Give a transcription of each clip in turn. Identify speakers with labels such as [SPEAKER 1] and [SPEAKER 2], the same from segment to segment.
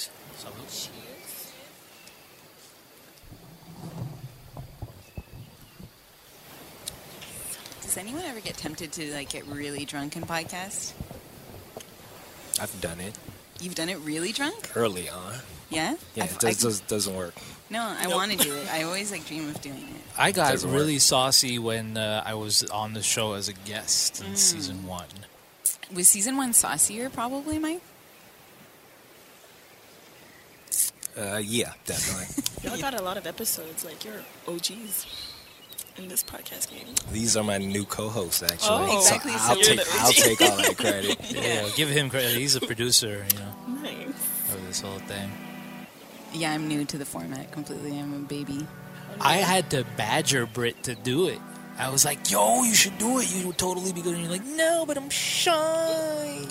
[SPEAKER 1] someone's.
[SPEAKER 2] Does anyone ever get tempted to like get really drunk and podcast?
[SPEAKER 3] I've done it
[SPEAKER 2] You've done it really drunk?
[SPEAKER 3] early on.
[SPEAKER 2] Yeah.
[SPEAKER 3] Yeah,
[SPEAKER 2] I've-
[SPEAKER 3] it
[SPEAKER 2] I
[SPEAKER 3] does,
[SPEAKER 2] can-
[SPEAKER 3] does, doesn't work.
[SPEAKER 2] no, I
[SPEAKER 1] Nope.
[SPEAKER 2] want to do it. I always like dream of doing it.
[SPEAKER 1] I got
[SPEAKER 3] Doesn't work.
[SPEAKER 1] really saucy when uh, I was on the show as a guest in season one.
[SPEAKER 2] Was season one saucier, probably, Mike?
[SPEAKER 3] Uh, yeah, definitely.
[SPEAKER 4] Y'all got a lot of episodes. Like you're OGs in this podcast game.
[SPEAKER 3] These are my new co-hosts, actually.
[SPEAKER 4] Oh,
[SPEAKER 2] Exactly,
[SPEAKER 3] So
[SPEAKER 2] so
[SPEAKER 3] I'll,
[SPEAKER 2] you're
[SPEAKER 3] take,
[SPEAKER 4] the
[SPEAKER 3] I'll take all that credit.
[SPEAKER 1] Yeah. give him credit. He's a producer, you know,
[SPEAKER 4] Nice.
[SPEAKER 1] of this whole thing.
[SPEAKER 2] Yeah, I'm new to the format completely. I'm a baby.
[SPEAKER 1] I had to badger Brit to do it. I was like, "Yo, you should do it. You would totally be good." And you're like, "No, but I'm shy."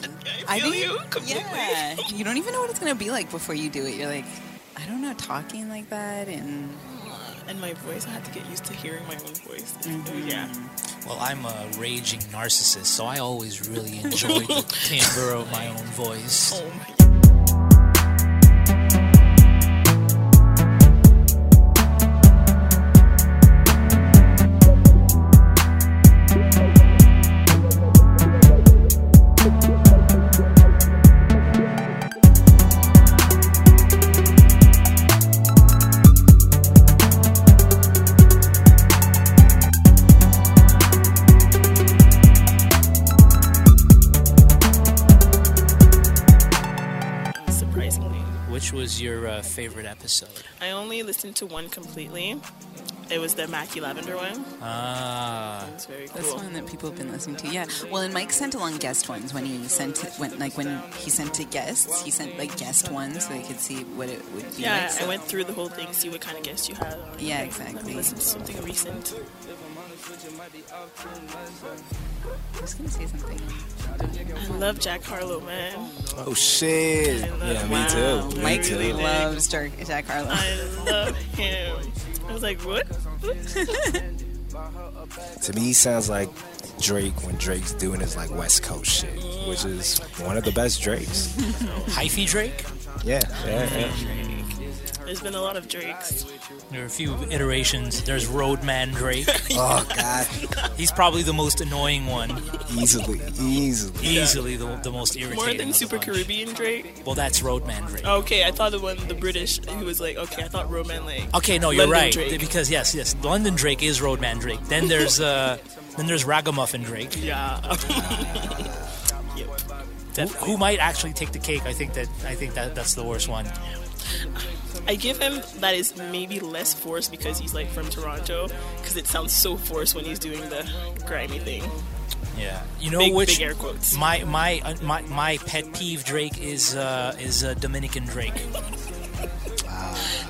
[SPEAKER 2] I feel you completely. Yeah, you don't even know what it's gonna be like before you do it. You're like, I don't know, talking like that, and
[SPEAKER 4] And my voice, I had to get used to hearing my own voice. Oh, yeah.
[SPEAKER 1] Well, I'm a raging narcissist, so I always really enjoy the timbre of my own voice.
[SPEAKER 4] Oh my God. Surprisingly,
[SPEAKER 1] Which was your uh, favorite episode?
[SPEAKER 4] I only listened to one completely. It was the Mackie Lavender one.
[SPEAKER 1] Ah,
[SPEAKER 4] It was very cool.
[SPEAKER 2] That's one that people have been listening to. Yeah. Well, and Mike sent along guest ones when he sent it, when like when he sent to guests, he sent like guest ones so they could see what it would be.
[SPEAKER 4] Yeah,
[SPEAKER 2] like.
[SPEAKER 4] I
[SPEAKER 2] So-
[SPEAKER 4] went through the whole thing, see what kind of guests you had. On.
[SPEAKER 2] Yeah,
[SPEAKER 4] Like, Let
[SPEAKER 2] exactly.
[SPEAKER 4] me listen to something recent.
[SPEAKER 2] I was gonna say something.
[SPEAKER 4] I love Jack Harlow, man.
[SPEAKER 3] Oh shit!
[SPEAKER 4] I love-
[SPEAKER 3] Yeah, me
[SPEAKER 4] wow.
[SPEAKER 3] too. Me
[SPEAKER 2] Mike
[SPEAKER 3] too.
[SPEAKER 4] really did.
[SPEAKER 2] loves Jack, Jack Harlow.
[SPEAKER 4] I love him. I was like, what?
[SPEAKER 3] To me, he sounds like Drake when Drake's doing his like West Coast shit, which is one of the best Drakes.
[SPEAKER 1] hyphy Drake.
[SPEAKER 3] Yeah, yeah, yeah.
[SPEAKER 4] There's been a lot of Drakes.
[SPEAKER 1] There are a few iterations. There's Roadman Drake.
[SPEAKER 3] Oh god,
[SPEAKER 1] He's probably the most annoying one,
[SPEAKER 3] easily, easily.
[SPEAKER 1] easily the, the most irritating.
[SPEAKER 4] More
[SPEAKER 1] of
[SPEAKER 4] than
[SPEAKER 1] the
[SPEAKER 4] Super
[SPEAKER 1] bunch.
[SPEAKER 4] Caribbean Oh. Drake.
[SPEAKER 1] Well, that's Roadman Drake.
[SPEAKER 4] Okay, I thought the one, the British, who was like, okay, I thought Roman like.
[SPEAKER 1] Okay, no, you're
[SPEAKER 4] London
[SPEAKER 1] right.
[SPEAKER 4] Drake.
[SPEAKER 1] Because yes, yes, London Drake is Roadman Drake. Then there's uh, then there's Ragamuffin Drake,
[SPEAKER 4] Yeah.
[SPEAKER 1] who, who might actually take the cake. I think that I think that that's the worst one.
[SPEAKER 4] I give him that is maybe less forced because he's like from Toronto, because it sounds so forced when he's doing the grimy thing.
[SPEAKER 1] Yeah, you know
[SPEAKER 4] Big,
[SPEAKER 1] which
[SPEAKER 4] big air quotes.
[SPEAKER 1] my my uh, my my pet peeve Drake is uh, is uh, Dominican Drake.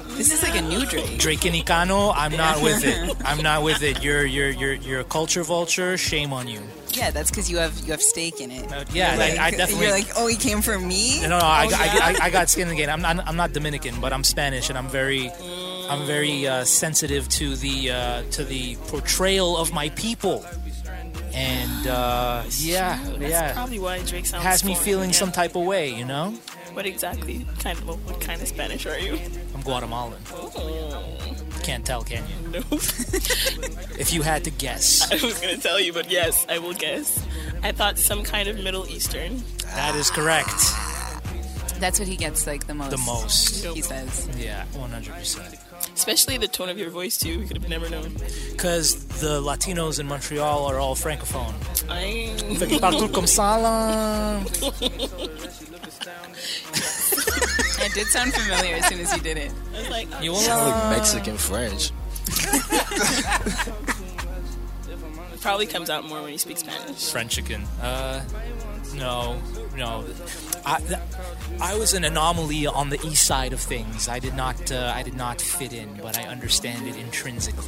[SPEAKER 2] this is like a new Drake.
[SPEAKER 1] Drake Inicano, I'm not with it. I'm not with it. You're you're you're you're a culture vulture. Shame on you.
[SPEAKER 2] Yeah, that's because you have you have stake in it.
[SPEAKER 1] Uh,
[SPEAKER 4] Oh,
[SPEAKER 1] yeah,
[SPEAKER 2] Like,
[SPEAKER 1] I, I definitely.
[SPEAKER 2] You're like, oh, he came for me.
[SPEAKER 1] No, no, I, I-
[SPEAKER 2] Oh, yeah?
[SPEAKER 1] I, I got skin again. I'm not, I'm not Dominican, but I'm Spanish, and I'm very, I'm very uh, sensitive to the uh, to the portrayal of my people, and uh, yeah,
[SPEAKER 4] That's
[SPEAKER 1] yeah,
[SPEAKER 4] probably why Drake sounds.
[SPEAKER 1] has me
[SPEAKER 4] foreign,
[SPEAKER 1] feeling
[SPEAKER 4] yeah.
[SPEAKER 1] some type of way. You know,
[SPEAKER 4] What exactly? Kind of. What kind of Spanish are you? Oh,
[SPEAKER 1] I'm Guatemalan. Can't tell, can you?
[SPEAKER 4] No,
[SPEAKER 1] If you had to guess,
[SPEAKER 4] I was gonna tell you, but yes, I will guess. I thought some kind of Middle Eastern.
[SPEAKER 1] that is correct.
[SPEAKER 2] That's what he gets like the most.
[SPEAKER 1] The most,
[SPEAKER 2] He says.
[SPEAKER 1] yeah, 100. percent
[SPEAKER 4] Especially the tone of your voice too. You could have never known.
[SPEAKER 1] Because the Latinos in Montreal are all francophone.
[SPEAKER 4] I.
[SPEAKER 1] Fait que partout comme ça, là.
[SPEAKER 2] It did sound familiar as soon as you did it.
[SPEAKER 4] I was like, oh,
[SPEAKER 1] You
[SPEAKER 3] Sound like Mexican French.
[SPEAKER 4] it probably comes out more when you speak Spanish.
[SPEAKER 1] French again. Uh, no, no. I, th- I was an anomaly on the east side of things. I did not, uh, I did not fit in, but I understand it intrinsically.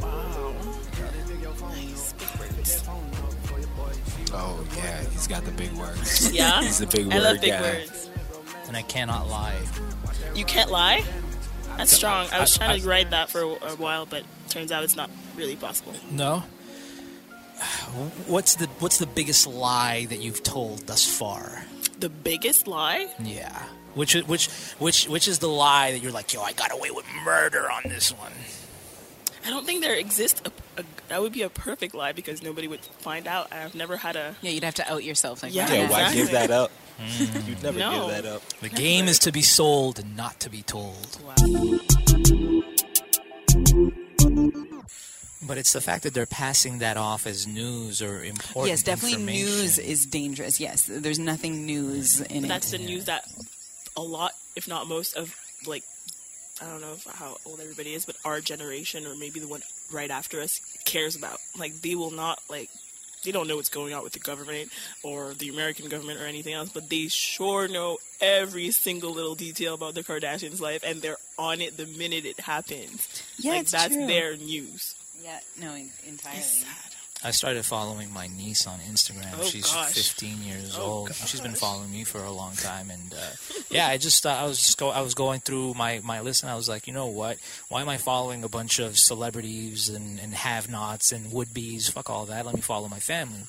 [SPEAKER 4] Nice. Big words.
[SPEAKER 3] Oh yeah, he's got the big words.
[SPEAKER 4] Yeah.
[SPEAKER 3] He's the big
[SPEAKER 4] I love
[SPEAKER 3] word
[SPEAKER 4] big
[SPEAKER 3] guy.
[SPEAKER 4] words.
[SPEAKER 1] And I cannot lie.
[SPEAKER 4] You can't lie. That's strong. I was
[SPEAKER 1] I-
[SPEAKER 4] trying to
[SPEAKER 1] I-
[SPEAKER 4] write that for a a while, but turns out it's not really possible.
[SPEAKER 1] No. What's the What's the biggest lie that you've told thus far?
[SPEAKER 4] the biggest lie.
[SPEAKER 1] Yeah. Which which which which is the lie that you're like, yo, I got away with murder on this one.
[SPEAKER 4] I don't think there exists a, a that would be a perfect lie because nobody would find out. I've never had a
[SPEAKER 2] Yeah, you'd have to out yourself. Like,
[SPEAKER 4] Yeah.
[SPEAKER 2] right
[SPEAKER 3] Yeah,
[SPEAKER 2] now.
[SPEAKER 3] why give that up? You'd never
[SPEAKER 4] No.
[SPEAKER 3] give that up.
[SPEAKER 1] The game is to be sold and not to be told.
[SPEAKER 4] wow.
[SPEAKER 1] But it's the fact that they're passing that off as news or important.
[SPEAKER 2] Yes, definitely.
[SPEAKER 1] information.
[SPEAKER 2] News is dangerous. Yes, there's nothing news in
[SPEAKER 4] That's
[SPEAKER 2] it.
[SPEAKER 4] the news that a lot, if not most, of like I don't know if- how old everybody is, but our generation or maybe the one right after us cares about. Like they will not like they don't know what's going on with the government or the American government or anything else, but they sure know every single little detail about the Kardashians' life, and they're on it the minute it happens.
[SPEAKER 2] Yeah,
[SPEAKER 4] like
[SPEAKER 2] it's
[SPEAKER 4] that's
[SPEAKER 2] true.
[SPEAKER 4] their news.
[SPEAKER 2] Yeah, no, en- entirely.
[SPEAKER 4] It's sad.
[SPEAKER 1] I started following my niece on Instagram.
[SPEAKER 4] Oh,
[SPEAKER 1] She's
[SPEAKER 4] gosh.
[SPEAKER 1] 15 years
[SPEAKER 4] Oh,
[SPEAKER 1] old. She's been
[SPEAKER 4] gosh.
[SPEAKER 1] following me for a long time, and uh, yeah, I just uh, I was just go I was going through my my list, and I was like, you know what? Why am I following a bunch of celebrities and and have-nots and would-be's? Fuck all that. Let me follow my family.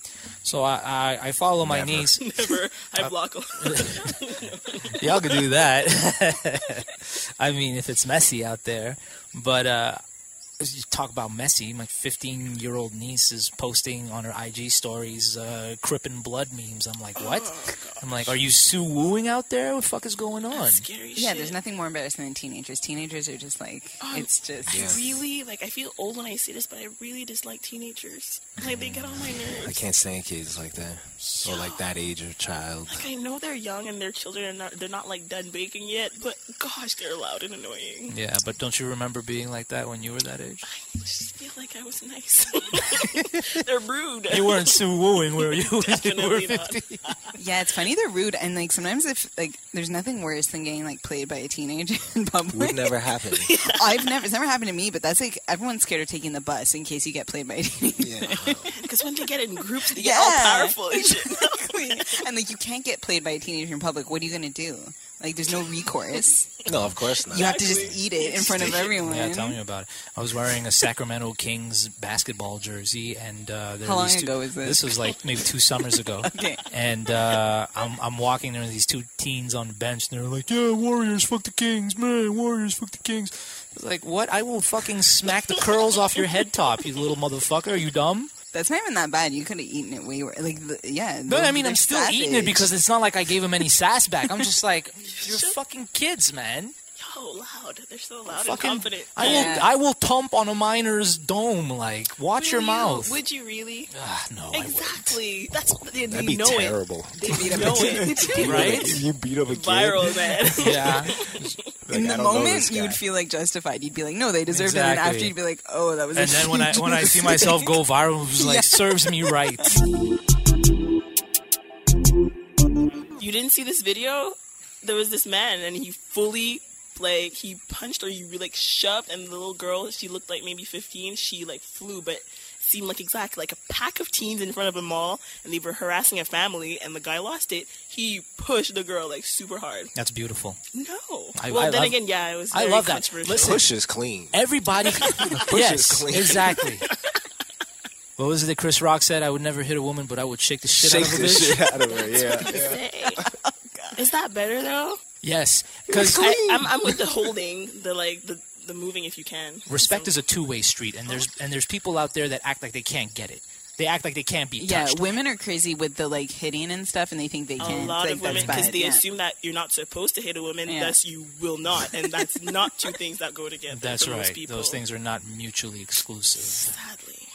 [SPEAKER 1] So I I, I follow my
[SPEAKER 3] Never.
[SPEAKER 1] niece.
[SPEAKER 4] Never, I block. all-
[SPEAKER 1] Y'all could do that. I mean, if it's messy out there, but uh, you talk about messy. My 15 year old niece is posting on her IG stories uh, Crip and blood memes. I'm like, what? I'm like, are you Sue wooing out there? What the fuck is going on?
[SPEAKER 4] Scary
[SPEAKER 2] Yeah,
[SPEAKER 4] shit.
[SPEAKER 2] there's nothing more embarrassing than teenagers. Teenagers are just like,
[SPEAKER 4] Oh,
[SPEAKER 2] it's just.
[SPEAKER 4] I really like. I feel old when I say this, but I really dislike teenagers. Like they get on my nerves.
[SPEAKER 3] I can't stand kids like that. Or like that age of child.
[SPEAKER 4] Like I know they're young and their children are not. They're not like done baking yet. But gosh, they're loud and annoying.
[SPEAKER 1] Yeah, but don't you remember being like that when you were that age?
[SPEAKER 4] I just feel like I was nice. they're rude.
[SPEAKER 1] You weren't Sue wooing, were you? when you were
[SPEAKER 4] Definitely not.
[SPEAKER 1] 15?
[SPEAKER 2] Yeah, it's funny. They're rude, and like sometimes if like there's nothing worse than getting like played by a teenager in public.
[SPEAKER 3] Would never happen.
[SPEAKER 2] I've never. It's never happened to me, but that's like everyone's scared of taking the bus in case you get played by a teenager.
[SPEAKER 3] yeah.
[SPEAKER 4] Because when they get in groups, they get
[SPEAKER 2] Yeah.
[SPEAKER 4] all powerful and shit.
[SPEAKER 2] and like you can't get played by a teenager in public. What are you gonna do? Like there's no recourse.
[SPEAKER 3] No, of course not.
[SPEAKER 2] You have to just eat it in front of everyone.
[SPEAKER 1] Yeah, tell me about it. I was wearing a Sacramento Kings basketball jersey, and uh, there
[SPEAKER 2] How
[SPEAKER 1] were
[SPEAKER 2] long
[SPEAKER 1] these two-
[SPEAKER 2] ago was this?
[SPEAKER 1] This was like maybe two summers ago.
[SPEAKER 2] Okay.
[SPEAKER 1] And uh, I'm I'm walking there, and these two teens on the bench, and they're like, "Yeah, Warriors, fuck the Kings, man, Warriors, fuck the Kings." I was like, "What? I will fucking smack the curls off your head top, you little motherfucker. Are you dumb?"
[SPEAKER 2] That's not even that bad. You could have eaten it way worse. Like the, yeah.
[SPEAKER 1] No,
[SPEAKER 2] they're-
[SPEAKER 1] I mean,
[SPEAKER 2] they're
[SPEAKER 1] I'm still eating it
[SPEAKER 2] savage.
[SPEAKER 1] because it's not like I gave him any sass back. I'm just like, "You're
[SPEAKER 4] Shut-
[SPEAKER 1] fucking kids, man."
[SPEAKER 4] Yo, loud. They're so loud
[SPEAKER 1] Fucking-
[SPEAKER 4] and confident.
[SPEAKER 1] I
[SPEAKER 2] Yeah.
[SPEAKER 1] will I will tump on a miner's dome. Like, watch your
[SPEAKER 4] Will you?
[SPEAKER 1] mouth.
[SPEAKER 4] Would you really?
[SPEAKER 1] Ah, no,
[SPEAKER 4] exactly. That's they, they
[SPEAKER 3] That'd be
[SPEAKER 4] know it.
[SPEAKER 3] terrible.
[SPEAKER 4] They know it.
[SPEAKER 1] Right?
[SPEAKER 3] You beat up a kid.
[SPEAKER 4] Viral man.
[SPEAKER 1] I wouldn't. Yeah,
[SPEAKER 3] Like,
[SPEAKER 2] in
[SPEAKER 3] I
[SPEAKER 2] the
[SPEAKER 3] don't know
[SPEAKER 2] moment
[SPEAKER 3] this guy.
[SPEAKER 2] you would feel like justified. You'd be like, no, they deserved it. And
[SPEAKER 1] Exactly.
[SPEAKER 2] after you'd be like, oh, that was.
[SPEAKER 1] and
[SPEAKER 2] a
[SPEAKER 1] then when I
[SPEAKER 2] huge
[SPEAKER 1] when I see
[SPEAKER 2] mistake.
[SPEAKER 1] myself go viral, it was like
[SPEAKER 2] Yeah.
[SPEAKER 1] serves me right.
[SPEAKER 4] you didn't see this video there was this man and he fully like he punched or he like shoved and the little girl she looked like maybe 15 she like flew but seemed like exactly like a pack of teens in front of a mall and they were harassing a family and the guy lost it he pushed the girl like super hard
[SPEAKER 1] That's beautiful.
[SPEAKER 4] no
[SPEAKER 1] I-
[SPEAKER 4] well
[SPEAKER 1] I
[SPEAKER 4] then
[SPEAKER 1] love-
[SPEAKER 4] again yeah it was
[SPEAKER 1] I
[SPEAKER 4] very
[SPEAKER 1] love that.
[SPEAKER 4] controversial.
[SPEAKER 1] Listen,
[SPEAKER 3] Push is clean.
[SPEAKER 1] Everybody, yes,
[SPEAKER 3] clean.
[SPEAKER 1] exactly. What was it that Chris Rock said? I would never hit a woman, but I would shake the shit
[SPEAKER 3] Shake
[SPEAKER 1] out of a
[SPEAKER 3] the
[SPEAKER 1] bitch.
[SPEAKER 3] shit out of her. Yeah.
[SPEAKER 4] Say. is that better though
[SPEAKER 1] Yes, because
[SPEAKER 4] I, I'm, I'm with the holding the like the, the moving if you can
[SPEAKER 1] respect is a two-way street, and there's and there's people out there that act like they can't get it. They act like they can't be
[SPEAKER 2] Yeah,
[SPEAKER 1] touched.
[SPEAKER 2] women are crazy with the like hitting and stuff, and they think they
[SPEAKER 4] a
[SPEAKER 2] can.
[SPEAKER 4] lot
[SPEAKER 2] like,
[SPEAKER 4] of women
[SPEAKER 2] because
[SPEAKER 4] because they assume that you're not supposed to hit a woman,
[SPEAKER 2] Yeah.
[SPEAKER 4] thus you will not, and that's not two things that go together.
[SPEAKER 1] That's
[SPEAKER 4] for most
[SPEAKER 1] right.
[SPEAKER 4] people.
[SPEAKER 1] Those things are not mutually exclusive.
[SPEAKER 4] Sadly,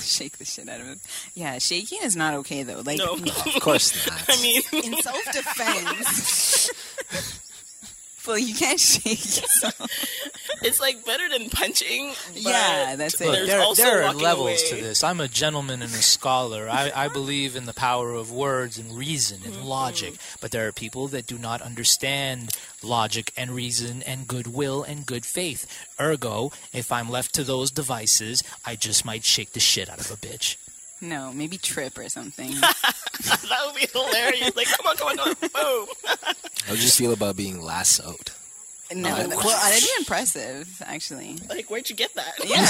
[SPEAKER 2] shake the shit out of it. Yeah, shaking is not okay though. Like
[SPEAKER 4] no.
[SPEAKER 3] Of course not.
[SPEAKER 4] I mean,
[SPEAKER 2] in self defense. Well, you can't shake. yourself.
[SPEAKER 4] it's like better than punching. But
[SPEAKER 2] Yeah, that's it.
[SPEAKER 1] Look,
[SPEAKER 4] There's
[SPEAKER 1] there,
[SPEAKER 4] also
[SPEAKER 1] there are
[SPEAKER 4] walking
[SPEAKER 1] levels
[SPEAKER 4] away.
[SPEAKER 1] to this. I'm a gentleman and a scholar. I, I believe in the power of words and reason and logic. But there are people that do not understand logic and reason and goodwill and good faith. Ergo, if I'm left to those devices, I just might shake the shit out of a bitch.
[SPEAKER 2] No, maybe trip or something.
[SPEAKER 4] that would be hilarious. Like, come on, come on, come on. boom.
[SPEAKER 3] How do you feel about being lassoed?
[SPEAKER 2] No,
[SPEAKER 3] Oh,
[SPEAKER 2] that-
[SPEAKER 3] wow.
[SPEAKER 2] well, that'd be impressive, actually.
[SPEAKER 4] Like, where'd you get that?
[SPEAKER 2] Yeah.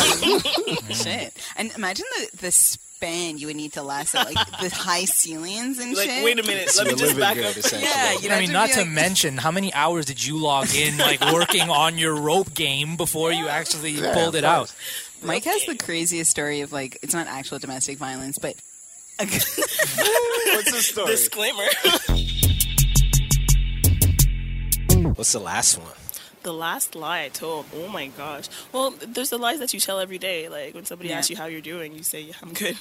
[SPEAKER 2] shit. And imagine the, the span you would need to last at, like, the high ceilings and
[SPEAKER 4] Like,
[SPEAKER 2] shit.
[SPEAKER 4] wait a minute, let me
[SPEAKER 3] It's
[SPEAKER 4] just
[SPEAKER 3] living
[SPEAKER 4] back
[SPEAKER 3] good,
[SPEAKER 4] up.
[SPEAKER 3] essentially.
[SPEAKER 2] Yeah, you know,
[SPEAKER 1] I mean, not to mention how many hours did you log in, like working on your rope game before you actually
[SPEAKER 3] Yeah,
[SPEAKER 1] pulled
[SPEAKER 3] of
[SPEAKER 1] it out?
[SPEAKER 2] Mike has the craziest story of like it's not actual domestic violence, but
[SPEAKER 3] What's the story?
[SPEAKER 4] Disclaimer.
[SPEAKER 3] What's the last one?
[SPEAKER 4] the last lie I told. Oh my gosh. Well, there's the lies that you tell every day. Like when somebody
[SPEAKER 2] Yeah.
[SPEAKER 4] asks you how you're doing, you say I'm good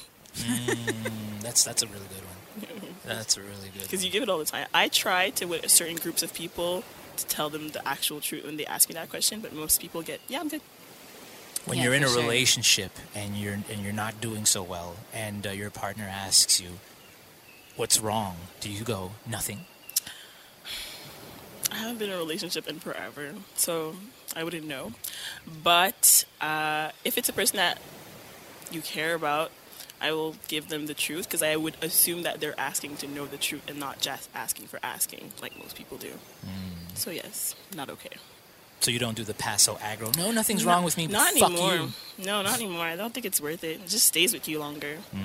[SPEAKER 1] That's that's a really good one. That's a really good.
[SPEAKER 4] because
[SPEAKER 1] one.
[SPEAKER 4] you give it all the time. I try to with certain groups of people to tell them the actual truth when they ask me that question, but most people get yeah, I'm good.
[SPEAKER 1] when
[SPEAKER 2] Yeah,
[SPEAKER 1] you're in a
[SPEAKER 2] for sure.
[SPEAKER 1] relationship and you're and you're not doing so well, and uh, your partner asks you, "What's wrong?" Do you go nothing?
[SPEAKER 4] I haven't been in a relationship in forever, so I wouldn't know. But uh, if it's a person that you care about, I will give them the truth because I would assume that they're asking to know the truth and not just asking for asking, like most people do.
[SPEAKER 1] Mm.
[SPEAKER 4] So yes, not okay.
[SPEAKER 1] So you don't do the paso aggro. No, nothing's wrong with me. But
[SPEAKER 4] Not
[SPEAKER 1] fuck
[SPEAKER 4] anymore.
[SPEAKER 1] you.
[SPEAKER 4] No, not anymore. I don't think it's worth it. It just stays with you longer.
[SPEAKER 1] Mm.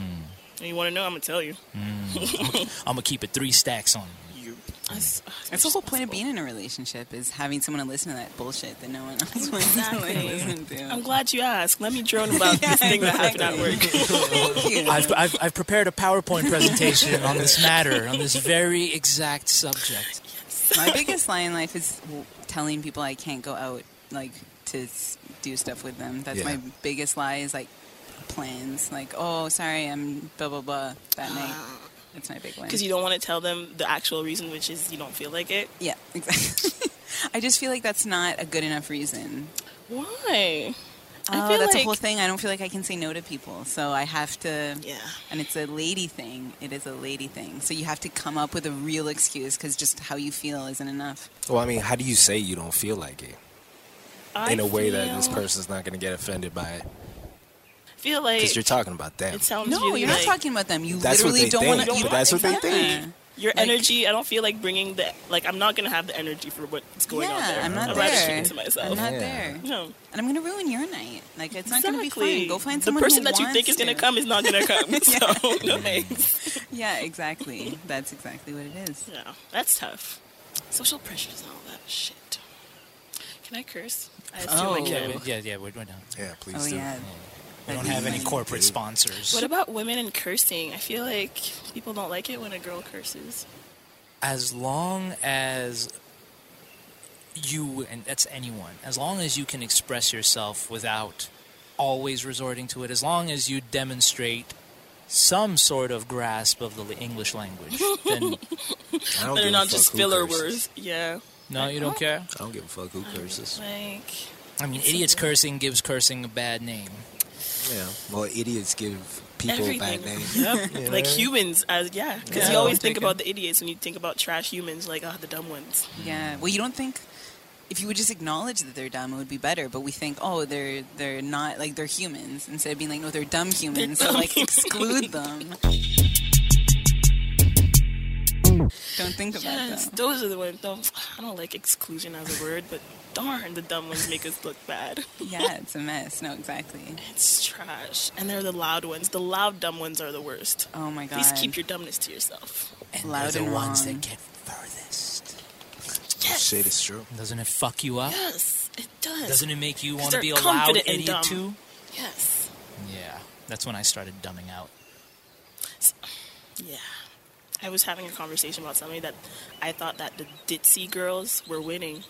[SPEAKER 4] And you want to know? I'm gonna tell you.
[SPEAKER 1] I'm gonna keep it three stacks on. you.
[SPEAKER 4] You. That's,
[SPEAKER 2] that's the whole point of being in a relationship is having someone to listen to that bullshit that no one else wants to like,
[SPEAKER 4] Exactly.
[SPEAKER 2] listen to.
[SPEAKER 4] I'm glad you asked. Let me drone about this thing that happened at work.
[SPEAKER 2] Thank you.
[SPEAKER 1] I've, I've, I've prepared a PowerPoint presentation on this matter, on this very exact subject.
[SPEAKER 2] My biggest lie in life is w- telling people I can't go out like to s- do stuff with them. That's
[SPEAKER 3] Yeah.
[SPEAKER 2] my biggest lie is like plans. Like, oh, sorry, I'm blah blah blah that night. That's my big one.
[SPEAKER 4] because Uh, you don't want to tell them the actual reason, which is you don't feel like it.
[SPEAKER 2] yeah, exactly. I just feel like that's not a good enough reason.
[SPEAKER 4] Why?
[SPEAKER 2] oh,
[SPEAKER 4] I feel
[SPEAKER 2] that's
[SPEAKER 4] like
[SPEAKER 2] a whole thing. I don't feel like I can say no to people, so I have to.
[SPEAKER 4] yeah.
[SPEAKER 2] And it's a lady thing. It is a lady thing. So you have to come up with a real excuse because just how you feel isn't enough.
[SPEAKER 3] Well, I mean, how do you say you don't feel like it
[SPEAKER 4] I
[SPEAKER 3] in a way that this
[SPEAKER 4] feel-
[SPEAKER 3] person's not going to get offended by it?
[SPEAKER 4] feel
[SPEAKER 3] Because
[SPEAKER 4] like
[SPEAKER 3] you're talking about them.
[SPEAKER 4] it sounds
[SPEAKER 2] No,
[SPEAKER 4] really
[SPEAKER 2] you're
[SPEAKER 4] like-
[SPEAKER 2] not talking about them. You
[SPEAKER 3] That's what
[SPEAKER 2] literally
[SPEAKER 3] they
[SPEAKER 2] don't
[SPEAKER 3] think,
[SPEAKER 2] want to.
[SPEAKER 3] but that's what they think.
[SPEAKER 4] your
[SPEAKER 2] like-
[SPEAKER 4] energy. I don't feel like bringing the like. I'm not gonna have the energy for what's going on
[SPEAKER 2] Yeah,
[SPEAKER 4] there.
[SPEAKER 2] I'm not
[SPEAKER 4] I'm rather
[SPEAKER 2] there.
[SPEAKER 4] keep it to
[SPEAKER 2] I'm
[SPEAKER 4] myself.
[SPEAKER 2] not
[SPEAKER 3] Yeah.
[SPEAKER 2] there.
[SPEAKER 4] no.
[SPEAKER 2] And I'm going to ruin your night. Like, it's not going to be
[SPEAKER 4] Exactly.
[SPEAKER 2] fun. Go find
[SPEAKER 4] the
[SPEAKER 2] someone
[SPEAKER 4] person
[SPEAKER 2] who
[SPEAKER 4] that you
[SPEAKER 2] wants
[SPEAKER 4] think is gonna
[SPEAKER 2] to.
[SPEAKER 4] come is not gonna come. So no thanks.
[SPEAKER 2] Yeah, exactly. That's exactly what it is.
[SPEAKER 4] Yeah, that's tough. Social pressures and all that shit. Can I curse? I assume
[SPEAKER 2] Oh.
[SPEAKER 4] I
[SPEAKER 1] Yeah,
[SPEAKER 4] can.
[SPEAKER 1] we, yeah, yeah. We're, we're done.
[SPEAKER 3] yeah, please
[SPEAKER 2] Oh,
[SPEAKER 3] do.
[SPEAKER 2] yeah.
[SPEAKER 1] We don't have any
[SPEAKER 2] Like-
[SPEAKER 1] corporate sponsors.
[SPEAKER 4] What about women and cursing? I feel like people don't like it when a girl curses.
[SPEAKER 1] as long as you and that's anyone as long as you can express yourself without always resorting to it as long as you demonstrate some sort of grasp of the li- english language then
[SPEAKER 3] I don't
[SPEAKER 4] They're
[SPEAKER 3] give
[SPEAKER 4] not
[SPEAKER 3] a fuck
[SPEAKER 4] just
[SPEAKER 3] who
[SPEAKER 4] filler
[SPEAKER 3] curses.
[SPEAKER 4] words. Yeah.
[SPEAKER 1] no you don't care
[SPEAKER 3] I don't give a fuck who curses.
[SPEAKER 4] Like,
[SPEAKER 1] i mean idiots cursing gives cursing a bad name
[SPEAKER 3] Yeah. Well, idiots give people
[SPEAKER 4] everything.
[SPEAKER 3] bad names.
[SPEAKER 4] Yep. Like humans, as yeah, because
[SPEAKER 1] Yeah.
[SPEAKER 4] you always
[SPEAKER 1] Taken.
[SPEAKER 4] think about the idiots when you think about trash humans, like ah, the dumb ones.
[SPEAKER 2] Yeah. Well, you don't think if you would just acknowledge that they're dumb, it would be better. But we think, oh, they're they're not like they're humans instead of being like, no, they're dumb humans. so like exclude them. don't think about
[SPEAKER 4] Yes,
[SPEAKER 2] them.
[SPEAKER 4] those are the ones. do I don't like exclusion as a word, but darn, the dumb ones make us look bad.
[SPEAKER 2] Yeah, it's a mess. No, exactly.
[SPEAKER 4] It's trash, and they're the loud ones. The loud dumb ones are the worst.
[SPEAKER 2] Oh my god.
[SPEAKER 4] Please keep your dumbness to yourself.
[SPEAKER 1] and
[SPEAKER 2] Loud
[SPEAKER 1] they're the
[SPEAKER 2] and
[SPEAKER 1] ones
[SPEAKER 2] wrong.
[SPEAKER 1] that get furthest
[SPEAKER 4] Yes.
[SPEAKER 3] Shit is true.
[SPEAKER 1] doesn't it fuck you up
[SPEAKER 4] Yes, it does.
[SPEAKER 1] doesn't it make you want to
[SPEAKER 4] they're
[SPEAKER 1] be a loud
[SPEAKER 4] confident and
[SPEAKER 1] idiot
[SPEAKER 4] dumb.
[SPEAKER 1] too
[SPEAKER 4] Yes.
[SPEAKER 1] yeah that's when i started dumbing out
[SPEAKER 4] Yeah. I was having a conversation about somebody that I thought that the ditzy girls were winning.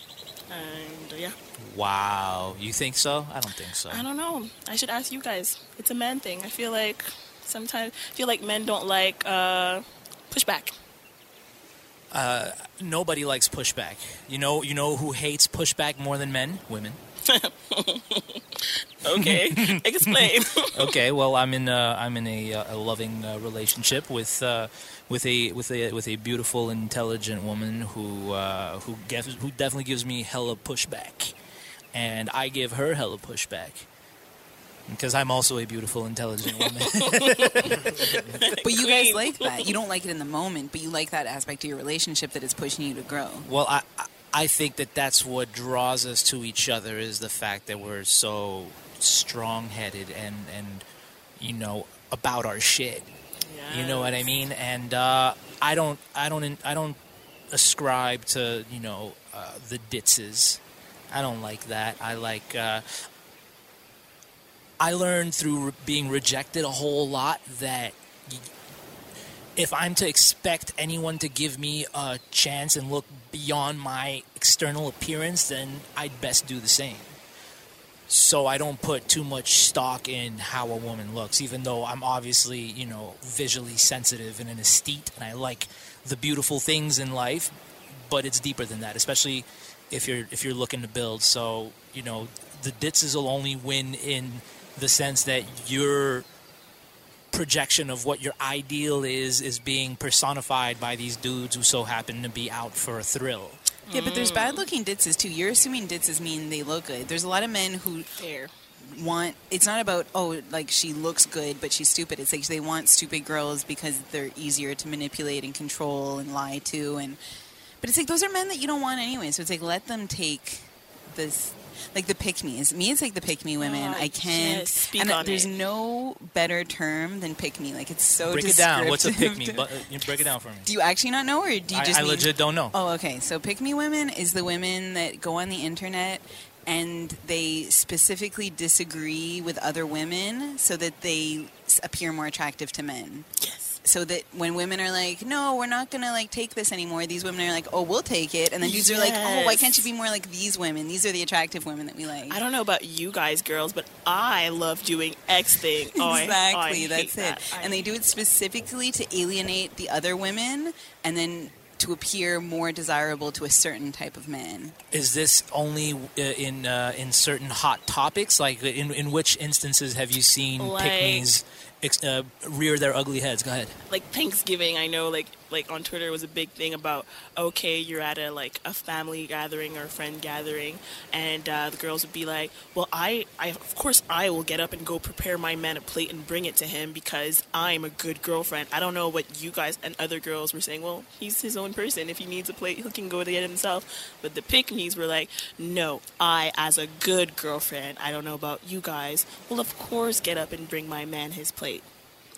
[SPEAKER 4] And uh, yeah,
[SPEAKER 1] wow you think so i don't think so
[SPEAKER 4] I don't know. I should ask you guys. It's a man thing. I feel like sometimes I feel like men don't like uh, pushback.
[SPEAKER 1] nobody likes pushback. You know, you know who hates pushback more than men? Women.
[SPEAKER 4] Okay, explain.
[SPEAKER 1] Okay, well, I'm in uh, I'm in a, uh, a loving uh, relationship with uh, with a with a with a beautiful, intelligent woman who uh, who gef- who definitely gives me hella pushback, and I give her hella pushback because I'm also a beautiful, intelligent woman.
[SPEAKER 2] But you guys
[SPEAKER 4] Queen.
[SPEAKER 2] like that. You don't like it in the moment, but you like that aspect of your relationship that is pushing you to grow.
[SPEAKER 1] well, I. I I think that that's what draws us to each other is the fact that we're so strong-headed and and you know about our shit. You know what I mean? And uh, I don't, I don't, I don't ascribe to you know uh, the ditzes. I don't like that. I like. Uh, I learned through re- being rejected a whole lot that y- if I'm to expect anyone to give me a chance and look beyond my external appearance, then I'd best do the same. So I don't put too much stock in how a woman looks, even though I'm obviously, you know, visually sensitive and an aesthete and I like the beautiful things in life, but it's deeper than that, especially if you're if you're looking to build. So, you know, the ditzes will only win in the sense that you're projection of what your ideal is is being personified by these dudes who so happen to be out for a thrill.
[SPEAKER 2] Yeah, but
[SPEAKER 4] Mm.
[SPEAKER 2] there's bad looking ditzes too. You're assuming ditzes mean they look good. There's a lot of men who
[SPEAKER 4] Fair.
[SPEAKER 2] want it's not about oh like she looks good but she's stupid it's like they want stupid girls because they're easier to manipulate and control and lie to and but it's like those are men that you don't want anyway so it's like let them take this like the pick me's me it's like the pick me women
[SPEAKER 4] Ah,
[SPEAKER 2] i can't
[SPEAKER 4] yes, speak
[SPEAKER 2] and I-
[SPEAKER 4] on
[SPEAKER 2] there's
[SPEAKER 4] it.
[SPEAKER 2] no better term than pick me like it's so
[SPEAKER 1] break it down. What's a pick
[SPEAKER 2] Oh, descriptive
[SPEAKER 1] me?
[SPEAKER 2] to-
[SPEAKER 1] Bu- uh, you break it down for me.
[SPEAKER 2] do you actually not know or do you
[SPEAKER 1] I,
[SPEAKER 2] just
[SPEAKER 1] I
[SPEAKER 2] mean-
[SPEAKER 1] legit don't know.
[SPEAKER 2] Oh, okay. So pick me women is the women that go on the internet and they specifically disagree with other women so that they s- appear more attractive to men.
[SPEAKER 4] Yes.
[SPEAKER 2] So that when women are like, "No, we're not gonna like take this anymore," these women are like, "Oh, we'll take it," and then dudes are like, "Oh, why
[SPEAKER 4] Yes.
[SPEAKER 2] can't you be more like these women? These are the attractive women that we like."
[SPEAKER 4] I don't know about you guys, girls, but I love doing X thing. Oh, I- oh, I
[SPEAKER 2] exactly
[SPEAKER 4] hate
[SPEAKER 2] that's
[SPEAKER 4] that.
[SPEAKER 2] it
[SPEAKER 4] I-
[SPEAKER 2] and they do it specifically to alienate the other women and then to appear more desirable to a certain type of man
[SPEAKER 1] Is this only uh, in uh, in certain hot topics? Like in in which instances have you seen
[SPEAKER 4] Like-
[SPEAKER 1] pick me's ex- uh, rear their ugly heads? Go ahead.
[SPEAKER 4] like Thanksgiving, I know like like on Twitter was a big thing about okay, you're at a like a family gathering or a friend gathering, and uh, the girls would be like, well, I, I of course I will get up and go prepare my man a plate and bring it to him because I'm a good girlfriend. I don't know what you guys and other girls were saying. Well, he's his own person. If he needs a plate, he can go to get it himself. But the pick me's were like, no, I as a good girlfriend, I don't know about you guys, will of course get up and bring my man his plate.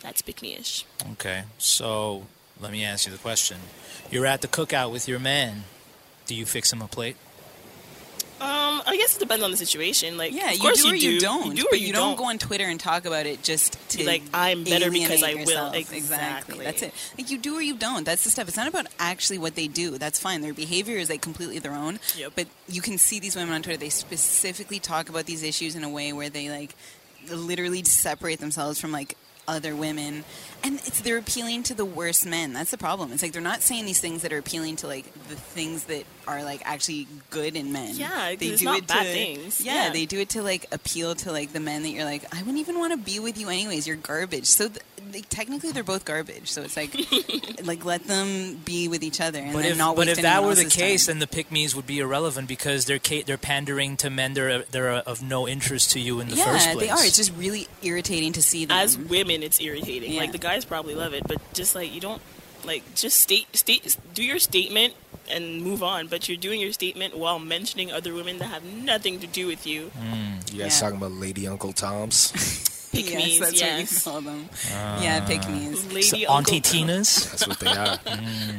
[SPEAKER 4] That's pick me ish.
[SPEAKER 1] Okay, so let me ask you the question: You're at the cookout with your man. Do you fix him a plate?
[SPEAKER 4] Um, I guess it depends on the situation. Like,
[SPEAKER 2] Yeah,
[SPEAKER 4] of
[SPEAKER 2] you
[SPEAKER 4] course
[SPEAKER 2] do or you, don't.
[SPEAKER 4] You do or
[SPEAKER 2] but
[SPEAKER 4] you,
[SPEAKER 2] don't. go on Twitter and talk about it just to
[SPEAKER 4] Like, I'm better because
[SPEAKER 2] alienate
[SPEAKER 4] I will.
[SPEAKER 2] yourself.
[SPEAKER 4] Exactly.
[SPEAKER 2] That's it. Like you do or you don't. That's the stuff. It's not about actually what they do. That's fine. Their behavior is like completely their own.
[SPEAKER 4] Yep.
[SPEAKER 2] But you can see these women on Twitter. They specifically talk about these issues in a way where they like literally separate themselves from like other women and it's they're appealing to the worst men that's the problem it's like they're not saying these things that are appealing to like the things that are like actually good in men
[SPEAKER 4] Yeah, 'cause it's not bad things.
[SPEAKER 2] yeah,
[SPEAKER 4] Yeah.
[SPEAKER 2] they do it to like appeal to like the men that you're like, I wouldn't even want to be with you anyways. You're garbage. So th- like, technically, they're both garbage. So it's like, like let them be with each other and
[SPEAKER 1] But
[SPEAKER 2] then
[SPEAKER 1] if,
[SPEAKER 2] not.
[SPEAKER 1] but
[SPEAKER 2] waste
[SPEAKER 1] if that
[SPEAKER 2] anyone
[SPEAKER 1] were the
[SPEAKER 2] else's
[SPEAKER 1] case,
[SPEAKER 2] time.
[SPEAKER 1] then the pick me's would be irrelevant because they're ca- they're pandering to men that are, that are of no interest to you in the
[SPEAKER 2] yeah,
[SPEAKER 1] first place.
[SPEAKER 2] they are. It's just really irritating to see them.
[SPEAKER 4] As women, it's irritating.
[SPEAKER 2] Yeah.
[SPEAKER 4] Like the guys probably love it, but just like you don't, like just state state do your statement and move on. But you're doing your statement while mentioning other women that have nothing to do with you.
[SPEAKER 2] Mm.
[SPEAKER 3] You guys
[SPEAKER 2] Yeah.
[SPEAKER 3] talking about Lady Uncle Tom's?
[SPEAKER 4] Pick
[SPEAKER 2] yes,
[SPEAKER 4] me's,
[SPEAKER 2] that's
[SPEAKER 4] yes.
[SPEAKER 2] what you call them.
[SPEAKER 1] Ah,
[SPEAKER 2] yeah, pick me's.
[SPEAKER 4] Lady
[SPEAKER 1] So
[SPEAKER 4] Uncle
[SPEAKER 1] Auntie
[SPEAKER 4] Tom.
[SPEAKER 1] Tina's.
[SPEAKER 3] That's what they are.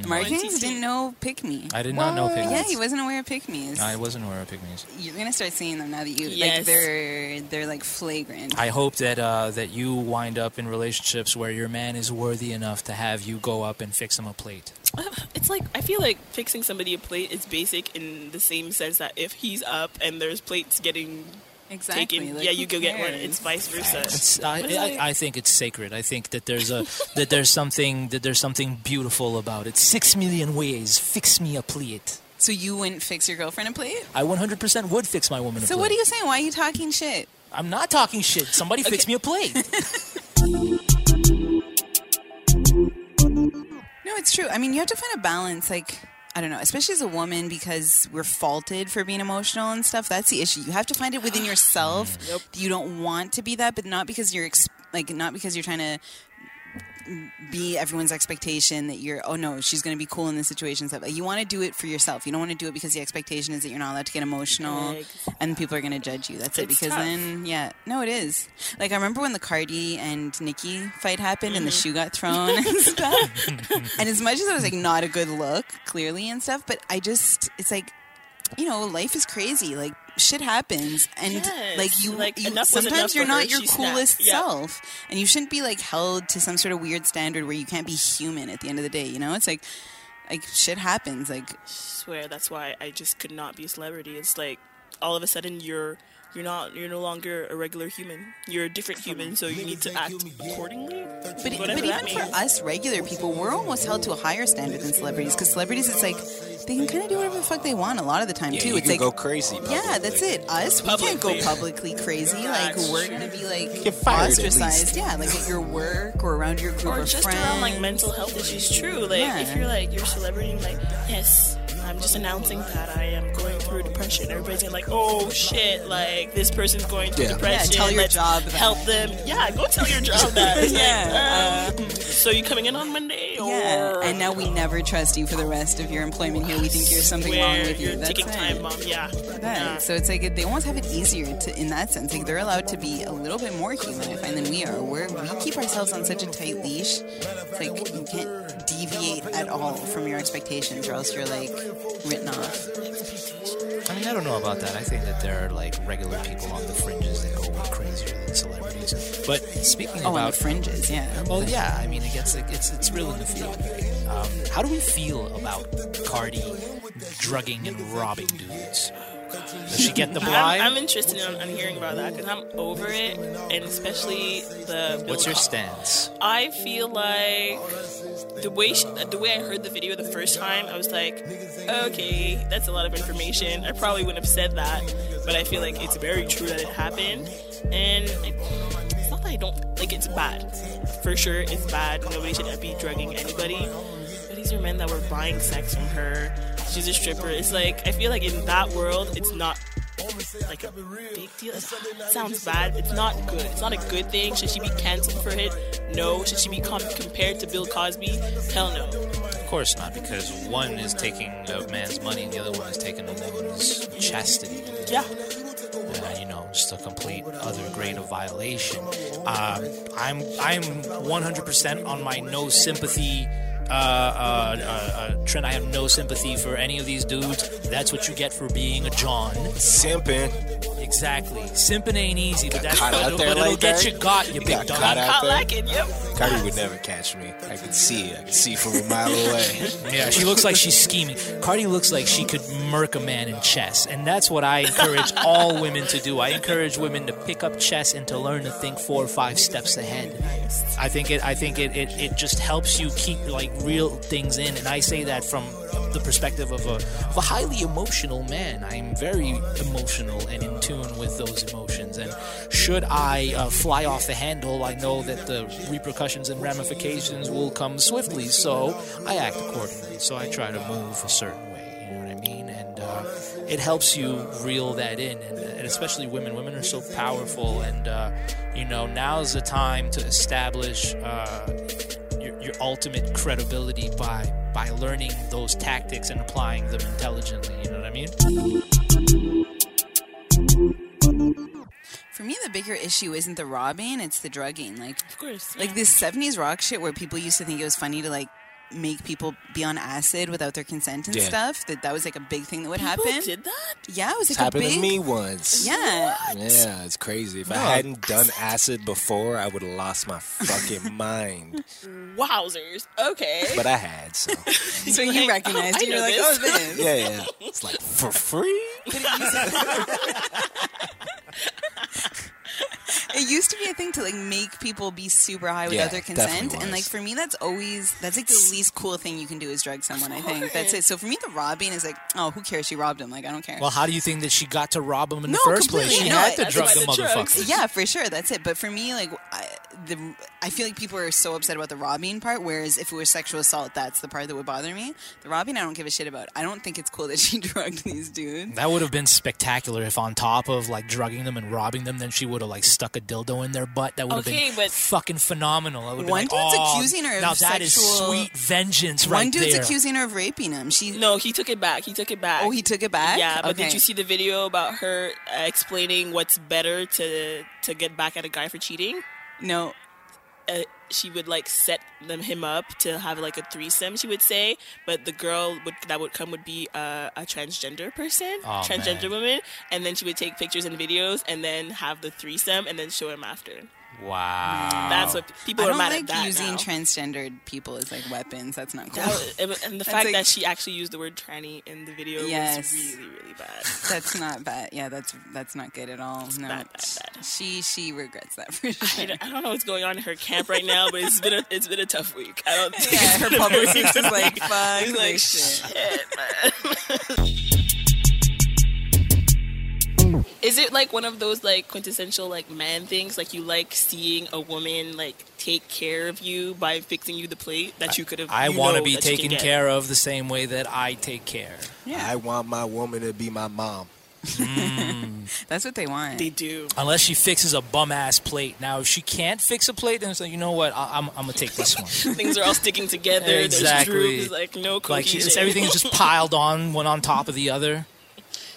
[SPEAKER 2] Mark
[SPEAKER 4] Auntie
[SPEAKER 2] Haynes didn't
[SPEAKER 4] T.
[SPEAKER 2] know pick me.
[SPEAKER 1] I did not know pick
[SPEAKER 2] yeah,
[SPEAKER 1] me's.
[SPEAKER 2] he wasn't aware of pick me's.
[SPEAKER 1] I wasn't aware of pick me's.
[SPEAKER 2] You're gonna start seeing them now that you like
[SPEAKER 4] Yes.
[SPEAKER 2] they're they're like flagrant.
[SPEAKER 1] I hope that uh, that you wind up in relationships where your man is worthy enough to have you go up and fix him a plate.
[SPEAKER 4] It's like I feel like fixing somebody a plate is basic in the same sense that if he's up and there's plates getting
[SPEAKER 2] exactly.
[SPEAKER 4] taken,
[SPEAKER 2] like,
[SPEAKER 4] yeah,
[SPEAKER 2] who
[SPEAKER 4] you go get one.
[SPEAKER 2] cares?
[SPEAKER 4] It's vice versa.
[SPEAKER 1] It's, I,
[SPEAKER 4] But it's
[SPEAKER 1] I,
[SPEAKER 4] like-
[SPEAKER 1] I think it's sacred. I think that there's a that there's something that there's something beautiful about it. Six million ways fix me a plate.
[SPEAKER 2] So you wouldn't fix your girlfriend a plate?
[SPEAKER 1] I 100% would fix my woman a
[SPEAKER 2] So
[SPEAKER 1] plate.
[SPEAKER 2] what are you saying? Why are you talking shit?
[SPEAKER 1] I'm not talking shit. Somebody fix me a plate.
[SPEAKER 2] No, it's true. I mean, you have to find a balance. Like, I don't know, especially as a woman, because we're faulted for being emotional and stuff. That's the issue. You have to find it within yourself. that You don't want to be that, but not because you're ex- like not because you're trying to be everyone's expectation that you're oh no she's going to be cool in this situation and stuff like you want to do it for yourself you don't want to do it because the expectation is that you're not allowed to get emotional
[SPEAKER 4] Exactly.
[SPEAKER 2] and people are going to judge you that's it
[SPEAKER 4] It's
[SPEAKER 2] because
[SPEAKER 4] tough.
[SPEAKER 2] then yeah no it is like i remember when the cardi and nicki fight happened and the
[SPEAKER 4] Mm-hmm.
[SPEAKER 2] shoe got thrown and stuff and as much as it was like not a good look clearly and stuff but i just it's like you know life is crazy like shit happens and
[SPEAKER 4] Yes.
[SPEAKER 2] like you,
[SPEAKER 4] Like,
[SPEAKER 2] you
[SPEAKER 4] enough was enough
[SPEAKER 2] sometimes
[SPEAKER 4] for
[SPEAKER 2] you're
[SPEAKER 4] her.
[SPEAKER 2] not your
[SPEAKER 4] She snapped.
[SPEAKER 2] coolest
[SPEAKER 4] Yeah.
[SPEAKER 2] self and you shouldn't be like held to some sort of weird standard where you can't be human at the end of the day you know it's like like shit happens like
[SPEAKER 4] swear that's why I just could not be a celebrity. It's like all of a sudden you're you're not you're no longer a regular human. You're a different human, so you need to act accordingly. e-,
[SPEAKER 2] but,
[SPEAKER 4] Whatever
[SPEAKER 2] but
[SPEAKER 4] that
[SPEAKER 2] even for
[SPEAKER 4] means.
[SPEAKER 2] us regular people we're almost held to a higher standard than celebrities because celebrities it's like they can kind of do whatever the fuck they want a lot of the time too
[SPEAKER 3] you
[SPEAKER 2] it's
[SPEAKER 3] can
[SPEAKER 2] like
[SPEAKER 3] go crazy.
[SPEAKER 2] yeah, that's
[SPEAKER 3] publicly.
[SPEAKER 2] it. Us, we can't go
[SPEAKER 4] Publicly.
[SPEAKER 2] publicly crazy. Like
[SPEAKER 4] That's
[SPEAKER 2] we're
[SPEAKER 4] true.
[SPEAKER 2] gonna be like
[SPEAKER 3] Get fired at
[SPEAKER 2] ostracized.
[SPEAKER 3] least.
[SPEAKER 2] Yeah, like at your work or around your group
[SPEAKER 4] or
[SPEAKER 2] of
[SPEAKER 4] just
[SPEAKER 2] friends.
[SPEAKER 4] around like mental health issues. True, like
[SPEAKER 2] Yeah.
[SPEAKER 4] if you're like you're a celebrity, and, like yes, I'm just announcing that I am going through depression. Everybody's gonna like, oh shit, like this person's going through
[SPEAKER 3] Yeah. Yeah,
[SPEAKER 4] depression.
[SPEAKER 2] tell your
[SPEAKER 4] Let's
[SPEAKER 2] job that.
[SPEAKER 4] help them. Yeah, go tell your job that. It's like,
[SPEAKER 2] Yeah,
[SPEAKER 4] um, so you coming in on Monday?
[SPEAKER 2] Yeah,
[SPEAKER 4] or
[SPEAKER 2] and now we never trust you for the rest of your employment here. We think there's something wrong
[SPEAKER 4] where
[SPEAKER 2] with you.
[SPEAKER 4] you're
[SPEAKER 2] That's
[SPEAKER 4] taking
[SPEAKER 2] it.
[SPEAKER 4] time off. Yeah,
[SPEAKER 2] Right. So it's like they almost have it easier to, in that sense. Like they're allowed to be a little bit more human, I find, than we are. We're, we keep ourselves on such a tight leash. It's like you can't deviate at all from your expectations, or else you're like written off. Oh,
[SPEAKER 1] I mean, I don't know about that. I think that there are like regular people on the fringes that go way crazier than celebrities. But speaking
[SPEAKER 2] Oh, on the
[SPEAKER 1] about
[SPEAKER 2] fringes, yeah.
[SPEAKER 1] Well, yeah. I mean, it gets it's it's real in the field. Um, how do we feel about Cardi drugging and robbing dudes? Does she get the bribe?
[SPEAKER 4] I'm, I'm interested in, in hearing about that because I'm over it, and especially the. Bill
[SPEAKER 1] What's your
[SPEAKER 4] Cos-
[SPEAKER 1] stance?
[SPEAKER 4] I feel like the way she, the way I heard the video the first time, I was like, okay, that's a lot of information. I probably wouldn't have said that, but I feel like it's very true that it happened, and I, it's not that I don't like it's bad. For sure, it's bad. Nobody should be drugging anybody. But these are men that were buying sex from her. She's a stripper. It's like I feel like in that world, it's not like a big deal. It sounds bad. It's not good. It's not a good thing. Should she be canceled for it? No. Should she be com- compared to Bill Cosby? Hell no.
[SPEAKER 1] Of course not, because one is taking a man's money and the other one is taking a woman's chastity.
[SPEAKER 4] Yeah.
[SPEAKER 1] uh, you know, just a complete other grade of violation. Um, I'm I'm 100% on my no sympathy uh, uh, uh, uh, trend. I have no sympathy for any of these dudes. That's what you get for being a John.
[SPEAKER 3] Simping.
[SPEAKER 1] Exactly. Simping ain't easy, but that's
[SPEAKER 3] caught out
[SPEAKER 1] it'll,
[SPEAKER 3] there
[SPEAKER 1] but it'll
[SPEAKER 3] like
[SPEAKER 1] get
[SPEAKER 3] that.
[SPEAKER 1] you got, you,
[SPEAKER 3] You
[SPEAKER 1] big
[SPEAKER 3] got caught
[SPEAKER 1] dog.
[SPEAKER 3] out.
[SPEAKER 4] Hot
[SPEAKER 3] there.
[SPEAKER 4] lacking. Yep.
[SPEAKER 3] Cardi would never catch me. I could see it. I could see from a mile away.
[SPEAKER 1] Yeah, she looks like she's scheming. Cardi looks like she could murk a man in chess, and that's what I encourage all women to do. I encourage women to pick up chess and to learn to think four or five steps ahead. I think it. I think it. It, it just helps you keep like real things in, and I say that from the perspective of a, of a highly emotional man. I'm very emotional and in tune with those emotions. And should I uh, fly off the handle, I know that the repercussions and ramifications will come swiftly. So I act accordingly. So I try to move a certain way. You know what I mean? And uh, it helps you reel that in, and, and especially women. Women are so powerful, and uh, you know now's the time to establish. Uh, your, your ultimate credibility by by learning those tactics and applying them intelligently. You know what I mean?
[SPEAKER 2] For me, the bigger issue isn't the robbing; it's the drugging. Like,
[SPEAKER 4] Of course.
[SPEAKER 2] like this '70s rock shit where people used to think it was funny to like make people be on acid without their consent and
[SPEAKER 3] Yeah.
[SPEAKER 2] stuff. That that was like a big thing that would
[SPEAKER 4] People
[SPEAKER 2] happen.
[SPEAKER 4] did that?
[SPEAKER 2] Yeah, it was like
[SPEAKER 3] It's
[SPEAKER 2] a
[SPEAKER 3] happened
[SPEAKER 2] big.
[SPEAKER 3] to me once.
[SPEAKER 2] Yeah,
[SPEAKER 3] Yeah, it's crazy. If I hadn't done acid before, I would have lost my fucking mind.
[SPEAKER 4] Wowzers. Okay.
[SPEAKER 3] But I had, so.
[SPEAKER 2] so you recognized
[SPEAKER 4] "Oh,
[SPEAKER 2] it.
[SPEAKER 4] I
[SPEAKER 2] You're
[SPEAKER 4] know
[SPEAKER 2] like,
[SPEAKER 4] this."
[SPEAKER 2] oh, this.
[SPEAKER 3] Yeah, yeah. It's like, for free?
[SPEAKER 2] It used to be a thing to like make people be super high without
[SPEAKER 3] Yeah,
[SPEAKER 2] their consent,
[SPEAKER 3] definitely
[SPEAKER 2] and
[SPEAKER 3] was.
[SPEAKER 2] like for me, that's always that's like the least cool thing you can do is drug someone. I think that's it. So for me, the robbing is like, oh, who cares? She robbed him. Like I don't care.
[SPEAKER 1] Well, how do you think that she got to rob him in
[SPEAKER 2] No,
[SPEAKER 1] the first place? She
[SPEAKER 2] completely not.
[SPEAKER 1] had to
[SPEAKER 2] That's
[SPEAKER 1] drug
[SPEAKER 4] why
[SPEAKER 1] the
[SPEAKER 4] the drugs-
[SPEAKER 1] motherfucker.
[SPEAKER 2] Yeah, for sure. That's it. But for me, like I, the I feel like people are so upset about the robbing part, whereas if it was sexual assault, that's the part that would bother me. The robbing, I don't give a shit about. I don't think it's cool that she drugged these dudes.
[SPEAKER 1] That would have been spectacular if, on top of like drugging them and robbing them, then she would have like stuck a dildo in their butt. That would have
[SPEAKER 4] Okay,
[SPEAKER 1] been
[SPEAKER 4] but-
[SPEAKER 1] fucking phenomenal. That would
[SPEAKER 2] One
[SPEAKER 1] have been
[SPEAKER 2] dude's
[SPEAKER 1] like, "Aw,
[SPEAKER 2] accusing her of
[SPEAKER 1] now that is
[SPEAKER 2] sexual-
[SPEAKER 1] sweet vengeance right
[SPEAKER 2] One dude's
[SPEAKER 1] there.
[SPEAKER 2] accusing her of raping him. She
[SPEAKER 4] No, he took it back. He took it back.
[SPEAKER 2] Oh, he took it back.
[SPEAKER 4] Yeah, but
[SPEAKER 2] Okay.
[SPEAKER 4] did you see the video about her uh, explaining what's better to to get back at a guy for cheating?
[SPEAKER 2] No.
[SPEAKER 4] Uh, she would like set them him up to have like a threesome. She would say, but the girl would, that would come would be uh, a transgender person,
[SPEAKER 1] Aw,
[SPEAKER 4] transgender
[SPEAKER 1] man.
[SPEAKER 4] woman, and then she would take pictures and videos, and then have the threesome, and then show him after.
[SPEAKER 1] Wow.
[SPEAKER 4] That's what people
[SPEAKER 2] I
[SPEAKER 4] are
[SPEAKER 2] don't
[SPEAKER 4] mad
[SPEAKER 2] like
[SPEAKER 4] at that
[SPEAKER 2] using
[SPEAKER 4] now.
[SPEAKER 2] transgendered people as like weapons. That's not cool.
[SPEAKER 4] That was- and- and the fact
[SPEAKER 2] like-
[SPEAKER 4] that she actually used the word tranny in the video
[SPEAKER 2] Yes.
[SPEAKER 4] was really, really bad.
[SPEAKER 2] that's not bad. Yeah, that's that's not good at all. No,
[SPEAKER 4] bad, bad, bad.
[SPEAKER 2] she she regrets that for
[SPEAKER 4] I
[SPEAKER 2] sure.
[SPEAKER 4] don't, I don't know what's going on in her camp right now, but it's been a it's been a tough week. I don't think
[SPEAKER 2] Yeah, her publicist is like, fuck
[SPEAKER 4] He's like,
[SPEAKER 2] this shit.
[SPEAKER 4] Is it like one of those like quintessential like man things? Like you like seeing a woman like take care of you by fixing you the plate that you could have.
[SPEAKER 1] I
[SPEAKER 4] want to
[SPEAKER 1] be taken care of the same way that I take care.
[SPEAKER 2] Yeah,
[SPEAKER 3] I want my woman to be my mom.
[SPEAKER 2] that's what they want.
[SPEAKER 4] They do.
[SPEAKER 1] Unless she fixes a bum ass plate. Now, if she can't fix a plate, then it's like, you know what? I- I'm, I'm going to take this one.
[SPEAKER 4] Things are all sticking together.
[SPEAKER 1] Exactly.
[SPEAKER 4] There's grooves. Like no
[SPEAKER 1] like,
[SPEAKER 4] cohesion.
[SPEAKER 1] it's, everything's just piled on, one on top of the other.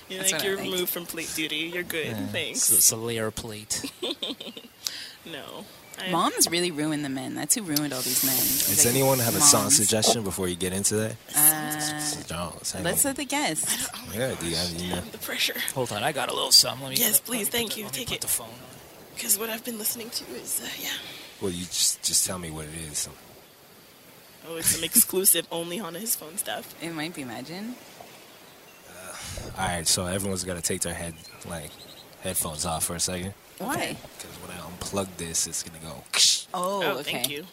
[SPEAKER 4] You're,
[SPEAKER 2] That's
[SPEAKER 4] like,
[SPEAKER 2] what I
[SPEAKER 4] you're
[SPEAKER 2] think.
[SPEAKER 4] removed from plate duty. You're good. Thanks.
[SPEAKER 1] It's, it's a layer plate.
[SPEAKER 4] No. I-
[SPEAKER 2] Moms really ruined the men. That's who ruined all these men.
[SPEAKER 3] Does
[SPEAKER 2] Like,
[SPEAKER 3] anyone have a song
[SPEAKER 2] moms.
[SPEAKER 3] suggestion before you get into that?
[SPEAKER 2] Uh,
[SPEAKER 3] Don't. Say
[SPEAKER 2] let's
[SPEAKER 3] no.
[SPEAKER 2] let the guest.
[SPEAKER 3] Yeah, dude, I mean, you know.
[SPEAKER 4] The pressure.
[SPEAKER 1] Hold on, I got a little something. Let me,
[SPEAKER 4] Yes,
[SPEAKER 1] let-
[SPEAKER 4] please,
[SPEAKER 1] let me
[SPEAKER 4] thank
[SPEAKER 1] put the-
[SPEAKER 4] you.
[SPEAKER 1] let me
[SPEAKER 4] Take
[SPEAKER 1] put
[SPEAKER 4] it.
[SPEAKER 1] the phone on.
[SPEAKER 4] Because what I've been listening to is, uh, yeah.
[SPEAKER 3] Well, you just just tell me what it is.
[SPEAKER 4] Oh, it's some exclusive only on his phone stuff.
[SPEAKER 2] It might be imagine.
[SPEAKER 3] All right, so everyone's gonna take their head like headphones off for a second
[SPEAKER 2] Why?
[SPEAKER 3] because when I unplug this, it's gonna go.
[SPEAKER 2] Oh,
[SPEAKER 4] Oh,
[SPEAKER 2] okay.
[SPEAKER 4] thank you.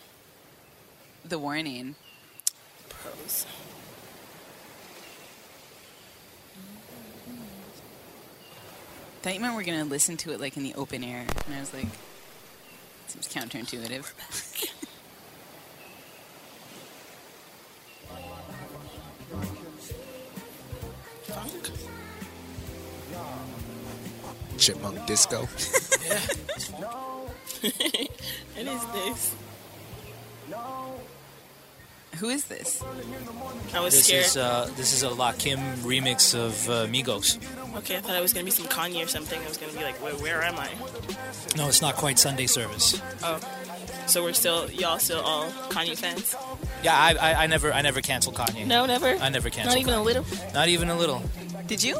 [SPEAKER 2] The warning.
[SPEAKER 4] Pros.
[SPEAKER 2] Thought you meant we're gonna listen to it like in the open air, and I was like, seems counterintuitive.
[SPEAKER 4] Funk?
[SPEAKER 3] Chipmunk Disco.
[SPEAKER 4] What is this?
[SPEAKER 2] Who is this?
[SPEAKER 4] I was
[SPEAKER 1] This
[SPEAKER 4] scared.
[SPEAKER 1] is, uh, this is a Lakim remix of uh, Migos.
[SPEAKER 4] okay, I thought it was going to be some Kanye or something. I was going to be like, where, where am I?
[SPEAKER 1] No, it's not quite Sunday service.
[SPEAKER 4] Oh. So we're still, y'all still all Kanye fans?
[SPEAKER 1] Yeah, I, I, I never I never cancel Kanye.
[SPEAKER 4] No, never?
[SPEAKER 1] I never
[SPEAKER 4] Not
[SPEAKER 1] cancel
[SPEAKER 4] even a little?
[SPEAKER 1] Kanye. Not even a little.
[SPEAKER 2] Did you?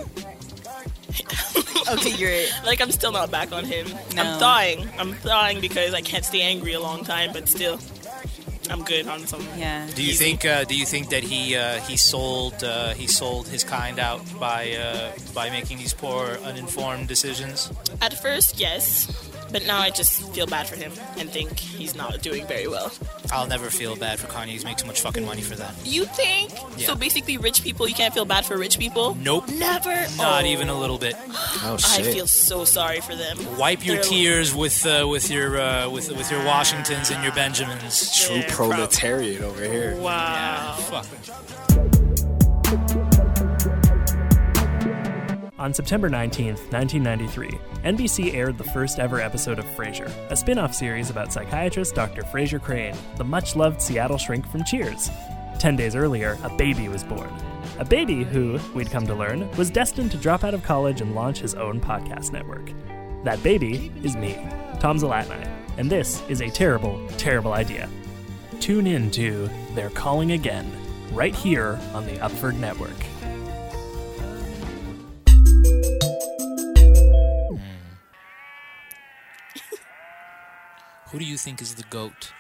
[SPEAKER 2] okay, you're.
[SPEAKER 4] Like, I'm still not back on him.
[SPEAKER 2] No.
[SPEAKER 4] I'm thawing. I'm thawing because I can't stay angry a long time, but still, I'm good on some.
[SPEAKER 2] Yeah.
[SPEAKER 1] Do you think? Uh, do you think that he uh, he sold uh, he sold his kind out by uh, by making these poor, uninformed decisions?
[SPEAKER 4] At first, yes. But now I just feel bad for him and think he's not doing very well.
[SPEAKER 1] I'll never feel bad for Kanye. He's made too much fucking money for that.
[SPEAKER 4] You think?
[SPEAKER 1] Yeah.
[SPEAKER 4] So basically, rich people, you can't feel bad for rich people?
[SPEAKER 1] Nope.
[SPEAKER 4] Never.
[SPEAKER 1] Not
[SPEAKER 4] Oh.
[SPEAKER 1] even a little bit.
[SPEAKER 3] Oh
[SPEAKER 4] I
[SPEAKER 3] shit!
[SPEAKER 4] feel so sorry for them.
[SPEAKER 1] Wipe your
[SPEAKER 4] They're-
[SPEAKER 1] tears with uh, with your uh, with with your Washingtons and your Benjamins.
[SPEAKER 3] True
[SPEAKER 4] Yeah, prob-
[SPEAKER 3] proletariat over here.
[SPEAKER 4] Wow.
[SPEAKER 1] Fuck.
[SPEAKER 5] On September 19th, 1993, NBC aired the first ever episode of Frasier, a spin off series about psychiatrist Dr. Frasier Crane, the much loved Seattle shrink from Cheers. Ten days earlier, a baby was born. A baby who, we'd come to learn, was destined to drop out of college and launch his own podcast network. That baby is me, Tom Zalatni, and this is a terrible, terrible idea. Tune in to They're Calling Again, right here on the Upford Network.
[SPEAKER 1] Who do you think is the goat,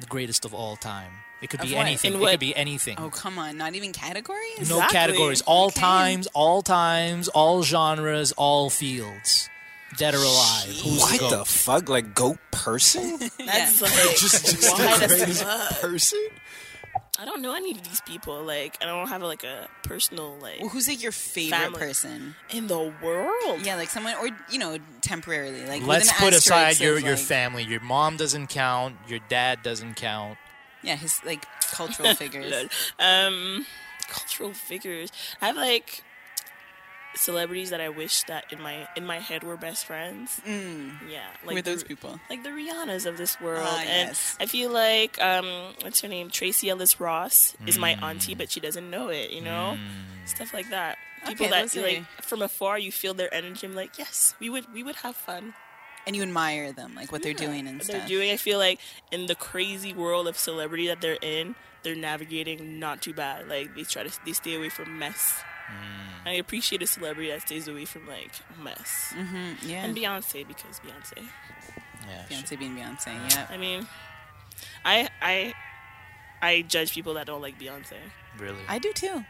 [SPEAKER 1] the greatest of all time? It could
[SPEAKER 2] Of
[SPEAKER 1] be
[SPEAKER 2] what?
[SPEAKER 1] anything.
[SPEAKER 4] In
[SPEAKER 1] It
[SPEAKER 4] what?
[SPEAKER 1] could be anything.
[SPEAKER 2] Oh come on! Not even categories.
[SPEAKER 1] No
[SPEAKER 4] Exactly.
[SPEAKER 1] categories. All
[SPEAKER 2] Okay.
[SPEAKER 1] times, all times, all genres, all fields. Dead or alive. Who's
[SPEAKER 3] What
[SPEAKER 1] the goat?
[SPEAKER 3] the fuck? Like goat person?
[SPEAKER 4] That's like
[SPEAKER 3] just just
[SPEAKER 4] why
[SPEAKER 3] the
[SPEAKER 4] the
[SPEAKER 3] greatest
[SPEAKER 4] fuck?
[SPEAKER 3] person?
[SPEAKER 4] I don't know any of these people. Like, I don't have like a personal like
[SPEAKER 2] Well, who's like your favorite
[SPEAKER 4] Family.
[SPEAKER 2] person?
[SPEAKER 4] in the world.
[SPEAKER 2] Yeah, like someone, or you know, temporarily. Like with
[SPEAKER 1] Let's
[SPEAKER 2] an
[SPEAKER 1] put aside
[SPEAKER 2] asterisk
[SPEAKER 1] your,
[SPEAKER 2] of,
[SPEAKER 1] your
[SPEAKER 2] like-
[SPEAKER 1] family. Your mom doesn't count. Your dad doesn't count.
[SPEAKER 2] Yeah, his like cultural figures.
[SPEAKER 4] Lol. Um, cultural figures. I have like celebrities that I wish that in my in my head were best friends.
[SPEAKER 3] Mm.
[SPEAKER 4] Yeah, like
[SPEAKER 2] with those
[SPEAKER 4] the-
[SPEAKER 2] people.
[SPEAKER 4] like the Rihannas of this world.
[SPEAKER 2] Ah,
[SPEAKER 4] and
[SPEAKER 2] yes.
[SPEAKER 4] I feel like um, what's her name? Tracy Ellis Ross is my auntie, but she doesn't know it. You know, stuff like that. People
[SPEAKER 2] Okay,
[SPEAKER 4] that
[SPEAKER 2] those
[SPEAKER 4] you,
[SPEAKER 2] are-
[SPEAKER 4] like from afar, you feel their energy. I'm like, yes, we would we would have fun.
[SPEAKER 2] And you admire them, like what they're doing and
[SPEAKER 4] What
[SPEAKER 2] stuff.
[SPEAKER 4] they're doing. I feel like in the crazy world of celebrity that they're in, they're navigating not too bad. Like they try to they stay away from mess. I appreciate a celebrity that stays away from like mess.
[SPEAKER 2] yeah.
[SPEAKER 4] And Beyonce because Beyonce.
[SPEAKER 1] Yeah, she-
[SPEAKER 2] Beyonce being Beyonce, yeah.
[SPEAKER 4] I mean, I I I judge people that don't like Beyonce.
[SPEAKER 1] really.
[SPEAKER 2] I do too.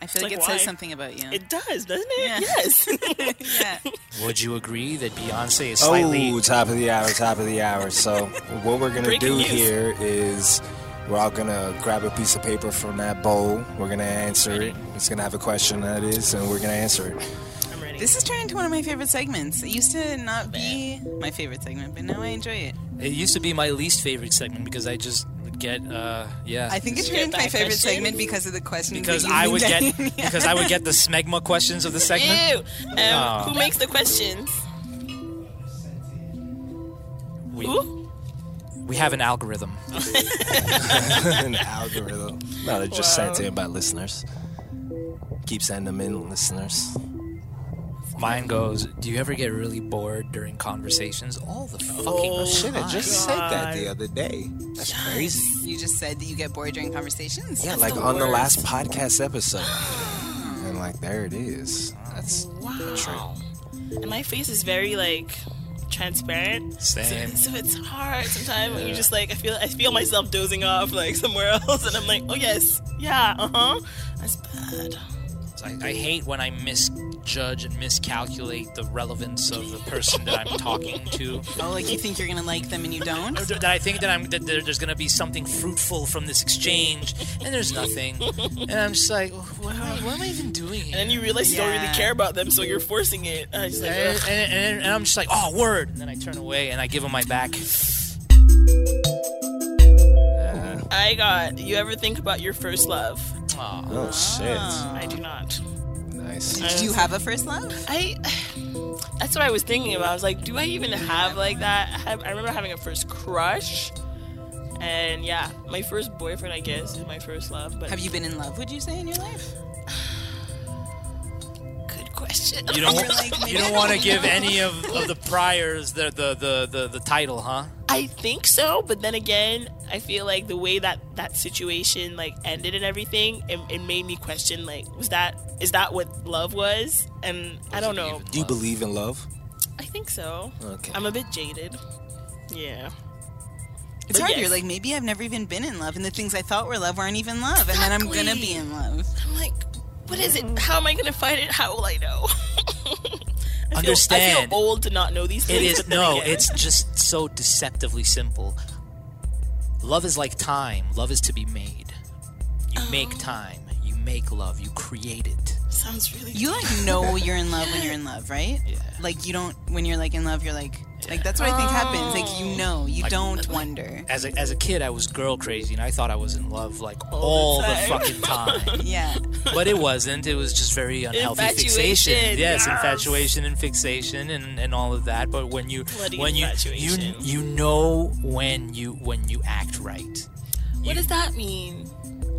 [SPEAKER 2] I feel like, it
[SPEAKER 4] Like, why?
[SPEAKER 2] says something about you.
[SPEAKER 4] It does, doesn't it?
[SPEAKER 2] Yeah.
[SPEAKER 4] Yes.
[SPEAKER 2] yeah.
[SPEAKER 1] Would you agree that Beyonce is slightly?
[SPEAKER 3] Oh, top of the hour, top of the hour. So, what we're gonna
[SPEAKER 4] Breaking
[SPEAKER 3] do
[SPEAKER 4] news.
[SPEAKER 3] here is we're all gonna grab a piece of paper from that bowl. We're gonna answer it. It's gonna have a question that is, and we're gonna answer it.
[SPEAKER 4] I'm ready.
[SPEAKER 2] This is turning into one of my favorite segments. It used to not be my favorite segment, but now I enjoy it.
[SPEAKER 1] It used to be my least favorite segment because I just would get, uh, yeah.
[SPEAKER 2] I think it
[SPEAKER 4] get
[SPEAKER 2] turned into my
[SPEAKER 4] back
[SPEAKER 2] favorite
[SPEAKER 4] question?
[SPEAKER 2] segment because of the questions.
[SPEAKER 1] because
[SPEAKER 2] that you've
[SPEAKER 1] I
[SPEAKER 2] been
[SPEAKER 1] would get
[SPEAKER 2] getting. Yeah.
[SPEAKER 1] because I would get the smegma questions of the segment,
[SPEAKER 4] Ew. Um,
[SPEAKER 1] Aw.
[SPEAKER 4] Who makes the questions?
[SPEAKER 1] we,
[SPEAKER 4] Who?
[SPEAKER 1] we have an algorithm.
[SPEAKER 3] An algorithm. No, they're just
[SPEAKER 4] Wow.
[SPEAKER 3] sent in by listeners. Keep sending them in, listeners.
[SPEAKER 1] Mine goes, do you ever get really bored during conversations? All the fucking
[SPEAKER 4] Oh.
[SPEAKER 3] Shit, I just said that the other day. That's crazy.
[SPEAKER 2] You just said that you get bored during conversations.
[SPEAKER 3] Yeah,
[SPEAKER 2] That's
[SPEAKER 3] like
[SPEAKER 2] the
[SPEAKER 3] on the
[SPEAKER 2] worst.
[SPEAKER 3] last podcast episode. And like, there it is. That's
[SPEAKER 4] Wow. And my face is very like transparent.
[SPEAKER 1] Same.
[SPEAKER 4] So, so it's hard sometimes when you're just like I feel I feel myself dozing off like somewhere else and I'm like, oh yes, yeah, uh huh. That's bad.
[SPEAKER 1] I, I hate when I misjudge and miscalculate the relevance of the person that I'm talking to.
[SPEAKER 2] Oh, like you think you're gonna like them and you don't.
[SPEAKER 1] Or That I think that I'm that there, there's gonna be something fruitful from this exchange, and there's nothing. And I'm just like, what, am I- what am I even doing here?
[SPEAKER 4] And then you realize you don't really
[SPEAKER 2] Yeah.
[SPEAKER 4] care about them, so you're forcing it. I just like,
[SPEAKER 1] and,
[SPEAKER 4] ugh.
[SPEAKER 1] and, and, and I'm just like, oh, word. And then I turn away and I give him my back.
[SPEAKER 4] I got. You ever think about your first love?
[SPEAKER 1] Aw.
[SPEAKER 3] oh shit.
[SPEAKER 4] I do not.
[SPEAKER 3] Nice.
[SPEAKER 2] Do you have a first love?
[SPEAKER 4] I. That's what I was thinking about. I was like, do I even have like that? I, have, I remember having a first crush, and yeah, my first boyfriend, I guess, is my first love. But
[SPEAKER 2] Have you been in love? Would you say in your life?
[SPEAKER 4] good question.
[SPEAKER 1] You don't,
[SPEAKER 2] You're like,
[SPEAKER 1] you don't
[SPEAKER 2] maybe-
[SPEAKER 1] want to give any of, of the priors the, the, the, the, the title, huh?
[SPEAKER 4] I think so, but then again, I feel like the way that that situation like ended and everything, it, it made me question like, was that is that what love was? And I don't know.
[SPEAKER 3] Do you believe in love?
[SPEAKER 4] I think so.
[SPEAKER 3] Okay.
[SPEAKER 4] I'm a bit jaded. Yeah.
[SPEAKER 2] It's
[SPEAKER 4] But
[SPEAKER 2] hard.
[SPEAKER 4] yes.
[SPEAKER 2] You're like maybe I've never even been in love, and the things I thought were love aren't even love, and then I'm gonna
[SPEAKER 4] Exactly.
[SPEAKER 2] be in love.
[SPEAKER 4] I'm like, what is it? How am I gonna find it? How will I know? I Feel, I
[SPEAKER 1] Understand.
[SPEAKER 4] feel old to not know these
[SPEAKER 1] It
[SPEAKER 4] things.
[SPEAKER 1] is
[SPEAKER 4] but then
[SPEAKER 1] no,
[SPEAKER 4] again-
[SPEAKER 1] it's just so deceptively simple. Love is like time. Love is to be made. You
[SPEAKER 4] Oh.
[SPEAKER 1] make time. You make love. You create it.
[SPEAKER 4] sounds really.
[SPEAKER 2] You like know you're in love when you're in love, right?
[SPEAKER 1] Yeah.
[SPEAKER 2] Like you don't when you're like in love, you're like like that's what I think happens. Like you know, you don't wonder.
[SPEAKER 1] As a, as a kid, I was girl crazy, and I thought I was in love like all, the,
[SPEAKER 4] time.
[SPEAKER 1] fucking time.
[SPEAKER 2] Yeah.
[SPEAKER 1] but it wasn't. It was just very unhealthy fixation.
[SPEAKER 4] Infatuation,
[SPEAKER 1] Yes,
[SPEAKER 4] yes.
[SPEAKER 1] infatuation and fixation and, and all of that. But when you
[SPEAKER 4] Bloody
[SPEAKER 1] when you, you
[SPEAKER 4] infatuation.
[SPEAKER 1] you know when you when you act right.
[SPEAKER 4] what does that mean?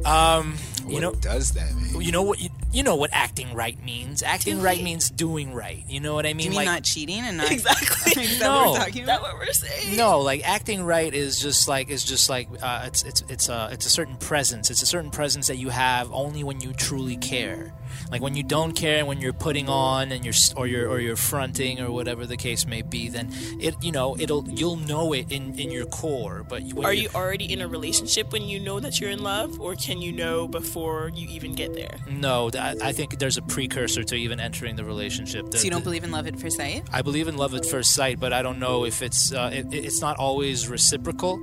[SPEAKER 1] Um, you know,
[SPEAKER 3] does that mean?
[SPEAKER 1] you know what you, you know what acting right means. Acting right means doing right. You know what I mean?
[SPEAKER 2] You mean
[SPEAKER 1] like
[SPEAKER 2] not cheating and not
[SPEAKER 4] Exactly.
[SPEAKER 2] Is
[SPEAKER 4] Is
[SPEAKER 2] that what
[SPEAKER 1] No.
[SPEAKER 2] we're talking
[SPEAKER 4] that
[SPEAKER 2] about?
[SPEAKER 4] what we're saying?
[SPEAKER 1] no, like acting right is just like is just like uh, it's it's it's a it's a certain presence. It's a certain presence that you have only when you truly care. Like when you don't care and when you're putting on and you're s- or you're or you're fronting or whatever the case may be, then it you know it'll you'll know it in in your core. But when
[SPEAKER 4] Are
[SPEAKER 1] you're-
[SPEAKER 4] you already in a relationship when you know that you're in love, or can you know before you even get there?
[SPEAKER 1] No, th- I I think there's a precursor to even entering the relationship.
[SPEAKER 2] So you don't believe in love at first sight?
[SPEAKER 1] I believe in love at first sight, but I don't know if it's uh, it, it's not always reciprocal.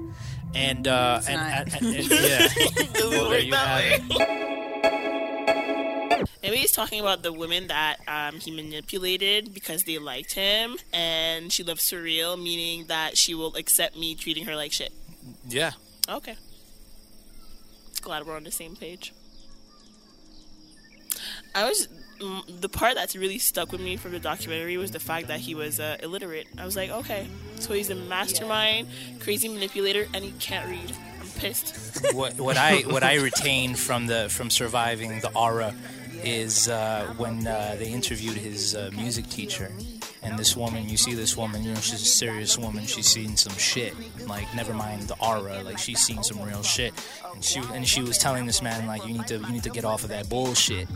[SPEAKER 1] and uh,
[SPEAKER 2] It's
[SPEAKER 1] and,
[SPEAKER 2] not.
[SPEAKER 1] and- and- yeah,
[SPEAKER 4] Doesn't
[SPEAKER 1] Well, there
[SPEAKER 4] work
[SPEAKER 1] you
[SPEAKER 4] that
[SPEAKER 1] have it.
[SPEAKER 4] Maybe he's talking about the women that um, he manipulated because they liked him, and she loves surreal, meaning that she will accept me treating her like shit.
[SPEAKER 1] yeah.
[SPEAKER 4] Okay. Glad we're on the same page. I was mm, the part that's really stuck with me from the documentary was the fact that he was uh, illiterate. I was like, okay, so he's a mastermind, crazy manipulator, and he can't read. I'm pissed.
[SPEAKER 1] what what I what I retain from the from surviving the aura is uh, when uh, they interviewed his uh, music teacher. And this woman, you see this woman, you know, she's a serious woman. She's seen some shit. Like, never mind the aura. Like, she's seen some real shit. And she and she was telling this man, like, you need to you need to get off of that bullshit.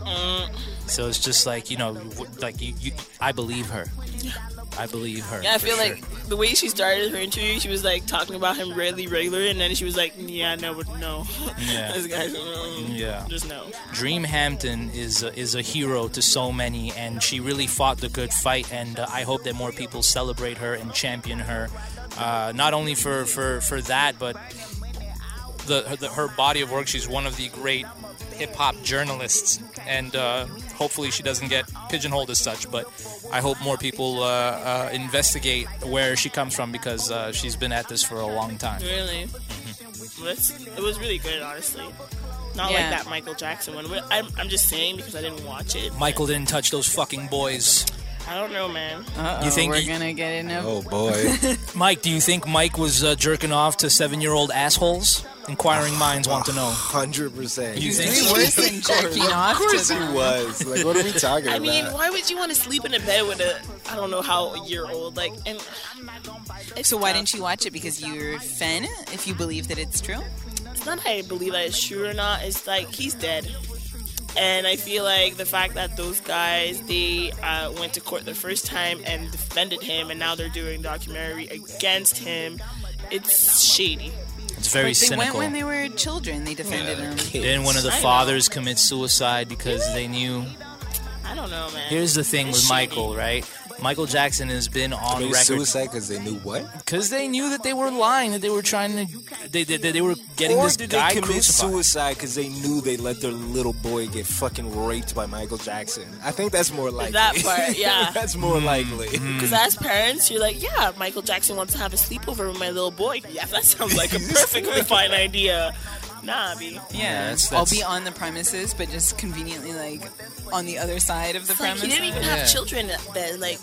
[SPEAKER 1] So it's just like, you know, w- like you, you I believe her. I believe her.
[SPEAKER 4] Yeah, I
[SPEAKER 1] for
[SPEAKER 4] feel
[SPEAKER 1] sure.
[SPEAKER 4] like the way she started her interview, she was like talking about him really regularly, and then she was like, yeah, no, but no,
[SPEAKER 1] Yeah.
[SPEAKER 4] this guy's mm,
[SPEAKER 1] Yeah.
[SPEAKER 4] just no.
[SPEAKER 1] Dream Hampton is a, is a hero to so many, and she really fought the good fight. And uh, I hope that more people celebrate her and champion her, uh, not only for, for, for that, but the, her- the her body of work. She's one of the great hip hop journalists, and uh, hopefully she doesn't get pigeonholed as such. But I hope more people uh, uh, investigate where she comes from because uh, she's been at this for a long time.
[SPEAKER 4] Really? Well, that's- it was really good, honestly. Not
[SPEAKER 2] Yeah.
[SPEAKER 4] like that Michael Jackson one. but I'm, I'm just saying because I didn't watch it.
[SPEAKER 1] Michael didn't touch those fucking boys.
[SPEAKER 4] I don't know, man.
[SPEAKER 2] Uh-oh,
[SPEAKER 1] You think
[SPEAKER 2] we're
[SPEAKER 1] he-
[SPEAKER 2] gonna get enough?
[SPEAKER 3] Oh boy.
[SPEAKER 1] Mike, do you think Mike was uh, jerking off to seven-year-old assholes? Inquiring minds want to know.
[SPEAKER 3] Hundred percent.
[SPEAKER 1] You think
[SPEAKER 2] Way worse than jerking off
[SPEAKER 3] Of course
[SPEAKER 2] to
[SPEAKER 3] he
[SPEAKER 2] them.
[SPEAKER 3] was. Like, what are we talking
[SPEAKER 4] I
[SPEAKER 3] about?
[SPEAKER 4] mean, why would you want to sleep in a bed with a I don't know how year old like and
[SPEAKER 2] So why didn't you watch it? Because you're fen, if you believe that it's true.
[SPEAKER 4] it's not how I believe that it's true or not. It's like he's dead, and I feel like the fact that those guys they uh, went to court the first time and defended him, and now they're doing documentary against him. It's shady.
[SPEAKER 1] It's very
[SPEAKER 2] But they
[SPEAKER 1] cynical.
[SPEAKER 2] went when they were children. They defended them.
[SPEAKER 1] Didn't one of the
[SPEAKER 4] I know.
[SPEAKER 1] fathers commit suicide because they knew?
[SPEAKER 4] I don't know, man.
[SPEAKER 1] Here's the thing with Michael, right? Michael Jackson has been on
[SPEAKER 3] They
[SPEAKER 1] record
[SPEAKER 3] suicide because they knew what?
[SPEAKER 1] because they knew that they were lying, that they were trying to, they they, they were getting
[SPEAKER 3] or
[SPEAKER 1] this
[SPEAKER 3] did
[SPEAKER 1] guy
[SPEAKER 3] they commit
[SPEAKER 1] crucified.
[SPEAKER 3] suicide because they knew they let their little boy get fucking raped by Michael Jackson? I think that's more likely.
[SPEAKER 4] That part, yeah.
[SPEAKER 3] that's more
[SPEAKER 1] Hmm,
[SPEAKER 3] likely.
[SPEAKER 4] Because
[SPEAKER 1] Mm.
[SPEAKER 4] as parents, you're like, yeah, Michael Jackson wants to have a sleepover with my little boy. Yeah, that sounds like a perfectly fine idea. Nah, B.
[SPEAKER 2] Yeah,
[SPEAKER 1] that's-
[SPEAKER 2] I'll
[SPEAKER 1] that's-
[SPEAKER 2] be on the premises, but just conveniently like on the other side of the
[SPEAKER 4] It's like
[SPEAKER 2] premises.
[SPEAKER 4] he didn't even
[SPEAKER 1] Yeah.
[SPEAKER 4] have children then. Like,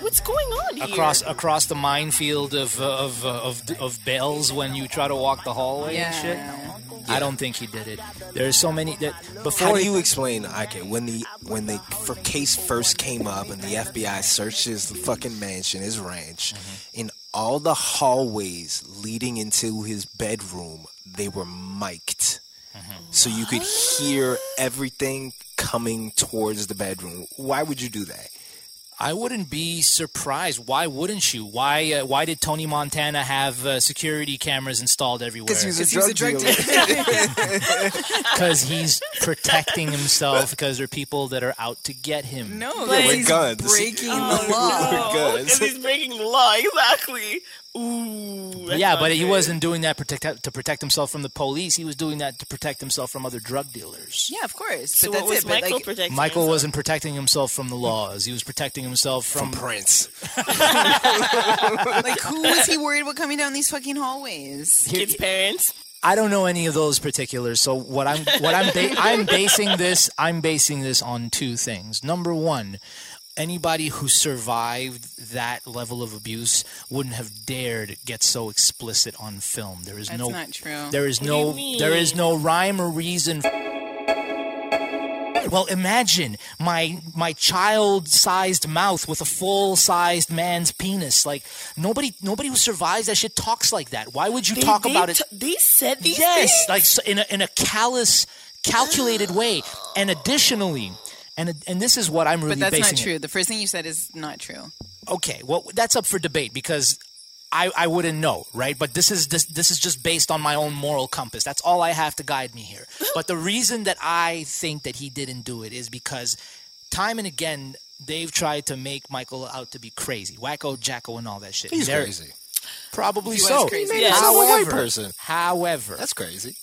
[SPEAKER 4] what's going on here?
[SPEAKER 1] Across across the minefield of uh, of uh, of of bells when you try to walk the hallway and shit.
[SPEAKER 2] Yeah.
[SPEAKER 1] I don't think he did it. There's so many that before
[SPEAKER 3] How do
[SPEAKER 1] he-
[SPEAKER 3] you explain? Okay, when the when the for case first came up and the FBI searches the fucking mansion, his ranch,
[SPEAKER 1] Mm-hmm.
[SPEAKER 3] in all the hallways leading into his bedroom, they were mic'd,
[SPEAKER 1] Mm-hmm.
[SPEAKER 3] so you could hear everything coming towards the bedroom. Why would you do that?
[SPEAKER 1] I wouldn't be surprised. Why wouldn't you? Why uh, why did Tony Montana have uh, security cameras installed everywhere?
[SPEAKER 3] Because he was a
[SPEAKER 2] Because he was
[SPEAKER 3] drug,
[SPEAKER 2] a drug
[SPEAKER 3] dealer.
[SPEAKER 1] Because he's protecting himself because there are people that are out to get him.
[SPEAKER 2] No,
[SPEAKER 4] Like-
[SPEAKER 2] like,
[SPEAKER 4] We're
[SPEAKER 2] he's
[SPEAKER 3] guns.
[SPEAKER 2] breaking the law.
[SPEAKER 3] Oh,
[SPEAKER 4] Oh,
[SPEAKER 3] good.
[SPEAKER 4] 'cause he's breaking the law, exactly. Ooh. that's
[SPEAKER 1] yeah,
[SPEAKER 4] not
[SPEAKER 1] but he
[SPEAKER 4] good.
[SPEAKER 1] wasn't doing that protect, to protect himself from the police. He was doing that to protect himself from other drug dealers.
[SPEAKER 2] Yeah, of course.
[SPEAKER 4] So
[SPEAKER 2] but that's
[SPEAKER 4] what was
[SPEAKER 2] it.
[SPEAKER 4] Michael
[SPEAKER 2] but like,
[SPEAKER 4] protecting?
[SPEAKER 1] Michael
[SPEAKER 4] himself?
[SPEAKER 1] wasn't protecting himself from the laws. He was protecting himself from.
[SPEAKER 3] Prince.
[SPEAKER 2] like who was he worried about coming down these fucking hallways?
[SPEAKER 4] kids' parents.
[SPEAKER 1] I don't know any of those particulars. So what I'm what I'm ba- I'm basing this I'm basing this on two things. Number one, anybody who survived that level of abuse wouldn't have dared get so explicit on film. There is
[SPEAKER 2] That's
[SPEAKER 1] no
[SPEAKER 2] not true.
[SPEAKER 1] there is
[SPEAKER 4] What do
[SPEAKER 1] no
[SPEAKER 4] you mean?
[SPEAKER 1] there is no rhyme or reason. Well, imagine my my child-sized mouth with a full-sized man's penis. Like nobody nobody who survives that shit talks like that. Why would you talk
[SPEAKER 4] They-
[SPEAKER 1] about
[SPEAKER 4] they
[SPEAKER 1] it?
[SPEAKER 4] t- they said these
[SPEAKER 1] yes,
[SPEAKER 4] things.
[SPEAKER 1] like so in a, in a callous, calculated way. And additionally, and and this is what I'm really
[SPEAKER 2] But that's not
[SPEAKER 1] basing it-
[SPEAKER 2] true. The first thing you said is not true.
[SPEAKER 1] Okay, well that's up for debate because I I wouldn't know, right? But this is this this is just based on my own moral compass. That's all I have to guide me here. But the reason that I think that he didn't do it is because time and again they've tried to make Michael out to be crazy, wacko, jacko, and all that shit. They're-
[SPEAKER 3] Probably
[SPEAKER 2] He was
[SPEAKER 3] so.
[SPEAKER 2] crazy.
[SPEAKER 3] Maybe
[SPEAKER 4] Yeah.
[SPEAKER 3] it's a white
[SPEAKER 6] However,
[SPEAKER 3] person.
[SPEAKER 6] however,
[SPEAKER 3] That's crazy.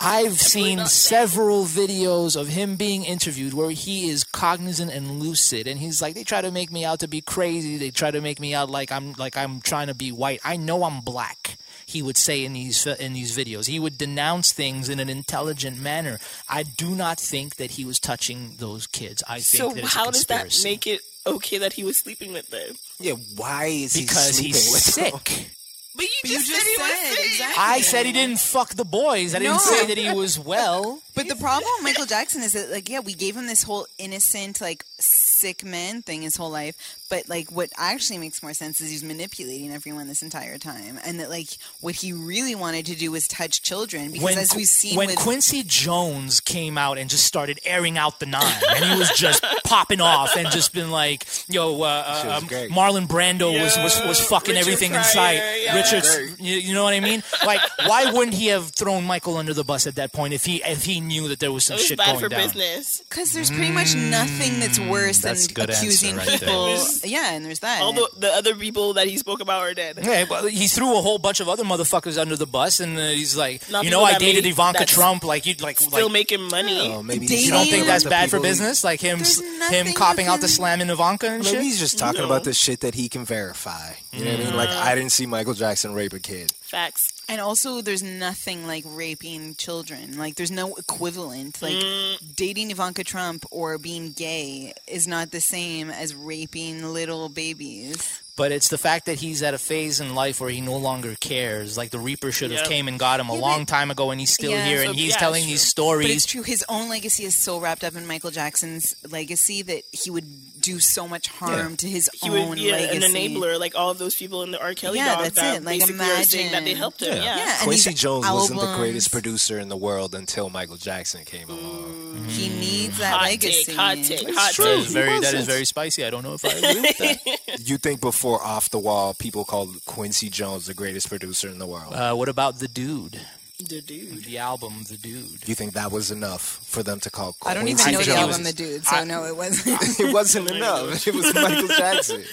[SPEAKER 1] I've seen
[SPEAKER 4] not
[SPEAKER 1] several videos of him being interviewed where he is cognizant and lucid, and he's like, "They try to make me out to be crazy. They try to make me out like I'm like I'm trying to be white. I know I'm black." He would say in these in these videos, he would denounce things in an intelligent manner. I do not think that he was touching those kids. I think
[SPEAKER 4] So
[SPEAKER 1] that it's a
[SPEAKER 4] how does that
[SPEAKER 1] conspiracy
[SPEAKER 4] make it okay that he was sleeping with them?
[SPEAKER 3] Yeah, why is
[SPEAKER 1] because
[SPEAKER 3] he sleeping
[SPEAKER 1] he's
[SPEAKER 3] with
[SPEAKER 1] sick.
[SPEAKER 4] But you
[SPEAKER 2] But you
[SPEAKER 4] just,
[SPEAKER 2] just
[SPEAKER 4] said he was
[SPEAKER 2] said,
[SPEAKER 4] sick.
[SPEAKER 2] exactly.
[SPEAKER 1] I said he didn't fuck the boys. I didn't
[SPEAKER 2] No.
[SPEAKER 1] say that he was well.
[SPEAKER 2] But the problem with Michael Jackson is that, like, yeah, we gave him this whole innocent, like, sick man thing his whole life. But, like, what actually makes more sense is he's manipulating everyone this entire time. And that, like, what he really wanted to do was touch children. Because as
[SPEAKER 1] Qu-
[SPEAKER 2] we've seen
[SPEAKER 1] when
[SPEAKER 2] with.
[SPEAKER 1] Quincy Jones came out and just started airing out the nine, and he was just popping off and just been like, "Yo, uh,
[SPEAKER 3] Shit
[SPEAKER 1] uh,
[SPEAKER 3] was
[SPEAKER 1] um,
[SPEAKER 3] great.
[SPEAKER 1] Marlon Brando was, was was
[SPEAKER 4] Yeah,
[SPEAKER 1] fucking
[SPEAKER 4] Richard
[SPEAKER 1] everything in
[SPEAKER 4] Pryor,
[SPEAKER 1] sight."
[SPEAKER 4] yeah.
[SPEAKER 1] Richard's, you, you know what I mean? Like, why wouldn't he have thrown Michael under the bus at that point if he if he knew that there was
[SPEAKER 4] It
[SPEAKER 1] some
[SPEAKER 4] was
[SPEAKER 1] shit
[SPEAKER 4] bad
[SPEAKER 1] going
[SPEAKER 4] for
[SPEAKER 1] down?
[SPEAKER 4] business.
[SPEAKER 2] Because there's pretty much nothing that's worse than
[SPEAKER 1] Mm, that's a good answer
[SPEAKER 2] accusing
[SPEAKER 1] right there.
[SPEAKER 2] people.
[SPEAKER 4] There's-
[SPEAKER 2] yeah, and there's that.
[SPEAKER 4] All the, the other people that he spoke about are dead.
[SPEAKER 1] Yeah, well, he threw a whole bunch of other motherfuckers under the bus, and uh, he's like,
[SPEAKER 4] Not
[SPEAKER 1] "You
[SPEAKER 4] people
[SPEAKER 1] know, I
[SPEAKER 4] that
[SPEAKER 1] dated
[SPEAKER 4] made-
[SPEAKER 1] Ivanka
[SPEAKER 4] that's
[SPEAKER 1] Trump. Like, you like,
[SPEAKER 4] Still
[SPEAKER 1] like
[SPEAKER 4] making money.
[SPEAKER 3] Oh, maybe
[SPEAKER 2] Dating?
[SPEAKER 3] he's
[SPEAKER 1] you don't
[SPEAKER 3] talking
[SPEAKER 1] think
[SPEAKER 3] about
[SPEAKER 1] that's
[SPEAKER 3] the
[SPEAKER 1] bad for
[SPEAKER 3] people he-
[SPEAKER 1] business? Like him,
[SPEAKER 2] There's
[SPEAKER 1] him
[SPEAKER 2] nothing
[SPEAKER 1] copping out the
[SPEAKER 2] within-
[SPEAKER 1] slam in Ivanka and shit."
[SPEAKER 3] Maybe he's just talking
[SPEAKER 4] No.
[SPEAKER 3] about the shit that he can verify. You know what I mean? Like,
[SPEAKER 2] Mm.
[SPEAKER 3] I didn't see Michael Jackson rape a kid.
[SPEAKER 4] Facts.
[SPEAKER 2] And also, there's nothing like raping children. Like, there's no equivalent. Like,
[SPEAKER 4] Mm.
[SPEAKER 2] dating Ivanka Trump or being gay is not the same as raping little babies.
[SPEAKER 1] but it's the fact that he's at a phase in life where he no longer cares. Like the Reaper should have
[SPEAKER 4] Yep.
[SPEAKER 1] came and got him a
[SPEAKER 2] Yeah,
[SPEAKER 1] long
[SPEAKER 2] but-
[SPEAKER 1] time ago, and he's still
[SPEAKER 2] Yeah.
[SPEAKER 1] here,
[SPEAKER 4] So,
[SPEAKER 1] and he's
[SPEAKER 4] yeah,
[SPEAKER 1] telling
[SPEAKER 4] it's
[SPEAKER 1] these
[SPEAKER 4] true.
[SPEAKER 2] But it's
[SPEAKER 1] stories.
[SPEAKER 2] true. His own legacy is so wrapped up in Michael Jackson's legacy that he would do so much harm to his
[SPEAKER 4] He
[SPEAKER 2] own
[SPEAKER 4] would be a-
[SPEAKER 2] legacy.
[SPEAKER 4] an enabler, like all of those people in the R. Kelly
[SPEAKER 2] Yeah,
[SPEAKER 4] dog
[SPEAKER 2] that's
[SPEAKER 4] that
[SPEAKER 2] it. Like,
[SPEAKER 4] basically are saying that they
[SPEAKER 2] imagine.
[SPEAKER 4] helped him.
[SPEAKER 3] Yeah.
[SPEAKER 4] Yeah.
[SPEAKER 2] Yeah, and
[SPEAKER 3] Quincy
[SPEAKER 2] these
[SPEAKER 3] Jones wasn't the
[SPEAKER 2] albums-
[SPEAKER 3] greatest producer in the world until Michael Jackson came along.
[SPEAKER 2] He needs that
[SPEAKER 4] Hot
[SPEAKER 2] legacy.
[SPEAKER 4] take, hot take,
[SPEAKER 3] It's
[SPEAKER 4] hot
[SPEAKER 3] true.
[SPEAKER 1] That
[SPEAKER 4] take.
[SPEAKER 1] is
[SPEAKER 3] He
[SPEAKER 1] very that is
[SPEAKER 3] wasn't.
[SPEAKER 1] very spicy. I don't know if I agree with that.
[SPEAKER 3] You think before Off the Wall, people called Quincy Jones the greatest producer in the world.
[SPEAKER 1] Uh, what about the dude?
[SPEAKER 4] The dude.
[SPEAKER 1] The album, the dude.
[SPEAKER 3] you think that was enough for them to call
[SPEAKER 2] I
[SPEAKER 3] Quincy
[SPEAKER 2] don't even know
[SPEAKER 1] Jones.
[SPEAKER 2] the album,
[SPEAKER 3] Jones-
[SPEAKER 2] The Dude, so no, it wasn't.
[SPEAKER 3] it wasn't enough. It was Michael Jackson.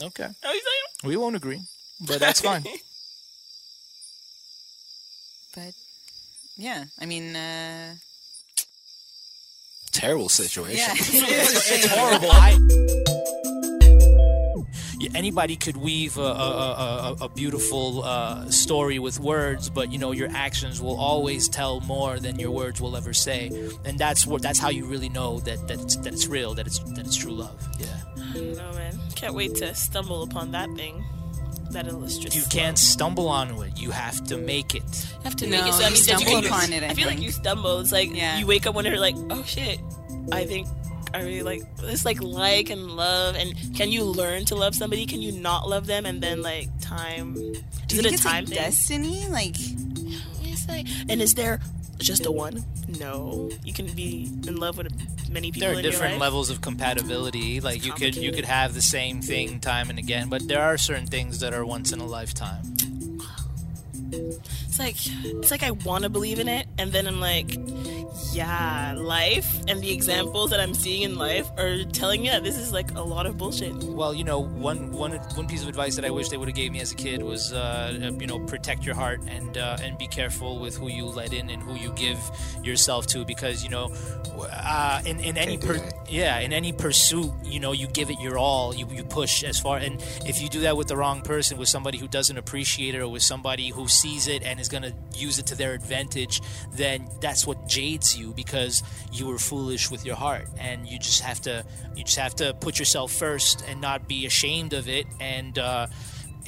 [SPEAKER 1] Okay,
[SPEAKER 4] Oh, he's like,
[SPEAKER 1] we won't agree, but that's fine.
[SPEAKER 2] but, yeah, I mean, uh,
[SPEAKER 3] Terrible situation.
[SPEAKER 2] yeah.
[SPEAKER 1] it's horrible. I... Yeah, anybody could weave a, a, a, a- a beautiful uh, story with words, but you know your actions will always tell more than your words will ever say, and that's what that's how you really know that that it's, that it's real, that it's that it's true love. Yeah,
[SPEAKER 4] No man, can't wait to stumble upon that thing. That illustrates.
[SPEAKER 1] you can't stumble onto it; you have to make it.
[SPEAKER 4] You have to
[SPEAKER 2] No,
[SPEAKER 4] make it. So
[SPEAKER 2] you
[SPEAKER 4] that means that you
[SPEAKER 2] stumble
[SPEAKER 4] can-
[SPEAKER 2] upon it, I
[SPEAKER 4] feel like
[SPEAKER 2] think.
[SPEAKER 4] you stumble. It's like
[SPEAKER 2] Yeah.
[SPEAKER 4] you wake up one day you're like, oh shit, I think I really like it's like like and love and can you learn to love somebody? Can you not love them? And then like time.
[SPEAKER 2] Do
[SPEAKER 4] Is
[SPEAKER 2] you
[SPEAKER 4] it
[SPEAKER 2] think
[SPEAKER 4] a
[SPEAKER 2] it's
[SPEAKER 4] time
[SPEAKER 2] like
[SPEAKER 4] thing?
[SPEAKER 2] destiny? Like,
[SPEAKER 4] It's like, and is there just a one? No, you can be in love with many people.
[SPEAKER 1] There are
[SPEAKER 4] in your
[SPEAKER 1] different
[SPEAKER 4] life.
[SPEAKER 1] levels of compatibility. Like you could you could have the same thing time and again, but there are certain things that are once in a lifetime.
[SPEAKER 4] It's like it's like I want to believe in it, and then I'm like, yeah, life and the examples that I'm seeing in life are telling me that this is like a lot of bullshit.
[SPEAKER 1] Well, you know, one one one piece of advice that I wish they would have gave me as a kid was, uh, you know, protect your heart and uh, and be careful with who you let in and who you give yourself to, because you know, uh, in in any
[SPEAKER 3] Can't do
[SPEAKER 1] per-
[SPEAKER 3] that.
[SPEAKER 1] yeah, in any pursuit, you know, you give it your all, you you push as far, and if you do that with the wrong person, with somebody who doesn't appreciate it, or with somebody who sees it and is going to use it to their advantage, then that's what jades you because you were foolish with your heart, and you just have to you just have to put yourself first and not be ashamed of it, and uh,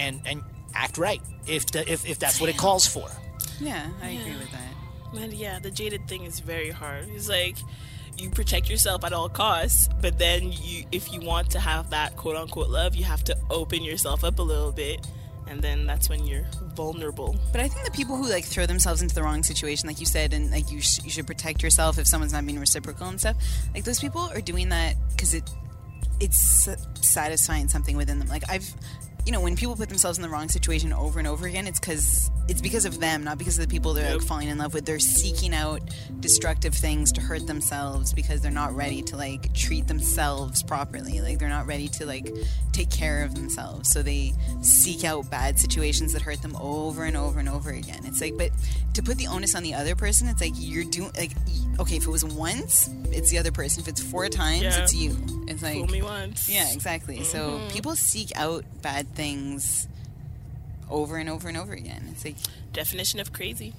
[SPEAKER 1] and and act right if the, if if that's what it calls for.
[SPEAKER 2] yeah, I agree with that.
[SPEAKER 4] Man, yeah, the jaded thing is very hard. It's like you protect yourself at all costs, but then you, if you want to have that quote unquote love, you have to open yourself up a little bit, and then that's when you're vulnerable.
[SPEAKER 2] But I think the people who like throw themselves into the wrong situation, like you said, and like you, sh- you should protect yourself if someone's not being reciprocal and stuff. Like those people are doing that because it it's satisfying something within them. Like I've you know, when people put themselves in the wrong situation over and over again, it's because it's because of them, not because of the people they're like falling in love with. They're seeking out destructive things to hurt themselves because they're not ready to like treat themselves properly. Like they're not ready to like take care of themselves, so they seek out bad situations that hurt them over and over and over again. It's like, but to put the onus on the other person, it's like you're doing like, okay, if it was once, it's the other person. If it's four times,
[SPEAKER 4] Yeah.
[SPEAKER 2] it's you. It's like
[SPEAKER 4] Fool me once.
[SPEAKER 2] yeah, exactly. So
[SPEAKER 4] Mm-hmm.
[SPEAKER 2] people seek out bad things over and over and over again. It's like,
[SPEAKER 4] Definition of crazy.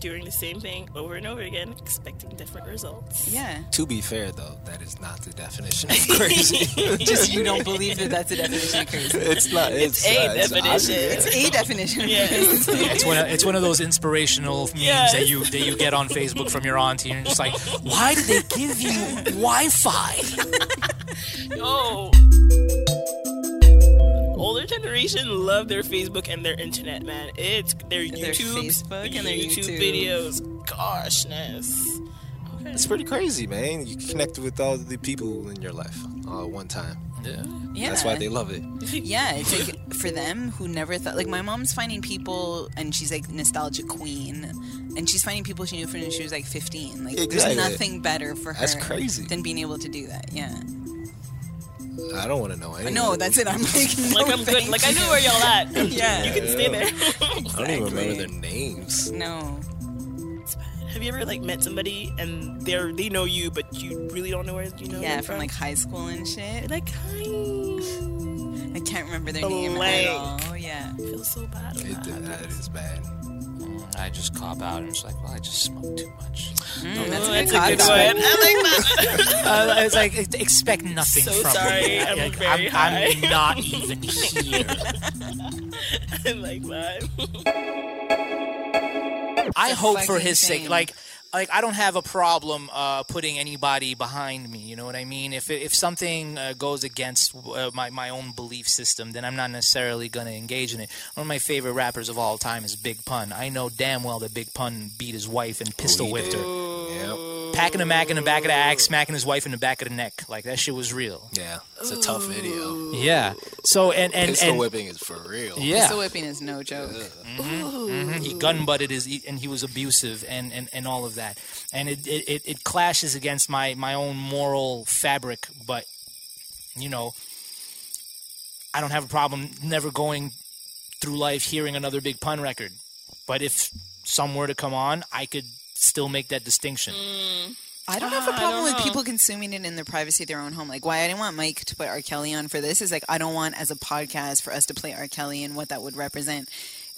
[SPEAKER 4] Doing the same thing over and over again, expecting different results.
[SPEAKER 2] yeah.
[SPEAKER 3] To be fair, though, that is not the definition of crazy.
[SPEAKER 2] Just you don't believe that that's a definition of crazy.
[SPEAKER 3] it's not. It's,
[SPEAKER 4] a
[SPEAKER 3] uh, it's
[SPEAKER 4] definition.
[SPEAKER 3] obvious.
[SPEAKER 2] It's a definition of crazy.
[SPEAKER 1] It's one. Of, it's one of those inspirational memes
[SPEAKER 4] Yes.
[SPEAKER 1] that you that you get on Facebook from your auntie, and you're just like, why did they give you Wi-Fi?
[SPEAKER 4] Oh. Older generation love their Facebook and their internet, man. It's their YouTube,
[SPEAKER 2] Facebook and their
[SPEAKER 4] YouTube, videos. Goshness.
[SPEAKER 3] It's pretty crazy, man. You connect with all the people in your life all at one time.
[SPEAKER 2] Yeah.
[SPEAKER 3] That's why they love it.
[SPEAKER 2] Yeah, it's like for them who never thought like my mom's finding people and she's like nostalgia queen and she's finding people she knew from when she was like 15. Like
[SPEAKER 3] Exactly.
[SPEAKER 2] there's nothing better for her
[SPEAKER 3] That's crazy.
[SPEAKER 2] than being able to do that. Yeah.
[SPEAKER 3] I don't want to know anything.
[SPEAKER 2] No, that's it. I'm like no,
[SPEAKER 4] Like I'm good.
[SPEAKER 2] thank
[SPEAKER 4] Like I
[SPEAKER 2] you.
[SPEAKER 4] know where y'all at.
[SPEAKER 2] Yeah.
[SPEAKER 4] You can stay there.
[SPEAKER 3] I don't even remember
[SPEAKER 2] Exactly.
[SPEAKER 3] their names.
[SPEAKER 2] No.
[SPEAKER 4] Have you ever like met somebody and they're they know you but you really don't know where you know?
[SPEAKER 2] Yeah,
[SPEAKER 4] them
[SPEAKER 2] from like high school and shit.
[SPEAKER 4] like hi.
[SPEAKER 2] I can't remember their name
[SPEAKER 4] Blank.
[SPEAKER 2] at all. Yeah.
[SPEAKER 4] I feel so bad.
[SPEAKER 3] It,
[SPEAKER 4] about that.
[SPEAKER 3] that is bad.
[SPEAKER 1] I just cop out. and just like, well, I just smoked too much.
[SPEAKER 2] that's
[SPEAKER 4] Oh,
[SPEAKER 2] a good
[SPEAKER 4] that's a good
[SPEAKER 2] cop-out.
[SPEAKER 4] one. I like that.
[SPEAKER 1] Uh, it's like ex- expect nothing
[SPEAKER 4] So
[SPEAKER 1] from
[SPEAKER 4] sorry,
[SPEAKER 1] me.
[SPEAKER 4] I'm
[SPEAKER 1] Like, I'm,
[SPEAKER 4] very high.
[SPEAKER 1] I'm not even here.
[SPEAKER 4] I like that.
[SPEAKER 1] I
[SPEAKER 2] the
[SPEAKER 1] hope for
[SPEAKER 2] fucking
[SPEAKER 1] his sake,
[SPEAKER 2] thing.
[SPEAKER 1] like. Like I don't have a problem uh, putting anybody behind me. You know what I mean? If if something uh, goes against uh, my my own belief system, then I'm not necessarily going to engage in it. One of my favorite rappers of all time is Big Pun. I know damn well that Big Pun beat his wife and pistol
[SPEAKER 3] he
[SPEAKER 1] whipped
[SPEAKER 3] did.
[SPEAKER 1] her,
[SPEAKER 3] Yep.
[SPEAKER 1] packing a mac in the back of the axe, smacking his wife in the back of the neck. Like that shit was real.
[SPEAKER 3] Yeah. It's a tough video.
[SPEAKER 1] Yeah. So and and
[SPEAKER 3] Pistol
[SPEAKER 1] and
[SPEAKER 3] whipping is for real.
[SPEAKER 1] yeah.
[SPEAKER 2] Pistol whipping is no joke.
[SPEAKER 1] he gun butted his and he was abusive and, and, and all of that and it, it, it, it clashes against my, my own moral fabric but you know i don't have a problem never going through life hearing another big pun record but if some were to come on i could still make that distinction
[SPEAKER 2] Mm. I don't
[SPEAKER 3] Ah,
[SPEAKER 2] have a problem with people consuming it in the privacy of their own home. Like, why I didn't want Mike to put R. Kelly on for this is like, I don't want as a podcast for us to play R. Kelly and what that would represent.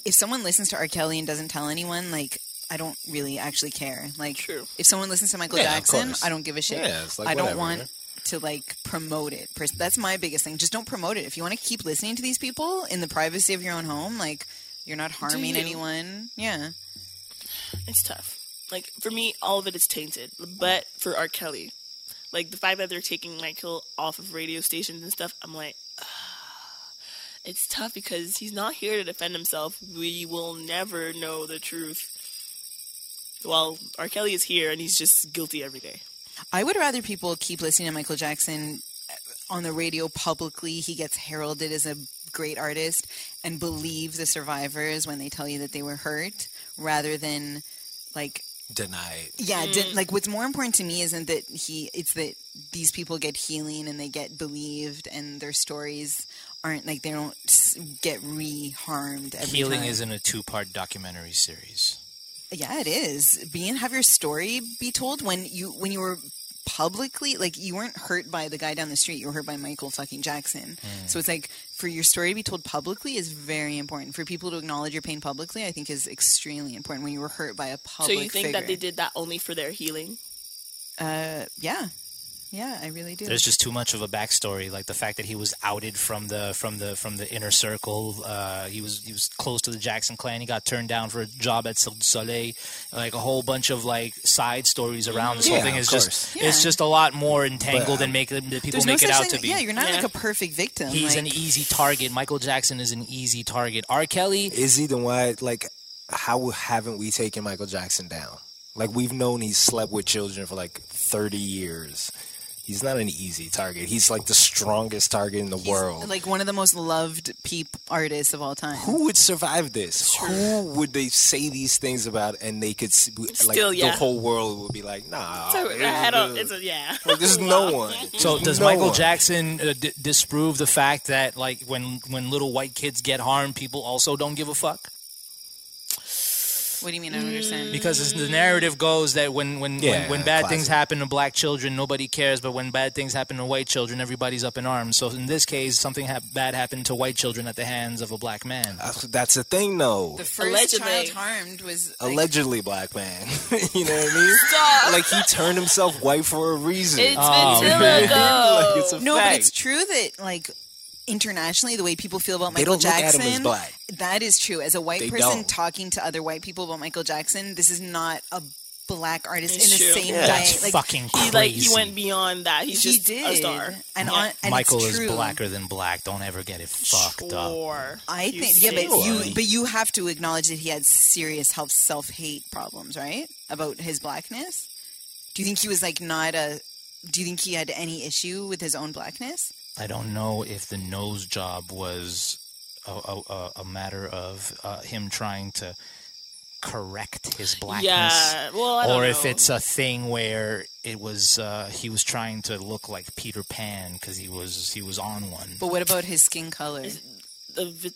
[SPEAKER 2] If someone listens to R. Kelly and doesn't tell anyone, like, I don't really actually care. Like,
[SPEAKER 4] True.
[SPEAKER 2] if someone listens to Michael
[SPEAKER 3] Yeah, of
[SPEAKER 2] Jackson,
[SPEAKER 3] course.
[SPEAKER 2] I don't give a shit.
[SPEAKER 3] Yeah, it's like
[SPEAKER 2] I don't
[SPEAKER 3] whatever,
[SPEAKER 2] want
[SPEAKER 3] right?
[SPEAKER 2] to like promote it. Pers- That's my biggest thing. Just don't promote it. If you want to keep listening to these people in the privacy of your own home, like, you're not harming
[SPEAKER 4] you.
[SPEAKER 2] anyone. Yeah.
[SPEAKER 4] It's tough. Like for me, all of it is tainted. But for R. Kelly, like the fact that they're taking Michael off of radio stations and stuff, I'm like, ah. it's tough because he's not here to defend himself. We will never know the truth. While R. Kelly is here and he's just guilty every day.
[SPEAKER 2] I would rather people keep listening to Michael Jackson uh, on the radio publicly. He gets heralded as a great artist and believe the survivors when they tell you that they were hurt rather than like
[SPEAKER 3] Deny it.
[SPEAKER 2] yeah
[SPEAKER 1] Mm.
[SPEAKER 2] did, like what's more important to me isn't that he it's that these people get healing and they get believed and their stories aren't like they don't s- get re-harmed every
[SPEAKER 1] healing
[SPEAKER 2] time.
[SPEAKER 1] is in a two-part documentary series
[SPEAKER 2] Yeah, it is. Being have your story be told when you when you were publicly like you weren't hurt by the guy down the street, you were hurt by Michael fucking Jackson.
[SPEAKER 1] Mm.
[SPEAKER 2] So it's like for your story to be told publicly is very important. For people to acknowledge your pain publicly, I think is extremely important when you were hurt by a public
[SPEAKER 4] so you think
[SPEAKER 2] figure.
[SPEAKER 4] that they did that only for their healing?
[SPEAKER 2] uh yeah. Yeah, I really do.
[SPEAKER 1] there's just too much of a backstory like the fact that he was outed from the from the from the inner circle uh, he was he was close to the jackson clan he got turned down for a job at Cirque du soleil like a whole bunch of like side stories around this whole
[SPEAKER 3] Yeah,
[SPEAKER 1] thing is
[SPEAKER 3] of
[SPEAKER 1] just
[SPEAKER 2] course.
[SPEAKER 1] it's
[SPEAKER 2] Yeah.
[SPEAKER 1] just a lot more entangled
[SPEAKER 3] But,
[SPEAKER 1] than make it- that people
[SPEAKER 2] There's no
[SPEAKER 1] make it
[SPEAKER 2] such
[SPEAKER 1] out
[SPEAKER 2] thing.
[SPEAKER 1] to be
[SPEAKER 2] Yeah, you're not
[SPEAKER 4] Yeah.
[SPEAKER 2] like a perfect victim.
[SPEAKER 1] he's an
[SPEAKER 2] like-
[SPEAKER 1] easy target michael jackson is an easy target r kelly
[SPEAKER 3] Is he the why? Like, how haven't we taken Michael Jackson down? Like, we've known he's slept with children for like 30 years. He's not an easy target. He's like the strongest target in the
[SPEAKER 2] He's,
[SPEAKER 3] world.
[SPEAKER 2] Like one of the most loved peep artists of all time.
[SPEAKER 3] who would survive this? Who would they say these things about, and they could s- like
[SPEAKER 4] Still, yeah.
[SPEAKER 3] the whole world would be like, nah.
[SPEAKER 4] So,
[SPEAKER 3] it
[SPEAKER 4] I don't,
[SPEAKER 3] was-
[SPEAKER 4] it's a, yeah.
[SPEAKER 3] like, there's no one.
[SPEAKER 1] So
[SPEAKER 3] There's
[SPEAKER 1] does
[SPEAKER 3] no
[SPEAKER 1] Michael
[SPEAKER 3] one.
[SPEAKER 1] Jackson uh, d- disprove the fact that like when when little white kids get harmed, people also don't give a fuck?
[SPEAKER 2] What do you mean? I don't understand.
[SPEAKER 1] Because it's- the narrative goes that when when
[SPEAKER 3] Yeah,
[SPEAKER 1] when, when bad
[SPEAKER 3] classic.
[SPEAKER 1] things happen to black children, nobody cares, but when bad things happen to white children, everybody's up in arms. So in this case, something ha- bad happened to white children at the hands of a black man.
[SPEAKER 3] That's- That's the thing, though.
[SPEAKER 2] the first
[SPEAKER 4] Allegedly.
[SPEAKER 2] child harmed was like,
[SPEAKER 3] Allegedly black man. you know what I mean?
[SPEAKER 4] Stop.
[SPEAKER 3] Like he turned himself white for a reason.
[SPEAKER 4] It's
[SPEAKER 1] Oh,
[SPEAKER 4] been too
[SPEAKER 1] man.
[SPEAKER 3] Like,
[SPEAKER 4] long ago.
[SPEAKER 3] it's a
[SPEAKER 2] No,
[SPEAKER 3] fact.
[SPEAKER 2] but it's true that like internationally, the way people feel about
[SPEAKER 3] They
[SPEAKER 2] Michael
[SPEAKER 3] don't look at him
[SPEAKER 2] Jackson,
[SPEAKER 3] as black.
[SPEAKER 2] that is true. As a white
[SPEAKER 3] They
[SPEAKER 2] person
[SPEAKER 3] don't.
[SPEAKER 2] talking to other white people about Michael Jackson, this is not a black artist
[SPEAKER 4] It's
[SPEAKER 2] in the
[SPEAKER 4] true.
[SPEAKER 2] same
[SPEAKER 3] Yeah.
[SPEAKER 2] way.
[SPEAKER 3] That's
[SPEAKER 2] like,
[SPEAKER 1] Fucking crazy.
[SPEAKER 4] he like he went beyond that. He's
[SPEAKER 2] he
[SPEAKER 4] just
[SPEAKER 2] did,
[SPEAKER 4] a star.
[SPEAKER 2] and
[SPEAKER 4] Yeah.
[SPEAKER 2] on and
[SPEAKER 1] Michael
[SPEAKER 2] it's
[SPEAKER 1] is
[SPEAKER 2] true.
[SPEAKER 1] blacker than black. Don't ever get it fucked up.
[SPEAKER 4] Sure.
[SPEAKER 2] I
[SPEAKER 4] You
[SPEAKER 2] think, yeah, but
[SPEAKER 4] see?
[SPEAKER 2] you, but you have to acknowledge that he had serious health self hate problems, right? About his blackness. Do you think he was like not a? Do you think he had any issue with his own blackness?
[SPEAKER 1] I don't know if the nose job was a, a, a, a matter of uh, him trying to correct his blackness.
[SPEAKER 4] Yeah. Well, I don't
[SPEAKER 1] or if
[SPEAKER 4] know.
[SPEAKER 1] it's a thing where it was uh, he was trying to look like Peter Pan because he was he was on one.
[SPEAKER 2] But what about his skin color?
[SPEAKER 4] The vi-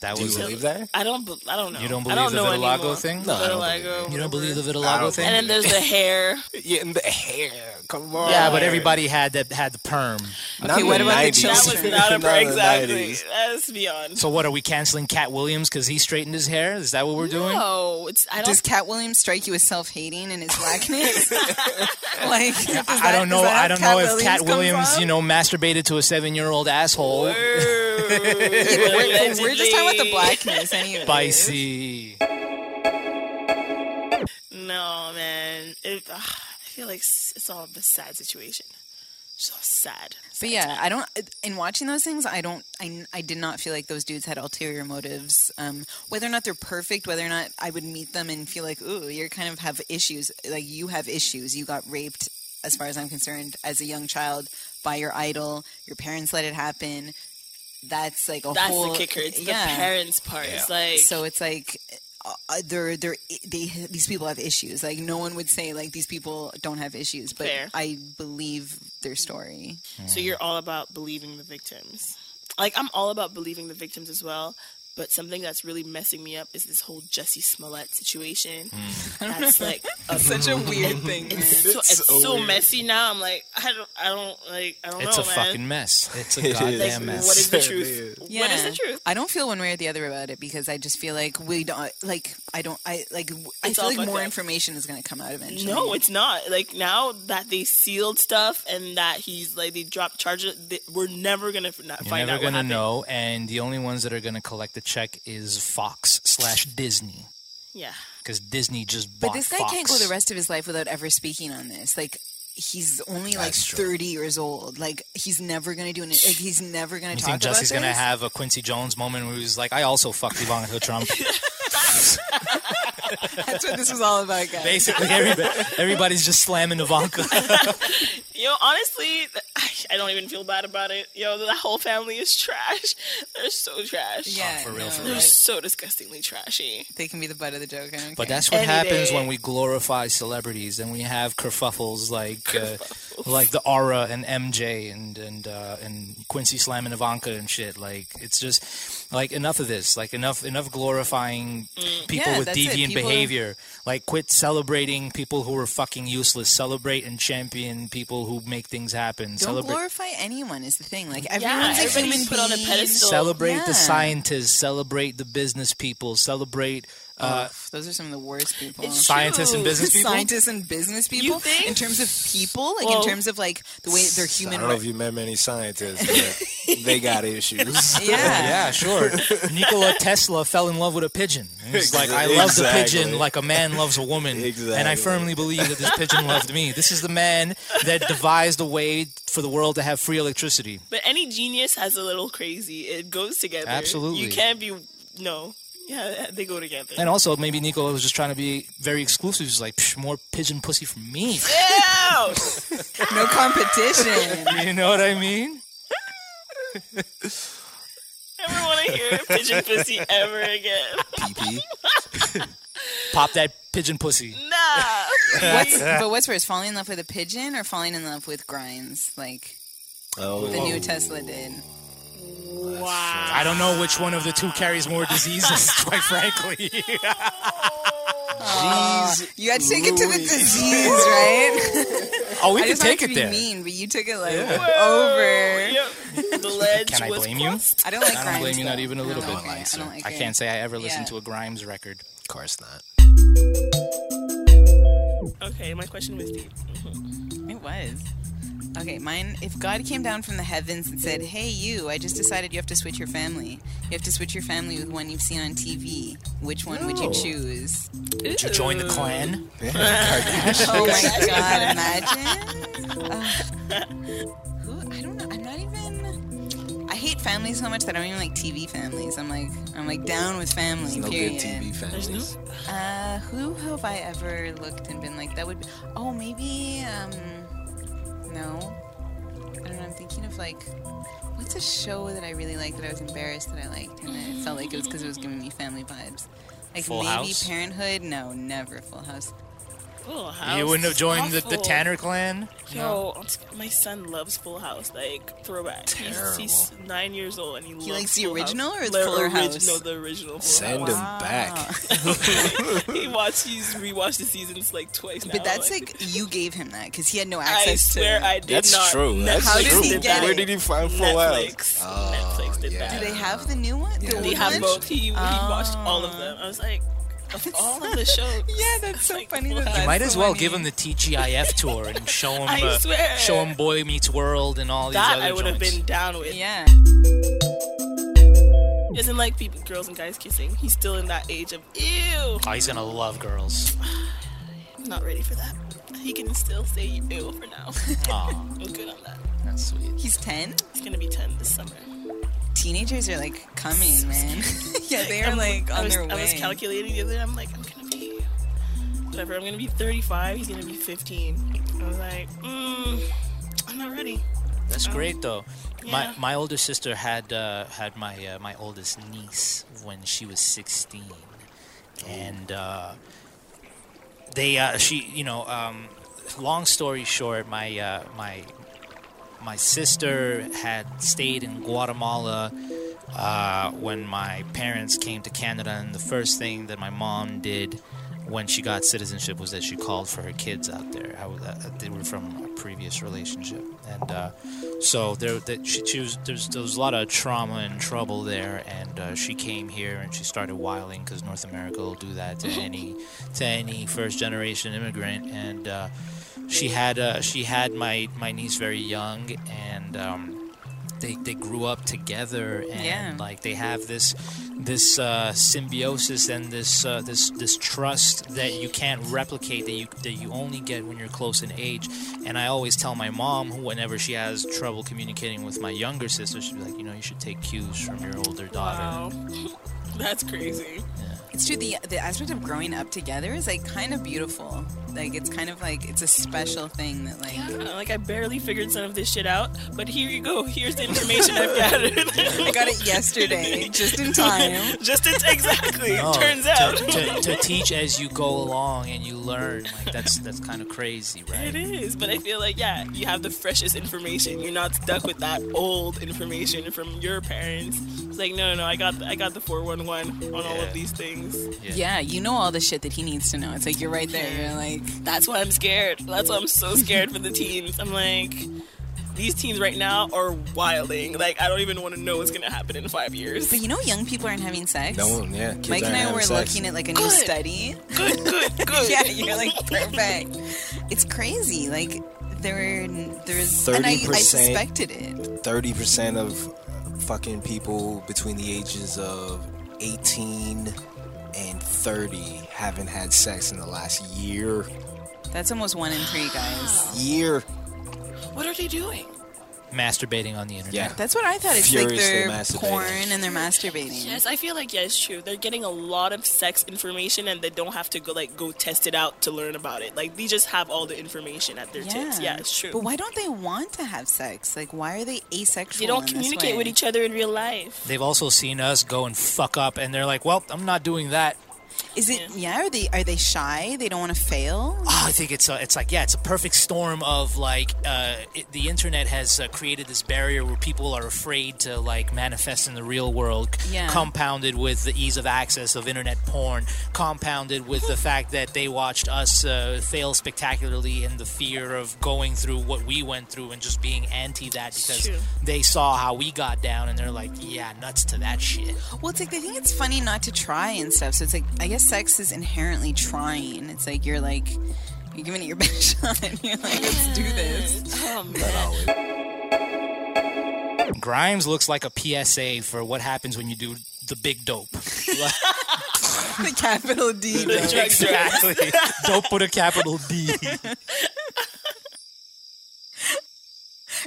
[SPEAKER 1] That
[SPEAKER 3] Do you
[SPEAKER 1] was
[SPEAKER 3] believe that?
[SPEAKER 4] I don't. be- I don't know.
[SPEAKER 1] You don't
[SPEAKER 4] I don't
[SPEAKER 1] believe the
[SPEAKER 4] know
[SPEAKER 1] vitiligo
[SPEAKER 4] anymore.
[SPEAKER 1] thing?
[SPEAKER 3] No, I don't
[SPEAKER 4] Vitiligo, Oh,
[SPEAKER 1] you don't
[SPEAKER 4] whatever.
[SPEAKER 1] believe the
[SPEAKER 3] I
[SPEAKER 1] vitiligo
[SPEAKER 3] don't
[SPEAKER 1] thing.
[SPEAKER 4] And then there's the hair.
[SPEAKER 3] Yeah, and the hair. Come on.
[SPEAKER 1] yeah, but everybody had that had the perm.
[SPEAKER 3] Not
[SPEAKER 2] Okay,
[SPEAKER 3] in
[SPEAKER 2] what about the
[SPEAKER 3] 90s.
[SPEAKER 4] That
[SPEAKER 2] children?
[SPEAKER 4] was not a
[SPEAKER 3] in the
[SPEAKER 4] exactly.
[SPEAKER 3] 90s.
[SPEAKER 4] That's beyond.
[SPEAKER 1] So what are we canceling Cat Williams because he straightened his hair? Is that what we're doing?
[SPEAKER 4] No, it's I don't.
[SPEAKER 2] Does Cat Williams strike you as self hating in his blackness? like, does that-
[SPEAKER 1] I don't
[SPEAKER 2] does
[SPEAKER 1] know.
[SPEAKER 2] that
[SPEAKER 1] I don't
[SPEAKER 2] Cat
[SPEAKER 1] know if Cat
[SPEAKER 2] come
[SPEAKER 1] Williams,
[SPEAKER 2] from?
[SPEAKER 1] you know, masturbated to a seven-year-old asshole.
[SPEAKER 2] We're, we're just talking about the blackness, anyway.
[SPEAKER 1] Spicy.
[SPEAKER 4] No, man. It, ugh, I feel like s- it's all a sad situation. So sad.
[SPEAKER 2] But yeah, I don't. In watching those things, I don't. I, I did not feel like those dudes had ulterior motives. Um, whether or not they're perfect, whether or not I would meet them and feel like, ooh, you're kind of have issues. Like you have issues. You got raped, as far as I'm concerned, as a young child by your idol. Your parents let it happen. That's like a
[SPEAKER 4] That's
[SPEAKER 2] whole.
[SPEAKER 4] the kicker. It's the parents' part. It's like
[SPEAKER 2] So it's like uh, uh, they're they're they these people have issues. Like no one would say like these people don't have issues, but
[SPEAKER 4] Fair.
[SPEAKER 2] I believe their story.
[SPEAKER 4] So you're all about believing the victims. Like I'm all about believing the victims as well. But something that's really messing me up is this whole Jesse Smollett situation.
[SPEAKER 1] Hmm.
[SPEAKER 4] That's like a,
[SPEAKER 2] Such a weird thing. man.
[SPEAKER 4] it's so, it's so, messy now. I'm like I don't I don't like I don't
[SPEAKER 1] It's
[SPEAKER 4] know
[SPEAKER 1] a
[SPEAKER 4] man.
[SPEAKER 1] fucking mess. It's a
[SPEAKER 3] It is.
[SPEAKER 1] goddamn
[SPEAKER 4] like,
[SPEAKER 1] mess.
[SPEAKER 4] What is the
[SPEAKER 3] It
[SPEAKER 4] truth?
[SPEAKER 3] is.
[SPEAKER 4] What is the truth?
[SPEAKER 2] I don't feel one way or the other about it because I just feel like we don't like I don't I like w- I
[SPEAKER 4] It's all
[SPEAKER 2] feel like
[SPEAKER 4] fucked
[SPEAKER 2] more
[SPEAKER 4] up.
[SPEAKER 2] information is going to come out eventually.
[SPEAKER 4] No, it's not. Like now that they sealed stuff and that he's like they dropped charges, they, we're never gonna f- not
[SPEAKER 1] You're
[SPEAKER 4] find
[SPEAKER 1] never
[SPEAKER 4] out what
[SPEAKER 1] gonna
[SPEAKER 4] happened.
[SPEAKER 1] know, and the only ones that are gonna collect the check is Fox slash Disney,
[SPEAKER 4] Yeah,
[SPEAKER 1] because Disney just bought
[SPEAKER 2] but this guy
[SPEAKER 1] Fox.
[SPEAKER 2] can't go the rest of his life without ever speaking on this. Like he's only like
[SPEAKER 3] That's true.
[SPEAKER 2] 30 years old. Like he's never going to do an like he's never going
[SPEAKER 1] You
[SPEAKER 2] to talk
[SPEAKER 1] think
[SPEAKER 2] about
[SPEAKER 1] Jesse's gonna
[SPEAKER 2] this?
[SPEAKER 1] have a Quincy Jones moment where he's like, "I also fucked Ivanka Trump."
[SPEAKER 2] That's what this was all about, guys.
[SPEAKER 1] Basically, everybody, everybody's just slamming Ivanka.
[SPEAKER 4] yo, honestly, th- I, I don't even feel bad about it. Yo, that whole family is trash. They're so trash.
[SPEAKER 2] yeah,
[SPEAKER 1] for real,
[SPEAKER 2] no,
[SPEAKER 1] for
[SPEAKER 4] they're
[SPEAKER 1] real.
[SPEAKER 2] like,
[SPEAKER 4] so disgustingly trashy.
[SPEAKER 2] they can be the butt of the joke. I don't
[SPEAKER 1] But
[SPEAKER 2] care.
[SPEAKER 1] that's what
[SPEAKER 4] Any
[SPEAKER 1] happens
[SPEAKER 4] day.
[SPEAKER 1] when we glorify celebrities and we have kerfuffles like uh, like the Aura and MJ and and uh, and Quincy Slam and Ivanka and shit. Like it's just like enough of this. Like enough enough glorifying people
[SPEAKER 2] Mm, Yeah,
[SPEAKER 1] with
[SPEAKER 2] that's it.
[SPEAKER 1] deviant
[SPEAKER 2] People-
[SPEAKER 1] behavior. Like quit celebrating people who are fucking useless. Celebrate and champion people who make things happen.
[SPEAKER 2] don't
[SPEAKER 1] celebrate.
[SPEAKER 2] glorify anyone is the thing. Like
[SPEAKER 4] Yeah,
[SPEAKER 2] everyone's a
[SPEAKER 4] everybody's
[SPEAKER 2] human
[SPEAKER 4] put on a
[SPEAKER 2] being.
[SPEAKER 4] pedestal.
[SPEAKER 1] Celebrate the
[SPEAKER 2] Yeah.
[SPEAKER 1] scientists, celebrate the business people, celebrate uh,
[SPEAKER 2] Those are some of the worst people.
[SPEAKER 4] It's
[SPEAKER 1] scientists and
[SPEAKER 4] true.
[SPEAKER 1] business people.
[SPEAKER 2] scientists and business people
[SPEAKER 4] You think?
[SPEAKER 2] in terms of people like
[SPEAKER 4] Well-
[SPEAKER 2] in terms of like the way they're
[SPEAKER 3] I
[SPEAKER 2] human
[SPEAKER 3] don't know if you met many scientists, but they got issues.
[SPEAKER 2] yeah.
[SPEAKER 1] Yeah, sure. Nikola Tesla fell in love with a pigeon. And He's like, I love the pigeon
[SPEAKER 3] Exactly.
[SPEAKER 1] like a man loves a woman. And I
[SPEAKER 3] Exactly.
[SPEAKER 1] firmly believe that this pigeon loved me. This is the man that devised a way for the world to have free electricity.
[SPEAKER 4] But any genius has a little crazy. It goes together.
[SPEAKER 1] Absolutely.
[SPEAKER 4] you can't be no. Yeah, they go together.
[SPEAKER 1] And also, maybe Nikola was just trying to be very exclusive. He's like, Psh, more pigeon pussy for me.
[SPEAKER 4] Yeah, out.
[SPEAKER 2] No competition.
[SPEAKER 1] You know what I mean?
[SPEAKER 4] Never want to hear pigeon pussy ever again.
[SPEAKER 3] PP.
[SPEAKER 1] Pop that pigeon pussy.
[SPEAKER 4] Nah.
[SPEAKER 2] what's, but what's worse, falling in love with a pigeon or falling in love with grinds like
[SPEAKER 3] Oh,
[SPEAKER 2] the new Tesla did?
[SPEAKER 4] Wow.
[SPEAKER 1] I don't know which one of the two carries more diseases, quite frankly.
[SPEAKER 3] jeez.
[SPEAKER 2] You had to take it to the
[SPEAKER 3] Louise.
[SPEAKER 2] disease, right?
[SPEAKER 1] Oh, we
[SPEAKER 2] I
[SPEAKER 1] can
[SPEAKER 2] just wanted
[SPEAKER 1] take
[SPEAKER 2] to
[SPEAKER 1] it
[SPEAKER 2] be
[SPEAKER 1] there.
[SPEAKER 2] mean, but you took it like over.
[SPEAKER 4] Yep. The ledge
[SPEAKER 1] Can I
[SPEAKER 4] was
[SPEAKER 1] blame you?
[SPEAKER 4] crossed.
[SPEAKER 2] I don't like
[SPEAKER 1] I
[SPEAKER 2] grinds.
[SPEAKER 1] don't blame you, not even a little
[SPEAKER 2] I don't
[SPEAKER 1] bit.
[SPEAKER 2] like it. I don't like
[SPEAKER 1] I
[SPEAKER 2] it.
[SPEAKER 1] can't say I ever listened
[SPEAKER 2] Yeah.
[SPEAKER 1] to a Grimes record.
[SPEAKER 3] Of course not.
[SPEAKER 4] Okay, my question was deep.
[SPEAKER 2] It was. Okay, mine. If God came down from the heavens and said, "Hey, you! I just decided you have to switch your family. You have to switch your family with one you've seen on TV. Which one would you choose?"
[SPEAKER 4] Did
[SPEAKER 1] To join the clan,
[SPEAKER 2] Oh my God! Imagine. Uh, who? I don't know. I'm not even. I hate families so much that I don't even like TV families. I'm like, I'm like down with family.
[SPEAKER 3] No
[SPEAKER 2] period.
[SPEAKER 3] good TV families.
[SPEAKER 2] Uh, who have I ever looked and been like that would? Be, oh, maybe um, no. I don't know. I'm thinking of like, what's a show that I really liked that I was embarrassed that I liked and then it felt like it was because it was giving me family vibes. Like
[SPEAKER 1] Full
[SPEAKER 2] maybe
[SPEAKER 1] House?
[SPEAKER 2] Parenthood. No, never Full House.
[SPEAKER 4] Full House.
[SPEAKER 1] you wouldn't have joined the, the
[SPEAKER 4] Oh, Awful.
[SPEAKER 1] Tanner clan.
[SPEAKER 4] No, I'm sc- my son loves Full House. Like throwback. He's- He's, nine years old and he, loves
[SPEAKER 2] likes the
[SPEAKER 4] Full House.
[SPEAKER 2] original or it's
[SPEAKER 4] the
[SPEAKER 2] Fuller House?
[SPEAKER 4] original, The original Full
[SPEAKER 3] Send
[SPEAKER 4] House.
[SPEAKER 3] them back.
[SPEAKER 4] He watched. He's rewatched the seasons like twice now.
[SPEAKER 2] But that's like you gave him that because he had no access
[SPEAKER 4] I swear
[SPEAKER 2] to.
[SPEAKER 4] I did
[SPEAKER 3] That's
[SPEAKER 4] not.
[SPEAKER 3] true. That's
[SPEAKER 2] How did
[SPEAKER 3] true.
[SPEAKER 2] he get
[SPEAKER 3] Where
[SPEAKER 2] it?
[SPEAKER 3] did he find Full House? Oh,
[SPEAKER 4] Netflix. Netflix did
[SPEAKER 3] yeah.
[SPEAKER 4] that.
[SPEAKER 2] Do they have the new one? The
[SPEAKER 3] Yeah.
[SPEAKER 2] old
[SPEAKER 4] They have
[SPEAKER 2] one?
[SPEAKER 4] both. He, he
[SPEAKER 2] Oh.
[SPEAKER 4] watched all of them. I was like, of all of the shows.
[SPEAKER 2] Yeah, that's so
[SPEAKER 4] Like,
[SPEAKER 2] funny.
[SPEAKER 4] what?
[SPEAKER 2] That
[SPEAKER 4] You
[SPEAKER 2] that's
[SPEAKER 1] Might as
[SPEAKER 2] so
[SPEAKER 1] well
[SPEAKER 2] funny.
[SPEAKER 1] give him the TGIF tour and show him,
[SPEAKER 4] I
[SPEAKER 1] uh,
[SPEAKER 4] swear.
[SPEAKER 1] show him Boy Meets World and all these
[SPEAKER 4] That
[SPEAKER 1] other
[SPEAKER 4] I would have
[SPEAKER 1] joints.
[SPEAKER 4] been down with.
[SPEAKER 2] Yeah.
[SPEAKER 4] Isn't like people, girls and guys kissing. He's still in that age of ew.
[SPEAKER 1] Oh, he's gonna love girls.
[SPEAKER 4] I'm not ready for that. He can still say ew for now.
[SPEAKER 1] Aw,
[SPEAKER 4] I'm good on that.
[SPEAKER 1] that's sweet.
[SPEAKER 2] He's ten.
[SPEAKER 4] He's gonna be ten this summer.
[SPEAKER 2] Teenagers are like coming, man. yeah, they are like on
[SPEAKER 4] I was,
[SPEAKER 2] their way.
[SPEAKER 4] I was calculating the other. day, I'm like, I'm gonna be whatever. I'm gonna be 35. He's gonna be 15. I was like, mm, I'm not ready.
[SPEAKER 1] That's great though.
[SPEAKER 4] Yeah.
[SPEAKER 1] My my older sister had uh, had my uh, my oldest niece when she was sixteen, and uh, they uh, she you know um, long story short my uh, my my sister had stayed in Guatemala uh, when my parents came to Canada, and the first thing that my mom did when she got citizenship was that she called for her kids out there. I was, uh, they were from a previous relationship, and uh, so there that she, she was, there's there was a lot of trauma and trouble there, and uh, she came here and she started whiling because North America will do that to any to any first generation immigrant, and uh, she had uh, she had my my niece very young, and um, they they grew up together, and
[SPEAKER 2] Yeah.
[SPEAKER 1] like they have this this uh, symbiosis and this uh, this this trust that you can't replicate that you that you only get when you're close in age. And I always tell my mom whenever she has trouble communicating with my younger sister, she'd be like, you know, you should take cues from your older daughter.
[SPEAKER 4] Wow, that's crazy.
[SPEAKER 2] It's true. The the aspect of growing up together is like kind of beautiful. Like it's kind of like it's a special thing that like.
[SPEAKER 4] Uh, Like I barely figured some of this shit out, but here you go. Here's the information I've gathered.
[SPEAKER 2] I got it yesterday, just in time.
[SPEAKER 4] Just it's exactly.
[SPEAKER 1] No,
[SPEAKER 4] turns
[SPEAKER 1] to-
[SPEAKER 4] out
[SPEAKER 1] to, to teach as you go along and you learn like that's that's kind of crazy
[SPEAKER 4] it
[SPEAKER 1] right
[SPEAKER 4] is. But I feel like yeah, you have the freshest information. You're not stuck with that old information from your parents. It's like no, no, no. I got the, I got the four one one on all
[SPEAKER 1] Yeah.
[SPEAKER 4] of these things.
[SPEAKER 2] Yeah, you know all the shit that he needs to know. It's like you're right there. You're like,
[SPEAKER 4] That's why I'm scared. That's why I'm so scared for the teens. I'm like. These teens right now are wilding. Like I don't even want to know what's gonna happen in five years.
[SPEAKER 2] but you know, young people aren't having sex.
[SPEAKER 3] No, yeah. Kids
[SPEAKER 2] Mike and
[SPEAKER 3] aren't
[SPEAKER 2] I
[SPEAKER 3] having
[SPEAKER 2] were
[SPEAKER 3] sex.
[SPEAKER 2] looking at like a new study.
[SPEAKER 4] Good, good, good.
[SPEAKER 2] yeah, you're like perfect. It's crazy. Like there, there's, and I, I
[SPEAKER 3] 30%.
[SPEAKER 2] suspected it.
[SPEAKER 3] thirty percent of fucking people between the ages of eighteen and thirty haven't had sex in the last year.
[SPEAKER 2] That's almost one in three guys.
[SPEAKER 3] Year.
[SPEAKER 4] What are they doing?
[SPEAKER 1] masturbating on the internet.
[SPEAKER 3] Yeah.
[SPEAKER 2] That's what I thought. It's like
[SPEAKER 3] Furiously
[SPEAKER 2] they're
[SPEAKER 3] masturbating.
[SPEAKER 2] porn and they're masturbating.
[SPEAKER 4] Yes, I feel like yeah, it's true. They're getting a lot of sex information, and they don't have to go like go test it out to learn about it. Like they just have all the information at their tips. Yeah, it's true.
[SPEAKER 2] But why don't they want to have sex? Like, why are they asexual?
[SPEAKER 4] they don't
[SPEAKER 2] in this
[SPEAKER 4] communicate
[SPEAKER 2] way?
[SPEAKER 4] with each other in real life.
[SPEAKER 1] They've also seen us go and fuck up, and they're like, "Well, I'm not doing that."
[SPEAKER 2] Is it? Yeah. Are they? Are they shy? They don't want to fail.
[SPEAKER 1] Oh, I think it's a, it's like yeah, it's a perfect storm of like uh, it, the internet has uh, created this barrier where people are afraid to like manifest in the real world, c-
[SPEAKER 2] Yeah.
[SPEAKER 1] compounded with the ease of access of internet porn, compounded with the fact that they watched us uh, fail spectacularly in the fear of going through what we went through and just being anti that because
[SPEAKER 4] true.
[SPEAKER 1] they saw how we got down and they're like, yeah, nuts to that shit.
[SPEAKER 2] Well, it's like they think it's funny not to try and stuff. So it's like I guess sex is inherently trying. It's like you're like you're giving it your best shot. You're like let's do this.
[SPEAKER 4] Oh man.
[SPEAKER 1] Grimes looks like a PSA for what happens when you do the big dope.
[SPEAKER 2] The capital D. though.
[SPEAKER 1] exactly. Don't put a capital D.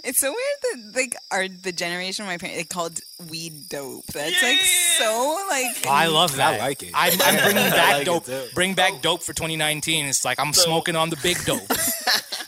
[SPEAKER 2] It's so weird that like our the generation of my parents they called weed dope. That's like so like
[SPEAKER 1] I love that.
[SPEAKER 3] I like it.
[SPEAKER 1] I'm, I'm bringing
[SPEAKER 3] I
[SPEAKER 1] back
[SPEAKER 3] like it
[SPEAKER 1] dope.
[SPEAKER 3] too.
[SPEAKER 1] Bring back dope for 2019. It's like I'm smoking on the big dope.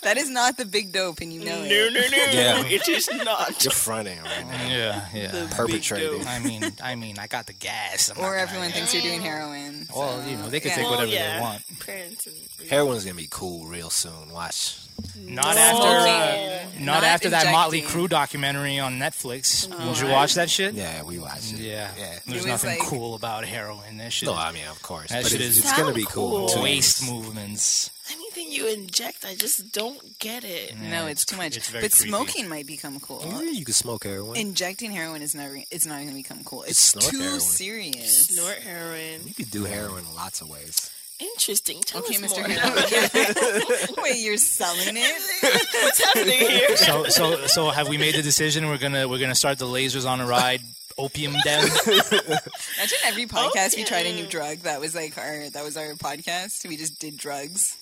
[SPEAKER 2] that is not the big dope, and you know it.
[SPEAKER 4] No, no, no.
[SPEAKER 3] Yeah.
[SPEAKER 4] It is not.
[SPEAKER 3] You're fronting right now.
[SPEAKER 1] yeah, yeah.
[SPEAKER 3] Perpetrating.
[SPEAKER 1] I mean, I mean, I got the gas. I'm not
[SPEAKER 2] Or
[SPEAKER 1] gonna-
[SPEAKER 2] everyone thinks you're doing heroin. so-
[SPEAKER 1] Well, you know, they can
[SPEAKER 2] Yeah.
[SPEAKER 1] take
[SPEAKER 4] Well,
[SPEAKER 1] whatever
[SPEAKER 4] yeah.
[SPEAKER 1] they want.
[SPEAKER 4] Parents and
[SPEAKER 3] Heroin's gonna be cool real soon. Watch.
[SPEAKER 1] Not after, uh,
[SPEAKER 2] Smoking.
[SPEAKER 1] not, after that Motley
[SPEAKER 2] injecting. Oh,
[SPEAKER 1] Crue documentary on Netflix. Did you watch that shit?
[SPEAKER 3] Yeah, we watch it.
[SPEAKER 1] Yeah.
[SPEAKER 3] Yeah.
[SPEAKER 1] There's
[SPEAKER 2] was
[SPEAKER 1] nothing
[SPEAKER 2] like-
[SPEAKER 1] cool about heroin. That shit.
[SPEAKER 3] No, I mean, of course.
[SPEAKER 1] That
[SPEAKER 3] but
[SPEAKER 1] shit
[SPEAKER 3] it's,
[SPEAKER 1] is
[SPEAKER 3] it's gonna be cool.
[SPEAKER 4] cool.
[SPEAKER 3] too.
[SPEAKER 1] waist movements.
[SPEAKER 4] anything you inject, I just don't get it.
[SPEAKER 1] Mm.
[SPEAKER 2] No, it's too much.
[SPEAKER 1] it's very
[SPEAKER 2] But
[SPEAKER 1] creepy.
[SPEAKER 2] smoking might become cool.
[SPEAKER 3] Yeah, you can smoke heroin.
[SPEAKER 2] Injecting heroin is never it's not going to become cool. It's
[SPEAKER 3] Just snort
[SPEAKER 2] too
[SPEAKER 3] heroin.
[SPEAKER 2] serious.
[SPEAKER 4] Snort heroin.
[SPEAKER 3] you could do heroin in lots of ways.
[SPEAKER 4] Interesting. Tell
[SPEAKER 2] Okay,
[SPEAKER 4] us
[SPEAKER 2] Mr.
[SPEAKER 4] more.
[SPEAKER 2] Heroin. Wait, you're selling it?
[SPEAKER 4] What's happening here?
[SPEAKER 1] So so so have we made the decision we're gonna we're gonna start the lasers on a ride opium den?
[SPEAKER 2] Imagine every podcast we tried a new drug. That was like our that was our podcast. We just did drugs.